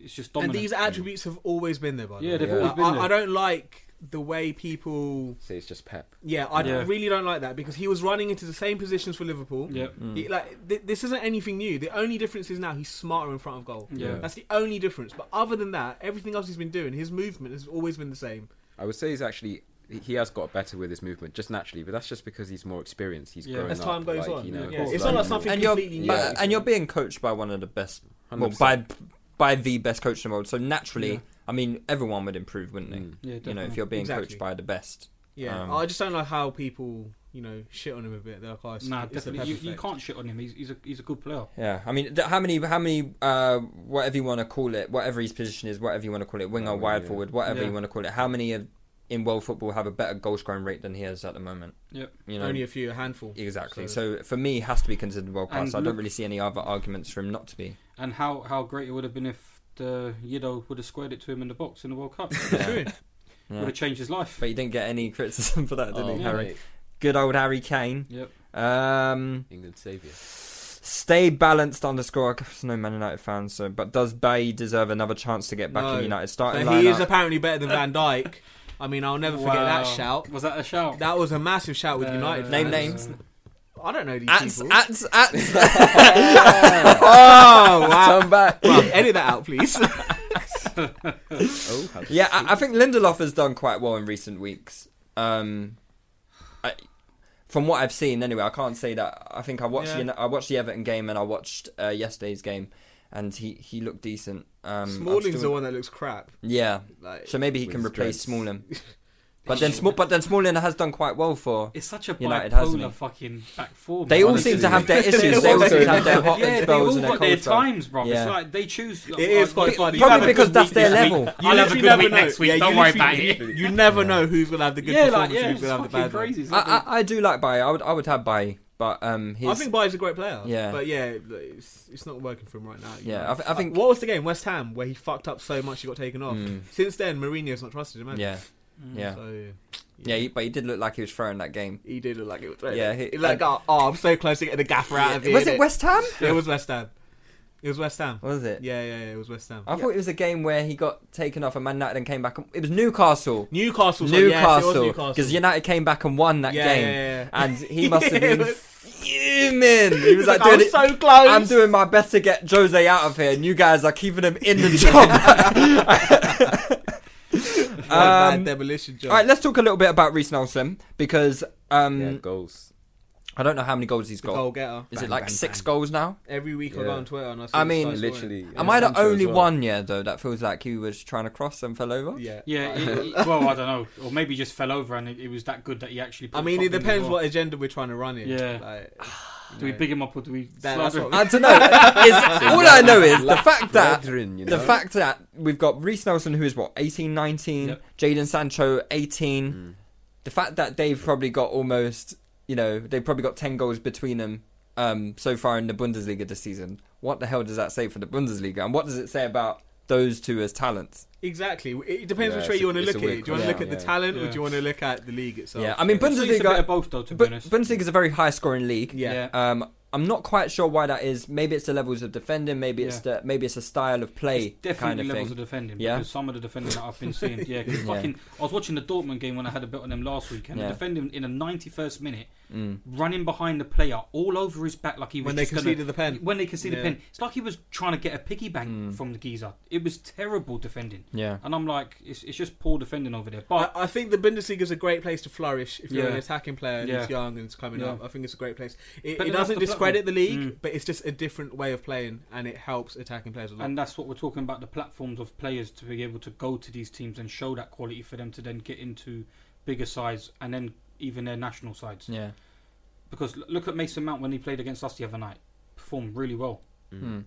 S4: it's just
S5: and
S4: dominant.
S5: these attributes have always been there. By the
S4: Yeah,
S5: way.
S4: they've
S6: Yeah.
S4: always
S5: I-
S4: been
S5: I,
S4: there.
S5: I don't like the way people.
S6: Say it's just Pep.
S5: Yeah, I
S4: Yeah.
S5: really don't like that because he was running into the same positions for Liverpool.
S4: Yep.
S3: Mm.
S5: He- like th- this isn't anything new. The only difference is now he's smarter in front of goal.
S4: Yeah.
S5: that's the only difference. But other than that, everything else he's been doing, his movement has always been the same.
S6: I would say he's actually he- he has got better with his movement just naturally, but that's just because he's more experienced. He's
S4: Yeah.
S6: grown
S5: As time
S6: up,
S5: goes
S6: like,
S5: on,
S6: You know,
S5: yeah,
S4: course.
S5: it's not like
S4: Like,
S5: something
S3: and you're
S5: completely new.
S3: but-
S6: Yeah.
S3: and you're being coached by one of the best, well,
S6: 100%.
S3: by by the best coach in the world. So naturally,
S4: Yeah.
S3: I mean, everyone would improve, wouldn't they?
S6: Mm.
S4: Yeah,
S3: you know, if
S4: definitely.
S3: you're being
S5: Exactly.
S3: coached by the best.
S5: Yeah,
S3: Um,
S5: I just don't like how people, you know, shit on him a bit. They're like, oh, it's,
S4: Nah,
S5: it's the
S4: definitely. You,
S5: Pep
S4: you
S5: effect.
S4: can't shit on him. He's, he's a he's a good player.
S3: Yeah, I mean, th- how many, how many, uh, whatever you want to call it, whatever his position is, whatever you want to call it, winger,
S6: Oh,
S3: wide
S6: yeah.
S3: forward, whatever
S4: Yeah.
S3: you want to call it, how many of, in world football have a better goal scoring rate than he has at the moment?
S4: Yep.
S3: You know,
S5: Only a few, a handful.
S3: exactly.
S5: So-
S3: So, for me, he has to be considered world class.
S4: And
S3: I don't
S4: look-
S3: really see any other arguments for him not to be.
S4: And how, how great it would have been if the Yido would have squared it to him in the box in the World Cup. Would
S3: Yeah.
S4: have changed his life.
S3: But he didn't get any criticism for that, did
S6: Oh,
S3: he, Harry?
S6: mate,
S3: Good old Harry Kane.
S4: Yep.
S3: Um,
S6: England saviour.
S3: stay balanced underscore. There's no Man United fans, so but does Bay deserve another chance to get back
S5: No.
S3: in United starting
S5: But he is
S3: lineup?
S5: apparently better than Van Dyke. I mean, I'll never forget
S4: Wow.
S5: that
S4: Uh,
S5: shout.
S4: Was that a shout?
S5: That was a massive shout with United.
S3: Name
S5: fans.
S3: names.
S5: I don't know these
S3: Ats,
S5: people.
S3: ats, ats.
S5: oh wow!
S6: Come back.
S5: Well, edit that out, please.
S6: Oh, how
S3: Yeah, I, I think Lindelof has done quite well in recent weeks. Um, I, from what I've seen, anyway, I can't say that. I think I watched
S5: Yeah.
S3: the, I watched the Everton game and I watched uh, yesterday's game, and he, he looked decent. Um, I'm
S5: Smalling's the
S3: still-
S5: one that looks crap.
S3: Yeah,
S5: Like,
S3: so maybe he can
S6: With
S3: replace
S6: dreads.
S3: Smalling. But then, Small, but then Smalling has done quite well for.
S4: It's such a
S3: United, hasn't he?
S4: bipolar fucking back four.
S3: They
S4: man.
S3: all seem to
S6: Honestly.
S3: have their issues. They all seem to have their hot
S4: yeah, they
S3: spells
S4: all
S3: and their
S4: got
S3: cold
S4: their
S3: spells.
S4: times, bro.
S3: Yeah.
S4: It's like they choose.
S5: It is quite
S4: you-
S5: funny.
S4: you
S3: Probably
S4: have a
S3: because
S4: good
S3: that's
S4: week
S3: their
S4: this
S3: level.
S4: week.
S5: You
S4: I'll have a
S5: literally
S4: good
S5: never
S4: week
S5: know.
S4: next
S5: Yeah,
S4: week.
S5: you
S4: Don't worry about
S5: literally-
S4: it.
S5: You never know who's gonna have the good
S4: Yeah, like
S5: performance
S4: yeah,
S5: and
S4: it's
S5: who's gonna have the
S4: fucking
S5: bad one.
S4: crazy. It's
S3: I,
S4: like they-
S3: I, I do like Bay. I would I would have Bay, but um, his,
S5: I think Bayes a great player.
S3: Yeah.
S5: but yeah, it's, it's not working for him right now. you
S3: Yeah,
S5: know.
S3: I th- I
S5: Uh,
S3: think- Hmm.
S5: what was the game West Ham where he fucked up so much he got taken off. Since then, Mourinho's not trusted him. has he?
S3: yeah, yeah,
S5: Mm. So,
S3: yeah. he- But he did look like he was throwing that game.
S5: He did look like it was.
S3: Yeah,
S5: Yeah,
S3: he- uh,
S5: he, like oh, oh, I'm so close to getting the gaffer out of here.
S3: Was
S5: innit?
S3: it West Ham?
S5: It was West Ham. It was West Ham.
S3: Was it?
S5: Yeah, yeah, yeah it was West Ham.
S3: I thought it was a game where he got taken off and Man United and came back. And, it was Newcastle.
S5: Newcastle.
S3: Newcastle, because United came back and won that
S5: Yeah,
S3: game,
S5: yeah, yeah, yeah.
S3: and he must have
S5: Yeah,
S3: been
S5: but-
S3: fuming. He was like,
S5: I
S3: doing
S5: was
S3: it.
S5: so close.
S3: I'm doing my best to get Jose out of here, and you guys are keeping him in the job.
S5: What a bad
S3: Um,
S5: demolition job.
S6: Mm.
S3: All right, let's talk a little bit about Reece Nelson because um,
S6: Yeah, goals.
S3: I don't know how many goals he's
S5: The
S3: got.
S5: goal getter.
S3: Is
S5: Bang,
S3: it like
S5: bang,
S3: six
S5: bang.
S3: goals now?
S5: Every week I go
S6: Yeah.
S5: on Twitter and I see.
S3: I
S5: him
S3: mean,
S5: start scoring.
S6: Literally.
S3: Am I the
S6: Sancho as
S3: only
S6: well.
S3: one, yeah, though, that feels like he was trying to cross and fell over?
S5: Yeah.
S4: Yeah, it- it- well, I don't know, or maybe he just fell over and it, it was that good that he actually. put
S5: I mean,
S4: top
S5: it
S4: in as
S5: depends
S4: well.
S5: what agenda we're trying to run in.
S4: Yeah.
S5: Like,
S4: Do we big him up or do we?
S5: That-
S4: slander
S5: that's what
S4: him?
S5: we-
S3: I don't know. It's, all I know is the
S6: Black
S3: fact that
S6: brethren, you
S3: the
S6: know?
S3: fact that we've got Reese Nelson, who is what 18, 19,
S4: Yep.
S3: Jaden Sancho, 18.
S6: Mm.
S3: The fact that they've probably got almost, you know, they've probably got 10 goals between them um, so far in the Bundesliga this season. What the hell does that say for the Bundesliga? And what does it say about those two as talents?
S5: exactly. It depends which
S6: Yeah, it's
S5: way
S6: a-
S5: you want to
S6: it's
S5: look
S6: a
S5: at it. Do
S6: weird
S5: you want
S3: question.
S5: to look at the
S6: Yeah.
S5: talent or
S4: Yeah.
S5: do you want to look at the league itself?
S3: yeah, I mean,
S4: So it's a bit
S3: Bundesliga.
S4: of both, though, to be
S3: Bu-
S4: honest.
S3: Bundesliga is a very high scoring league.
S5: Yeah.
S4: Yeah.
S3: Um, I'm not quite sure why that is. Maybe it's the levels of defending. Maybe it's the
S4: Yeah.
S3: maybe it's a style of
S4: It's
S3: play
S4: definitely
S3: kind of
S4: levels
S3: thing.
S4: of defending.
S3: Yeah.
S4: Yeah, because some of the defending that I've been seeing, yeah, 'cause fucking, I was watching the Dortmund game when I had a bet on them last week, and
S3: Yeah. Mm.
S4: the defending in the 91st minute, running behind the player all over his back like he was
S5: When they
S4: just gonna-
S5: conceded the pen.
S4: When they conceded
S5: Yeah.
S4: the pen, it's like he was trying to get a piggy bank from the geezer. It was terrible defending.
S3: Mm. Yeah.
S4: and I'm like, it's, it's just poor defending over there.
S5: I,
S4: But
S5: I think the Bundesliga is a great place to flourish if you're
S4: Yeah.
S5: an attacking player and it's
S4: Yeah.
S5: young and it's coming
S4: Yeah.
S5: up. I think it's a great place. It,
S4: But then
S5: it
S4: that's
S5: doesn't
S4: the
S5: discredit the league,
S4: platform. Mm.
S5: but it's just a different way of playing and it helps attacking players a lot.
S4: and that's what we're talking about the platforms of players to be able to go to these teams and show that quality for them to then get into bigger sides and then even their national sides.
S3: Yeah.
S4: Because l- look at Mason Mount when he played against us the other night, performed really well,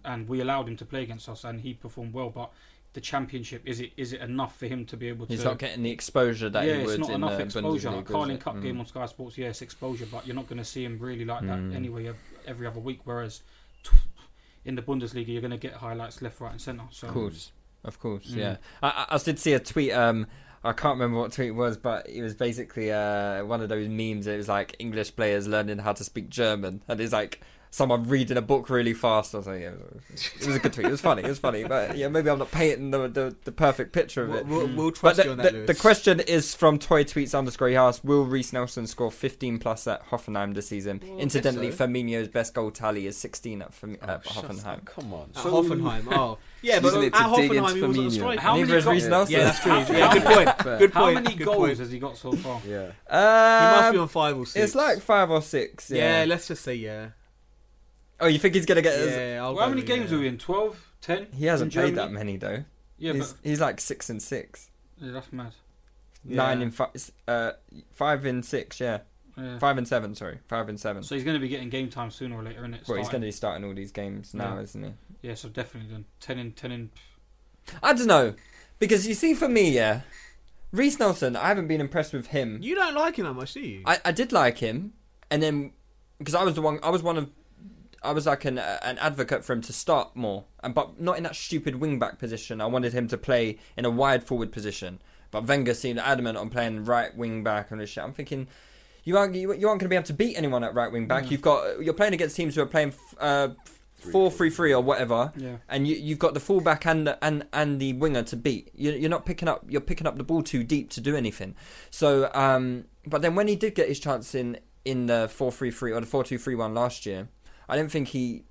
S4: and we allowed him to play against us, and he performed well. But the championship is it is it enough for him to be able to?
S3: He's not getting the exposure that
S4: yeah,
S3: he would
S4: it's not
S3: in uh,
S4: enough
S3: the
S4: exposure.
S3: Bundesliga.
S4: Like
S3: is
S4: Carling
S3: it? Hmm.
S4: Cup game on Sky Sports, yes, exposure, but you're not going to see him really like that
S3: Mm.
S4: anyway ev- every other week. Whereas t- in the Bundesliga, you're going to get highlights left, right, and centre. So
S3: Of course, of course,
S4: Hmm.
S3: yeah. I, I I did see a tweet. Um, I can't remember what tweet it was, but it was basically uh one of those memes. It was like English players learning how to speak German, and it's like someone reading a book really fast or something. It was a good tweet. It was funny. It was funny, but yeah, maybe I'm not painting the the, the perfect picture of
S5: we'll,
S3: it.
S4: Mm.
S5: we'll, we'll
S3: But
S5: trust
S3: the,
S5: you on
S3: the-
S5: that,
S3: the,
S5: Lewis.
S3: question is from Toy Tweets underscore he asks, Will Reese Nelson score 15 plus at Hoffenheim this season? Incidentally,
S5: so. Oh,
S3: Firmino's best goal tally is 16 at, Firmi- at
S6: shut up,
S3: Hoffenheim.
S6: Come on.
S5: At Hoffenheim. Oh, yeah, but
S6: Using
S5: at
S6: it to
S5: Hoffenheim
S6: dig into
S5: he wasn't a
S6: Firmino.
S5: striker.
S4: How
S3: Neither
S4: many
S3: is
S4: goals-
S3: Reese Nelson.
S5: yeah, that's true.
S4: How-
S5: Yeah, good point.
S6: Fair.
S5: Good point.
S4: How many
S5: good
S4: goals
S5: point.
S4: has he got so far?
S6: Yeah.
S5: He must be
S3: Um,
S5: on five or six.
S3: it's like five or six.
S5: yeah.
S3: Yeah.
S5: let's just say yeah.
S3: oh, you think he's gonna get? his-
S5: Yeah, I'll
S4: Well, how
S5: go
S4: many
S5: with
S4: games
S5: yeah.
S4: are we in? 12? 10?
S3: He hasn't
S4: in
S3: played that
S4: Germany?
S3: many though.
S4: Yeah,
S3: he's,
S4: but
S3: he's like six and six,
S4: yeah, that's mad.
S3: nine
S5: Yeah.
S3: and five, uh, five and six. Yeah,
S4: Yeah.
S3: five and seven. Sorry, five and seven.
S4: So he's going to be getting game time sooner or later, isn't it?
S3: well, he's gonna be starting all these games now,
S4: Yeah.
S3: isn't he?
S4: Yeah, so definitely then. 10 in, 10 in.
S3: I don't know because you see, for me, yeah, Reese Nelson. I haven't been impressed with him.
S5: You don't like him that much, do you?
S3: I, I did like him, and then because I was the one, I was one of, I was like an uh, an advocate for him to start more, and but not in that stupid wing back position. I wanted him to play in a wide forward position, but Wenger seemed adamant on playing right wing back and all this shit. I'm thinking. You aren't you, you aren't going to be able to beat anyone at right wing back. You've got uh, you're playing against teams who are playing f- uh, four three three or whatever,
S4: Yeah.
S3: and you, you've got the fullback and the, and and the winger to beat. You, you're not picking up. You're picking up the ball too deep to do anything. So, um, but then when he did get his chance in in the four three three or the four two three one last year, I don't think he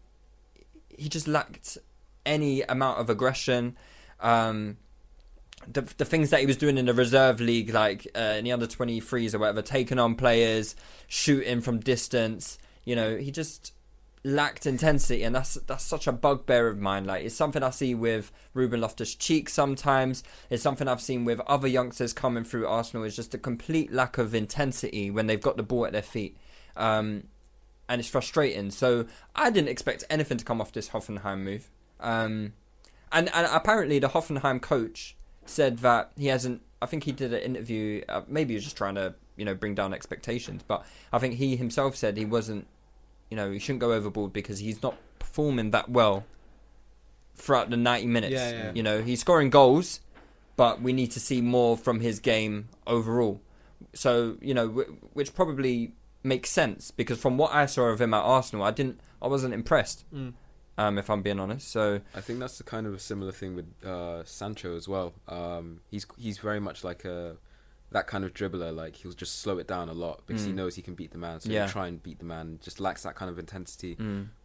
S3: he just lacked any amount of aggression. Um, the, the things that he was doing in the reserve league, like uh, in the under 23s or whatever, taking on players, shooting from distance, you know, he just lacked intensity, and that's that's such a bugbear of mine. Like it's something I see with Ruben Loftus Cheek sometimes. It's something I've seen with other youngsters coming through Arsenal. Is just a complete lack of intensity when they've got the ball at their feet. Um, and it's frustrating. So I didn't expect anything to come off this Hoffenheim move. Um, and, and apparently the Hoffenheim coach said that he hasn't. I think he did an interview. Uh, maybe he was just trying to you know bring down expectations, but I think he himself said he wasn't. You know he shouldn't go overboard because he's not performing that well throughout the ninety minutes.
S5: Yeah, yeah.
S3: You know he's scoring goals, but we need to see more from his game overall. So you know, wh- which probably makes sense because from what I saw of him at Arsenal, I didn't, I wasn't impressed. Um, if I'm being honest, so
S6: I think that's the kind of a similar thing with uh, Sancho as well. Um, he's he's very much like a that kind of dribbler. Like he'll just slow it down a lot because he knows he can beat the man, so
S3: Yeah.
S6: he'll try and beat the man. Just lacks that kind of intensity.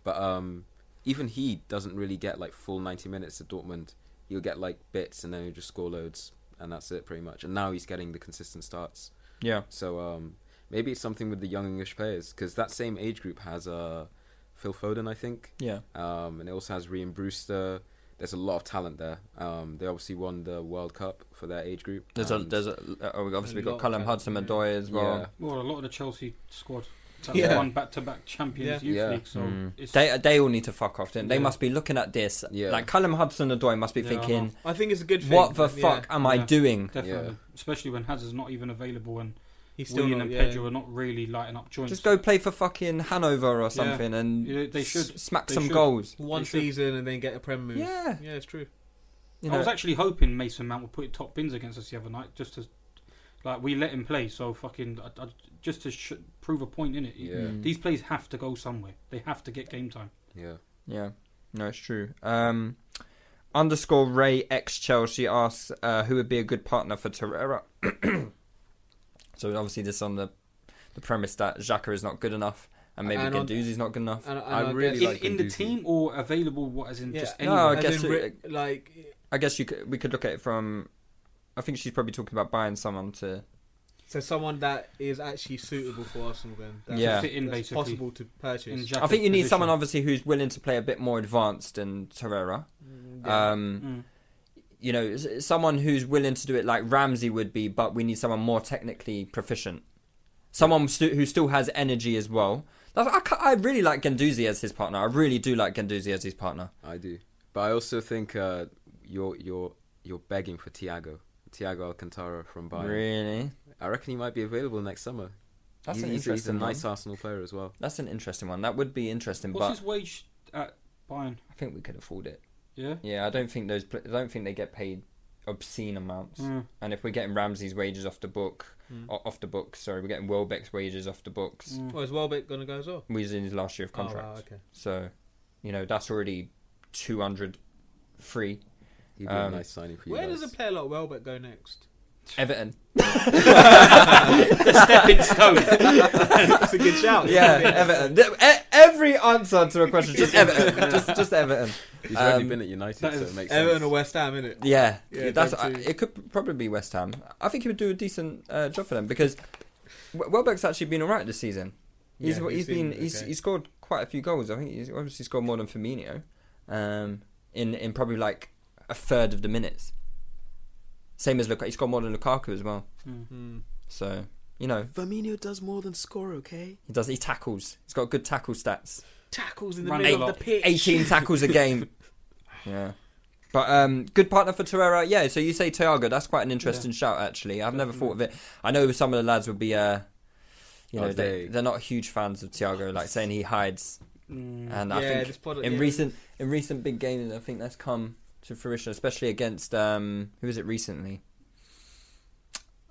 S6: But um, even he doesn't really get like full ninety minutes at Dortmund. He'll get like bits and then he'll just score loads, and that's it pretty much. And now he's getting the consistent starts.
S3: yeah,
S6: So um, Maybe it's something with the young English players because that same age group has uh, Phil Foden, I think.
S3: Yeah.
S6: Um, and it also has Rian Brewster. There's a lot of talent there. Um, they obviously won the World Cup for their age group.
S3: There's a
S6: and-
S3: there's a oh, we obviously
S5: A
S3: got
S5: lot
S3: Callum
S5: of-
S3: Hudson Odoi as well.
S6: Yeah.
S4: Well, a lot of the Chelsea squad have
S5: Yeah.
S4: won back-to-back Champions
S5: Yeah.
S4: Youth
S6: Yeah.
S4: League, so it's,
S3: They they all need to fuck off. Then they
S4: Yeah.
S3: must be looking at this.
S6: Yeah.
S3: Like Callum Hudson Odoi must be
S4: Yeah, I know.
S3: thinking,
S5: I think it's a good thing.
S3: what the
S5: yeah.
S3: fuck am I
S4: Yeah.
S3: doing?
S4: definitely,
S6: Yeah.
S4: especially when Hazard's not even available and
S5: He's still
S4: William
S5: not,
S4: and
S5: yeah.
S4: Pedro are not really lighting up joints.
S3: Just go play for fucking Hanover or something and
S4: Yeah, they
S3: s-
S4: should.
S3: smack
S4: They
S3: some
S4: should.
S3: goals.
S5: One
S4: They should.
S5: season and then get a prem move.
S3: Yeah.
S5: yeah, it's true.
S3: You
S4: I
S3: know,
S4: was actually hoping Mason Mount would put top bins against us the other night, just to like we let him play. So fucking I, I, just to sh- prove a point in it.
S6: Yeah.
S5: Mm.
S4: These plays have to go somewhere. They have to get game time.
S6: Yeah.
S3: yeah, no, it's true. Um, underscore Ray X Chelsea asks uh, who would be a good partner for Torreira. so obviously this on the the premise that Xhaka is not good enough and maybe
S5: And on-
S3: Guendouzi's not good enough.
S5: And, and
S6: I really
S4: In,
S5: guess,
S6: like
S4: in the
S6: Guendouzi.
S4: team or available? What as in
S5: yeah,
S4: just
S3: No, I
S4: anyone?
S5: as
S3: guess
S5: in
S3: it-
S5: Ri- like
S3: I guess you could, we could look at it from. I think she's probably talking about buying someone to.
S5: So someone that is actually suitable for Arsenal then. That's,
S3: Yeah. To
S4: fit in,
S5: that's
S4: basically.
S5: possible to
S4: in
S5: purchase.
S4: Xhaka's
S3: I think you need
S4: position.
S3: someone obviously who's willing to play a bit more advanced than Torreira. Um,
S4: Mm.
S3: You know, s- someone who's willing to do it like Ramsey would be, but we need someone more technically proficient. Someone stu- who still has energy as well. That's, I, ca- I really like Ganduzi as his partner. I really do like Ganduzi as his partner.
S6: I do, but I also think uh, you're you're you're begging for Thiago, Thiago Alcantara from Bayern.
S3: Really?
S6: I reckon he might be available next summer.
S3: That's
S6: He-
S3: an
S6: he's, he's a
S3: interesting
S6: nice
S3: one.
S6: Arsenal player as well.
S3: That's an interesting one. That would be interesting,
S4: What's
S3: but
S4: his wage at Bayern?
S3: I think we could afford it.
S4: Yeah.
S3: Yeah, I don't think those. pl- I don't think they get paid obscene amounts.
S4: Mm.
S3: And if we're getting Ramsey's wages off the book, o- off the book, sorry, we're getting Welbeck's wages off the books.
S4: Mm.
S5: Well, is Welbeck going to go as well?
S3: We was in his last year of contract,
S5: Hmm. Oh, wow, okay.
S3: so you know that's already two hundred free.
S6: He'd be a
S3: Um,
S6: nice signing for you.
S5: Where
S6: guys.
S5: does a player like Welbeck go next?
S3: Everton.
S4: Stepping stone.
S5: That's a good shout.
S3: Yeah, Everton. Th- e- Every answer to a question, just Everton, just just Everton.
S6: He's already
S3: Um,
S6: been at United,
S4: that
S6: so
S4: is-
S6: it makes
S5: Everton or
S6: sense.
S5: West Ham, innit?
S3: Yeah,
S5: Yeah,
S3: that's. I,
S5: them two.
S3: it could probably be West Ham. I think he would do a decent uh, job for them because W- Welbeck's actually been all right this season. He's
S5: Yeah,
S3: he's
S5: he's
S3: been
S5: been
S3: he's
S5: okay.
S3: he's scored quite a few goals. I think he's obviously scored more than Firmino, um, in in probably like a third of the minutes. Same as Lukaku, he scored more than Lukaku as well.
S5: Hmm.
S3: So you know
S6: Firmino does more than score, okay?
S3: he does he tackles. He's got good tackle stats.
S5: Tackles in the
S4: Run
S5: middle
S4: a
S5: of
S4: lot.
S5: the pitch.
S3: Eighteen tackles a game. Yeah. But um, good partner for Torreira, yeah. So you say Thiago, that's quite an interesting shout, actually. I've never thought of it. I know some of the lads would be, uh, you know,
S6: Oh,
S3: they,
S6: they-
S3: they're not huge fans of Thiago, like saying he hides. And I
S5: Yeah, this
S3: think
S5: product-
S3: in
S5: yeah.
S3: recent in recent big games, I think that's come to fruition, especially against um, who was it recently?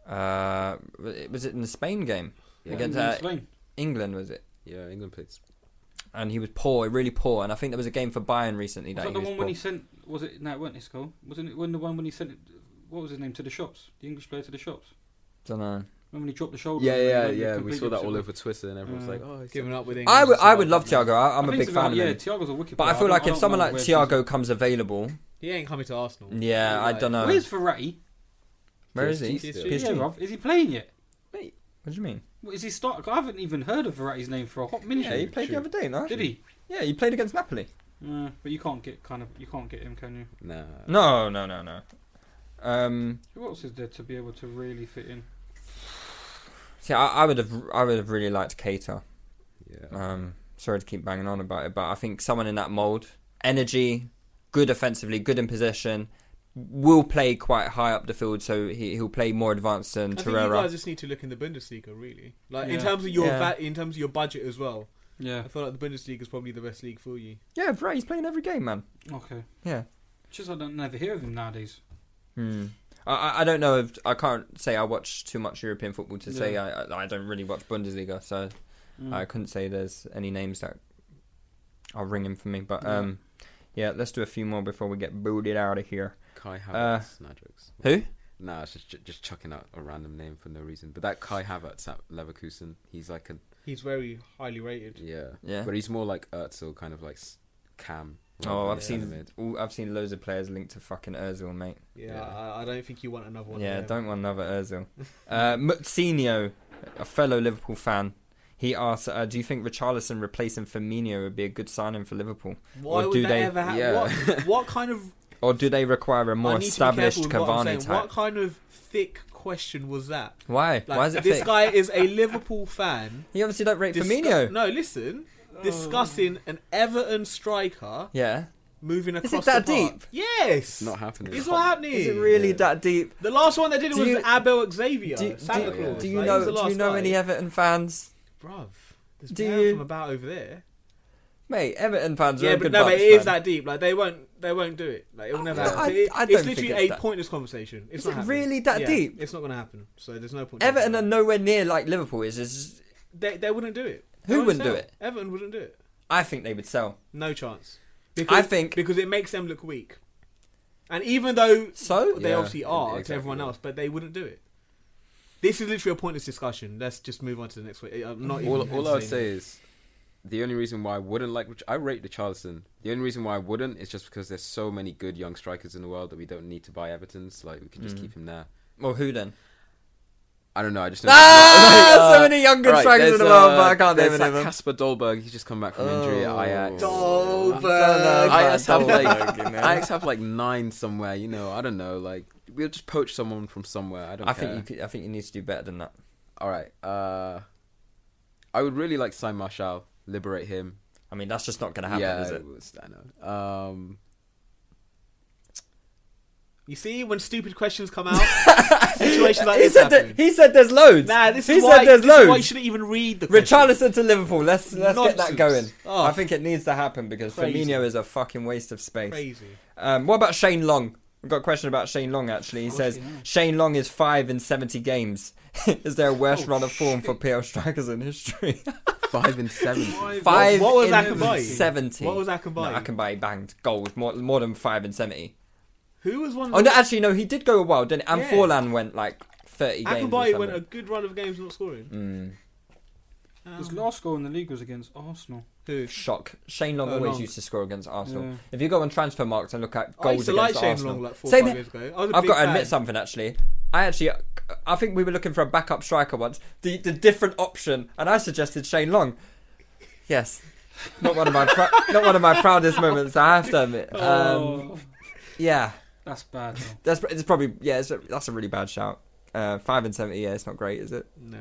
S3: Uh, was it in the Spain game
S6: Yeah.
S3: against
S4: In
S3: uh,
S4: Spain.
S3: England? Was it?
S6: Yeah, England plays.
S3: and he was poor, really poor. And I think there was a game for Bayern recently
S4: Was
S3: that he
S4: that the
S3: was
S4: one
S3: poor.
S4: when he sent? Was it? No, it weren't his goal. Wasn't it when the one when he sent? It, what was his name to the shops? The English player to the shops.
S3: Dunno.
S4: Remember when he dropped the shoulder?
S6: Yeah,
S4: and
S6: yeah,
S4: went
S6: yeah. We
S4: completely
S6: saw that
S4: opposite
S6: all
S4: way?
S6: over Twitter, and everyone's
S3: Mm.
S6: like, "Oh, he's
S5: Giving up with England.
S3: I would,
S5: as
S3: I
S5: well.
S3: would love Thiago. I, I'm
S4: I
S3: a
S4: think
S3: big
S4: so,
S3: fan of
S4: Yeah,
S3: him.
S4: Thiago's a wicked.
S3: But I
S4: player.
S3: feel
S4: don't-
S3: like if
S4: don't
S3: someone
S4: know
S3: like
S4: where he's at.
S3: Thiago comes available,
S5: He ain't coming to Arsenal.
S3: yeah, I
S5: Like-
S3: don't know.
S4: Where's Verratti?
S3: Where is he?
S6: PSG
S4: Yeah,
S3: PSG.
S4: bruv. Is he playing yet?
S3: Wait, what do you mean?
S4: What, Is he start? I haven't even heard of Verratti's name for a hot minute.
S3: Yeah, he played the other day, no?
S4: Did he?
S3: Yeah, he played against Napoli.
S4: Uh, but you can't get kind of you can't get him, can you?
S6: nah."
S3: No, no, no, no. Um,
S4: Who else is there to be able to really fit in?
S3: see, I, I would have, I would have really liked Cater.
S6: Yeah.
S3: Um, sorry to keep banging on about it, but I think someone in that mold, energy, good offensively, good in possession, will play quite high up the field, so he, he'll play more advanced than
S5: I think you
S3: Torreira.
S5: guys just need to look in the Bundesliga, really. Like in
S4: Yeah.
S5: terms of your
S3: Yeah.
S5: va- in terms of your budget as well.
S4: Yeah.
S5: I feel like the Bundesliga is probably the best league for you.
S3: Yeah, right. He's playing every game, man.
S4: Okay.
S3: Yeah.
S4: Just I don't never hear of him nowadays.
S3: Hmm. I- I, I don't know if I can't say I watch too much European football to say
S4: Yeah.
S3: I, I I don't really watch Bundesliga, so
S5: Mm.
S3: I couldn't say there's any names that are ringing for me. But um, yeah, let's do a few more before we get booted out of here.
S6: Kai Havertz, nah jokes.
S3: uh, Who?
S6: Nah, it's just just chucking out a random name for no reason. But that Kai Havertz at Leverkusen, he's like a
S5: He's very highly rated.
S6: yeah,
S3: Yeah.
S6: But he's more like Ertzel, kind of like s- Cam. rather
S3: Oh,
S6: than
S3: I've seen
S6: Semedo.
S3: all, I've seen loads of players linked to fucking Özil, mate.
S5: Yeah,
S6: Yeah.
S5: I, I don't think you want another one.
S3: yeah,
S5: of them.
S3: don't want another Özil. uh, Mutsinho a fellow Liverpool fan. He asks, uh, "Do you think Richarlison replacing Firmino would be a good signing for Liverpool,
S5: Why
S3: or
S5: would
S3: do
S5: that
S3: they,
S5: ever happen?
S6: yeah.
S5: What, what kind of
S3: or do they require a
S5: I
S3: more
S5: need to be
S3: established
S5: careful with what I'm
S3: Cavani
S5: saying.
S3: type?
S5: What kind of thick question was that?
S3: Why?
S5: Like,
S3: Why is it
S5: this
S3: thick?
S5: guy is a Liverpool fan.
S3: You obviously don't rate
S5: discuss-
S3: Firmino. Oh.
S5: No, listen. Discussing an Everton striker
S3: Yeah,
S5: moving
S3: it
S5: across
S3: that
S5: the park.
S3: deep?
S5: Yes.
S6: Not happening.
S5: It's not happening.
S3: is it really that deep?
S5: The last one they did
S3: Do
S5: was
S3: you-
S5: Abel Xavier.
S3: Do,
S5: Santa
S3: do-
S5: Claus.
S3: do you
S5: Like, he was
S3: know? Do
S5: the
S3: you
S5: last
S3: know
S5: guy.
S3: any Everton fans?
S5: Bruv, there's
S3: Do
S5: do
S3: you-
S5: from about over there.
S3: Mate, Everton fans are
S5: Yeah,
S3: a
S5: but
S3: good
S5: no, but
S3: bunch,
S5: it is
S3: man.
S5: that deep. Like they won't, they won't do it. Like it will never
S3: no,
S5: happen.
S3: I-
S5: So it-
S3: I don't
S5: it's
S3: think
S5: literally
S3: it's
S5: a
S3: that-
S5: pointless conversation. It's
S3: Is
S5: not
S3: it
S5: happening.
S3: really that
S5: Yeah,
S3: deep?
S5: It's not going to happen. So there's no point.
S3: Everton are nowhere near like Liverpool is. is
S5: they, they wouldn't do it.
S3: Who
S5: They won't
S3: wouldn't do
S5: sell.
S3: it?
S5: Everton wouldn't do it.
S3: I think they would sell.
S5: No chance. Because,
S3: think-
S5: because it makes them look weak. And even though
S3: So?
S5: they
S6: Yeah,
S5: obviously are to
S6: exactly,
S5: everyone
S6: yeah.
S5: else, but they wouldn't do it. This is literally a pointless discussion. Let's just move on to the next one. Uh, I'm not
S6: all,
S5: even
S6: all I would say
S5: entertaining.
S6: is the only reason why I wouldn't like Rich- I rate Richarlison. The only reason why I wouldn't is just because there's so many good young strikers in the world that we don't need to buy Everton's. Like we can
S3: Mm.
S6: just keep him there.
S3: Well, who then?
S6: I don't know. I just don't
S3: Ah, so many young good
S6: Alright,
S3: strikers in
S6: there's,
S3: the world,
S6: uh,
S3: but I can't name
S6: there's
S3: any of
S6: that
S3: them. Oh,
S6: Casper Dolberg. He's just come back from injury at Ajax.
S3: I
S6: Ajax have like Ajax have like nine somewhere. You know, I don't know. Like we'll just poach someone from somewhere. I don't.
S3: I
S6: care.
S3: think you could, I think you need to do better than that.
S6: All right. Uh, I would really like Sign Marshall. Liberate him.
S3: I mean, that's just not going to happen,
S6: yeah,
S3: is it?
S6: it was- I know. Um,
S5: You see, when stupid questions come out, situations like
S3: he
S5: this
S3: said
S5: happen.
S3: that, he said there's loads.
S5: nah, this
S3: he
S5: is,
S3: said
S5: why,
S3: there's
S5: this is why you
S3: loads.
S5: shouldn't even read the question.
S3: Richarlison to Liverpool. Let's let's get that
S5: Nonsense.
S3: going.
S5: Oh.
S3: I think it needs to happen because
S5: Crazy.
S3: Firmino is a fucking waste of space.
S5: Crazy.
S3: Um, what about Shane Long? We've got a question about Shane Long actually. He says Shane Long is five in seventy games. is there a
S5: Oh,
S3: worse run of form for PL strikers in history?
S6: five and seven.
S3: five
S5: what was
S3: in
S5: Akinbaye?
S3: seventy.
S5: What was Akinbaye?
S3: No, Akinbaye banged gold more, more than five and seventy.
S5: Who was one of
S3: Oh no,
S5: the-
S3: actually no, he did go a while. Didn't and
S5: Yeah.
S3: Forlan went like thirty games. or
S5: Akinbaye went a
S3: something. Mm.
S5: good run of games not scoring.
S4: His last goal in the league was against Arsenal.
S5: Who?
S3: Shock. Shane Long
S5: Oh,
S3: always
S5: Long.
S3: used to score against Arsenal.
S4: Yeah.
S3: If you go on transfer marks and look at
S5: I
S3: goals
S5: used to like
S3: against
S5: Shane
S3: Arsenal,
S5: Long like four
S3: Same
S5: five
S3: here.
S5: years ago. I was a
S3: I've
S5: big
S3: got to
S5: fan.
S3: admit something actually. I actually, I think we were looking for a backup striker once, the, the different option, and I suggested Shane Long. Yes, not one of my prou- not one of my proudest moments. I have to admit. Um,
S4: Oh,
S3: yeah,
S4: that's bad. Though.
S3: that's it's probably yeah, it's a, that's a really bad shout. Uh, five and seventy, yeah, it's not great, is it?
S5: No.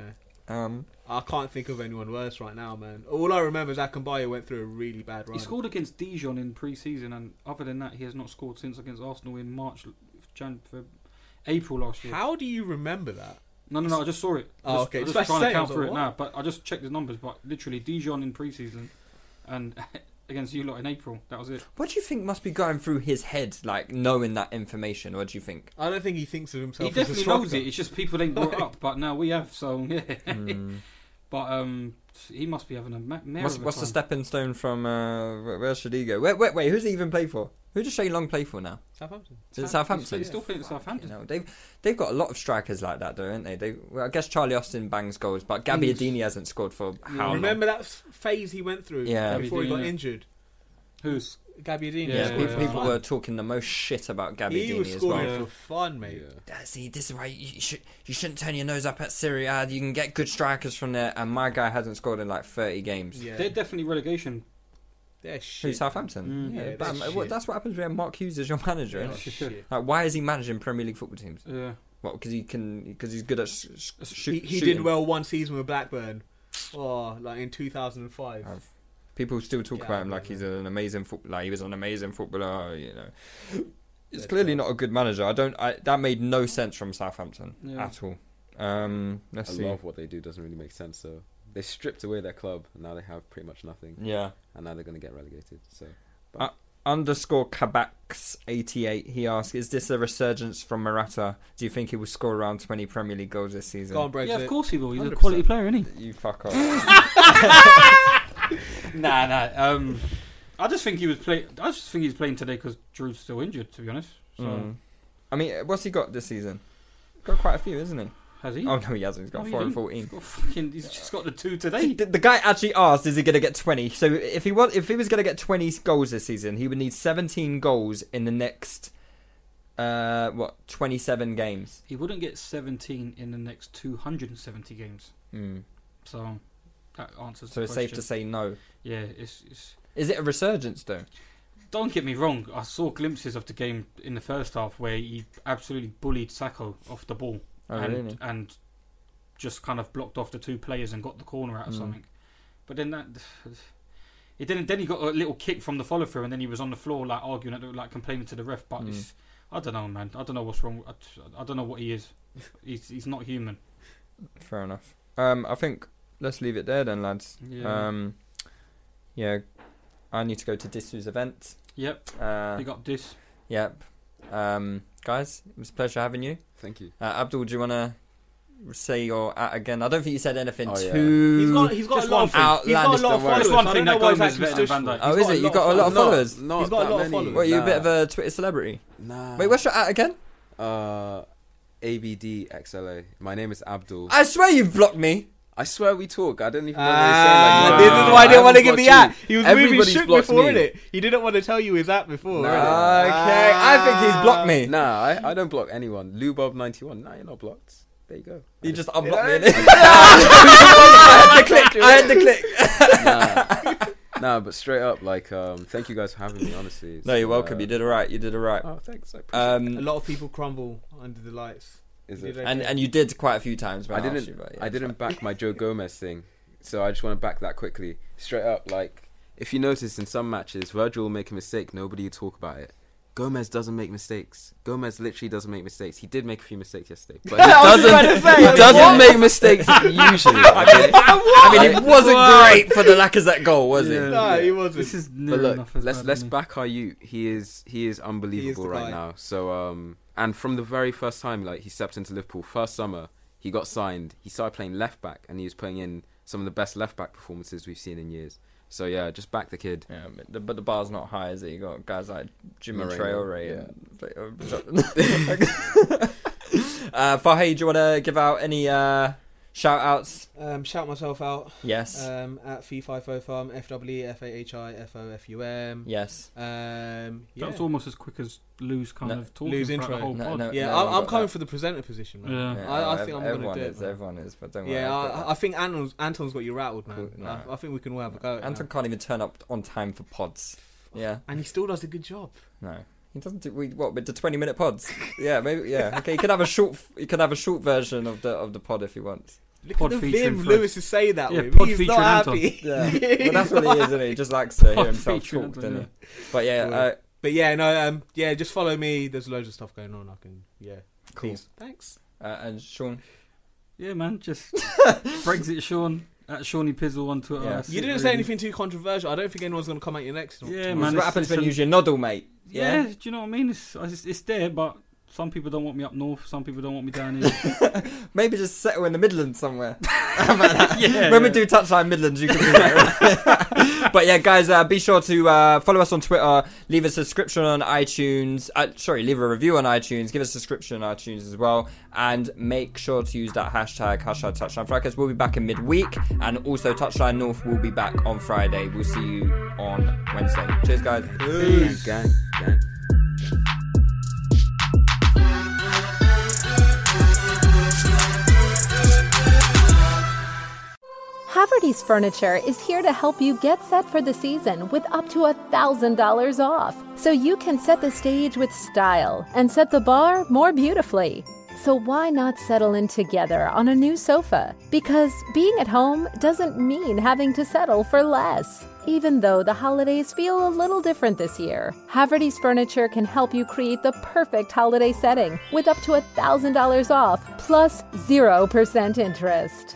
S3: Um,
S5: I can't think of anyone worse right now, man. All I remember is Akinbaye went through a really bad run.
S4: He scored against Dijon in pre-season, and other than that, he has not scored since against Arsenal in March, Jan, Feb, April last year.
S5: How do you remember that?
S4: No, no, no. I just saw it.
S5: Oh,
S4: just,
S5: okay.
S4: I'm
S5: So I
S4: just trying
S5: say, I
S4: to count
S5: was
S4: through
S5: like,
S4: it now, but I just checked his numbers. But literally, Dijon in pre-season, and against you lot in April. That was it.
S3: what do you think must be going through his head, like knowing that information? What do you think?
S5: I don't think he thinks of himself.
S4: he definitely
S5: as a
S4: knows it. It's just people ain't brought it up, but now we have. So yeah.
S5: Hmm.
S4: but um, he must be having a ma- mare
S3: What's,
S4: of a
S3: what's the
S4: time.
S3: stepping stone from? Uh, where, where should he go? Wait, wait, wait. Who's he even play for? Who does Shane Long play for now? Is
S5: Southampton.
S3: it
S4: South- he's-
S3: Southampton?
S4: he's still playing at
S3: Fucking
S4: Southampton.
S3: hell, They've they've got a lot of strikers like that, though, haven't they? They well, I guess Charlie Austin bangs goals, but Gabby
S4: Ings.
S3: Adini hasn't scored for how long?
S5: Remember that s- phase he went through
S3: Yeah.
S5: before he got
S4: Gabbiadini.
S5: injured?
S4: Who's
S5: Gabbiadini.
S4: Yeah,
S3: Yeah,
S5: scored
S3: people,
S5: for
S4: yeah.
S3: people
S5: fun.
S3: were talking the most shit about Gabby
S5: He was
S3: Adini as
S5: scoring
S3: well.
S5: for fun, mate.
S3: Uh, See, this is why you should you shouldn't turn your nose up at Syria. You can get good strikers from there, and my guy hasn't scored in like thirty games.
S5: Yeah,
S4: they're definitely relegation.
S5: they're
S3: Who
S5: shit.
S3: Southampton?
S4: Mm.
S3: yeah,
S5: Yeah,
S3: but,
S5: they're
S3: um, what-
S5: shit.
S3: that's what happens when Mark Hughes is your manager.
S5: They're
S3: innit?
S5: shit.
S3: Like, why is he managing Premier League football teams?
S4: Yeah.
S3: Well, because he can, because he's good at sh- sh- shoot,
S5: He, he
S3: shooting.
S5: did well one season with Blackburn. Oh, like in 2005.
S3: I've- People still talk
S5: Yeah,
S3: about him
S5: I
S3: like he's
S5: remember.
S3: an amazing footballer. Like he was an amazing footballer. You know, it's
S5: That's
S3: clearly
S5: right.
S3: not a good manager. I don't. I, that made no sense from Southampton
S4: Yeah.
S3: at all. Um, let's
S6: a
S3: see.
S6: lot of what they do doesn't really make sense. So they stripped away their club, and now they have pretty much nothing,
S3: Yeah. Uh,
S6: and now they're going to get relegated. So
S3: Underscore Kabaks eighty eight. He asks, "Is this a resurgence from Morata? Do you think he will score around twenty Premier League goals this season?"
S5: Go on, Brexit.
S4: Yeah, of course he will. He's a
S5: 100%.
S4: quality player, isn't he?
S3: You fuck off. Mm.
S4: nah, nah. Um, I just think he was play. I just think he's playing today because Drew's still injured. To be honest, so
S3: Mm. I mean, what's he got this season? Got quite a few, isn't he?
S4: has he?
S3: Oh no, he hasn't. He's got
S4: No, he
S3: four and
S4: didn't.
S3: fourteen.
S4: He's got fucking. He's just got the two today.
S3: The, the guy actually asked, "Is he going to get 20?" So if he was, if he was going to get 20 goals this season, he would need 17 goals in the next, uh, what, 27 games.
S4: He wouldn't get 17 in the next 270 games.
S3: Hmm.
S4: So that answers.
S3: So
S4: the
S3: it's
S4: question.
S3: safe to say no.
S4: Yeah, it's, it's.
S3: Is it a resurgence though?
S4: Don't get me wrong. I saw glimpses of the game in the first half where he absolutely bullied Sacco off the ball
S3: Oh,
S4: and
S3: really?
S4: and just kind of blocked off the two players and got the corner out of
S3: Hmm.
S4: something. But then that. It didn't. Then he got a little kick from the follow through, and then he was on the floor, like arguing, at the- like complaining to the ref. But
S3: Hmm.
S4: it's, I don't know, man. I don't know what's wrong. I, I don't know what he is. He's, he's not human.
S3: Fair enough. Um, I think let's leave it there then, lads.
S4: Yeah.
S3: Um, yeah. I need to go to Disu's event.
S4: Yep.
S3: Uh,
S4: Big up this.
S3: yep. Um, guys, it was a pleasure having you.
S6: Thank you.
S3: Uh, Abdul, do you want to say your at again? I don't think you said anything
S6: Oh, yeah.
S3: too.
S5: He's got, he's got a
S3: Just
S5: lot
S3: one
S5: of, he's got
S3: outlandish
S5: a lot
S3: don't worry.
S5: of followers.
S4: Just one
S5: I
S4: thing,
S5: don't know
S4: no
S5: why he's
S4: Gomez is
S5: actually
S4: better than
S5: stood
S4: Van Dijk.
S5: for
S3: Oh,
S5: He's
S3: is
S5: got
S3: it? You got a lot of
S6: Not-
S3: followers.
S6: Not
S5: He's got a
S6: that
S5: lot of
S6: many.
S5: followers.
S3: What are you a bit of
S6: Nah.
S3: a Twitter celebrity?
S6: Nah.
S3: Wait, what's your at again?
S6: Uh, ABDXLA. My name is Abdul. I,
S3: I swear you've blocked me.
S6: swear we talk. I don't even know what
S5: Ah,
S6: you're
S5: this is
S6: saying. Like,
S4: Wow.
S5: why I didn't want to
S6: haven't
S5: give the
S6: blocked
S5: app. He was
S6: you.
S5: moving
S6: Everybody's
S5: shook
S6: blocked
S5: before,
S6: me.
S5: innit? He didn't want to tell you his app before,
S6: Nah.
S5: innit?
S3: Okay, I think he's blocked me.
S6: Nah, I, I don't block anyone. Lubob91. Nah, you're not blocked. There you go.
S3: You just unblocked me. innit? I had to click. I had to click.
S6: nah. nah, but straight up, like, um, thank you guys for having me, honestly. It's,
S3: No, you're welcome.
S6: uh,
S3: you did all right. You did all right.
S6: Oh, thanks. I appreciate
S5: A
S3: Um,
S5: lot of people crumble under the lights.
S6: it. Is
S5: You
S6: it?
S5: did
S3: and and you did quite a few times. When
S6: I
S3: I,
S6: didn't.
S3: asked you, but yeah,
S6: I
S3: it's
S6: didn't back my Joe Gomez thing, so I just want to back that quickly, straight up. Like, if you notice in some matches, Virgil will make a mistake. Nobody will talk about it. Gomez doesn't make mistakes. Gomez literally doesn't make mistakes. He did make a few mistakes yesterday, but he doesn't. he doesn't make mistakes usually. okay?
S3: fine. I mean, it wasn't great for the Lacazette goal, was it?
S5: No, he wasn't.
S4: This is near
S6: But look,
S4: enough as
S6: let's
S4: bad,
S6: let's
S4: isn't it?
S6: back our you. He is he is unbelievable
S5: the guy.
S6: right now. So um, and from the very first time like he stepped into Liverpool, first summer he got signed. He started playing left back, and he was putting in some of the best left back performances we've seen in years. So yeah, just back the kid.
S3: Yeah, but the, but the bar's not high, is it? You got guys like Jimmy
S6: Moreno,
S3: Traore. and uh, Fahey, do you want to give out any uh, shout outs?
S5: Um, shout myself out
S3: Yes.
S5: um, at FIFOFUM, F-W-E-F-A-H-I-F-O-F-U-M.
S3: yes.
S5: Um, yeah,
S4: That was almost as quick as Lou's kind
S3: No,
S4: of talking
S5: Lou's
S4: throughout
S5: intro.
S4: the whole
S3: No,
S4: pod.
S3: no.
S5: yeah
S3: no,
S5: I'm,
S3: we
S5: I'm
S3: got
S5: coming
S3: that.
S5: for the presenter position, man.
S4: Yeah.
S5: I- I think I'm gonna
S3: everyone
S5: do it,
S3: is,
S5: man.
S3: Everyone is, but don't worry.
S5: Yeah,
S3: I've got
S5: I, I
S3: that.
S5: think Anton's, Anton's got you rattled, man.
S3: Cool, no.
S5: I, I think we can all have a go. At it
S3: Anton
S5: now.
S3: can't even turn up on time for pods. Yeah.
S5: and he still does a good job.
S3: No, he doesn't do. We, what with the twenty minute pods? yeah, maybe. Yeah, okay. He can have a short. He can have a short version of the of the pod if he wants.
S5: Look
S4: Pod
S5: at the
S4: featuring
S5: vim
S4: Fred.
S5: Lewis is saying that
S4: Yeah,
S5: with.
S4: pod
S5: He's
S4: featuring
S5: not
S4: Anton.
S5: happy.
S3: Yeah,
S5: He's
S3: well, that's what he
S5: not
S3: is, isn't he? He just likes to hear
S4: Pod
S3: himself
S4: featuring
S3: talk,
S4: Anton,
S3: doesn't he? But yeah,
S5: Yeah.
S3: uh,
S5: But yeah, no, um, yeah, just follow me. There's loads of stuff going on. I can, yeah.
S3: Cool.
S5: Please. Thanks.
S3: uh, and Sean,
S4: Yeah, man, just Brexit Sean at Shawnee Pizzle on Twitter.
S3: Yeah.
S4: That's
S5: You
S4: it,
S5: didn't say
S4: really.
S5: anything too controversial. I don't think anyone's going to come at you next.
S4: Yeah,
S3: this
S4: man.
S3: is what
S4: it's-
S3: happens
S4: it's
S3: when
S4: an-
S3: you use your noddle, mate?
S4: Yeah, do you know what I mean? It's, it's it's there, but some people don't want me up north. Some people don't want me down here.
S3: Maybe just settle in the Midlands somewhere.
S4: yeah,
S3: when we do touchline Midlands, you can do that. but yeah, guys, uh, be sure to uh, follow us on Twitter, leave a subscription on iTunes. Uh, sorry, leave a review on iTunes, give us a subscription on iTunes as well, and make sure to use that hashtag hashtag Touchline Fracas. We'll be back in midweek, and also Touchline North will be back on Friday. We'll see you on Wednesday. Cheers, guys.
S6: Gang, gang.
S10: Haverty's Furniture is here to help you get set for the season with up to $1,000 off. So you can set the stage with style and set the bar more beautifully. So why not settle in together on a new sofa? Because being at home doesn't mean having to settle for less. Even though the holidays feel a little different this year, Haverty's Furniture can help you create the perfect holiday setting with up to $1,000 off plus 0% interest.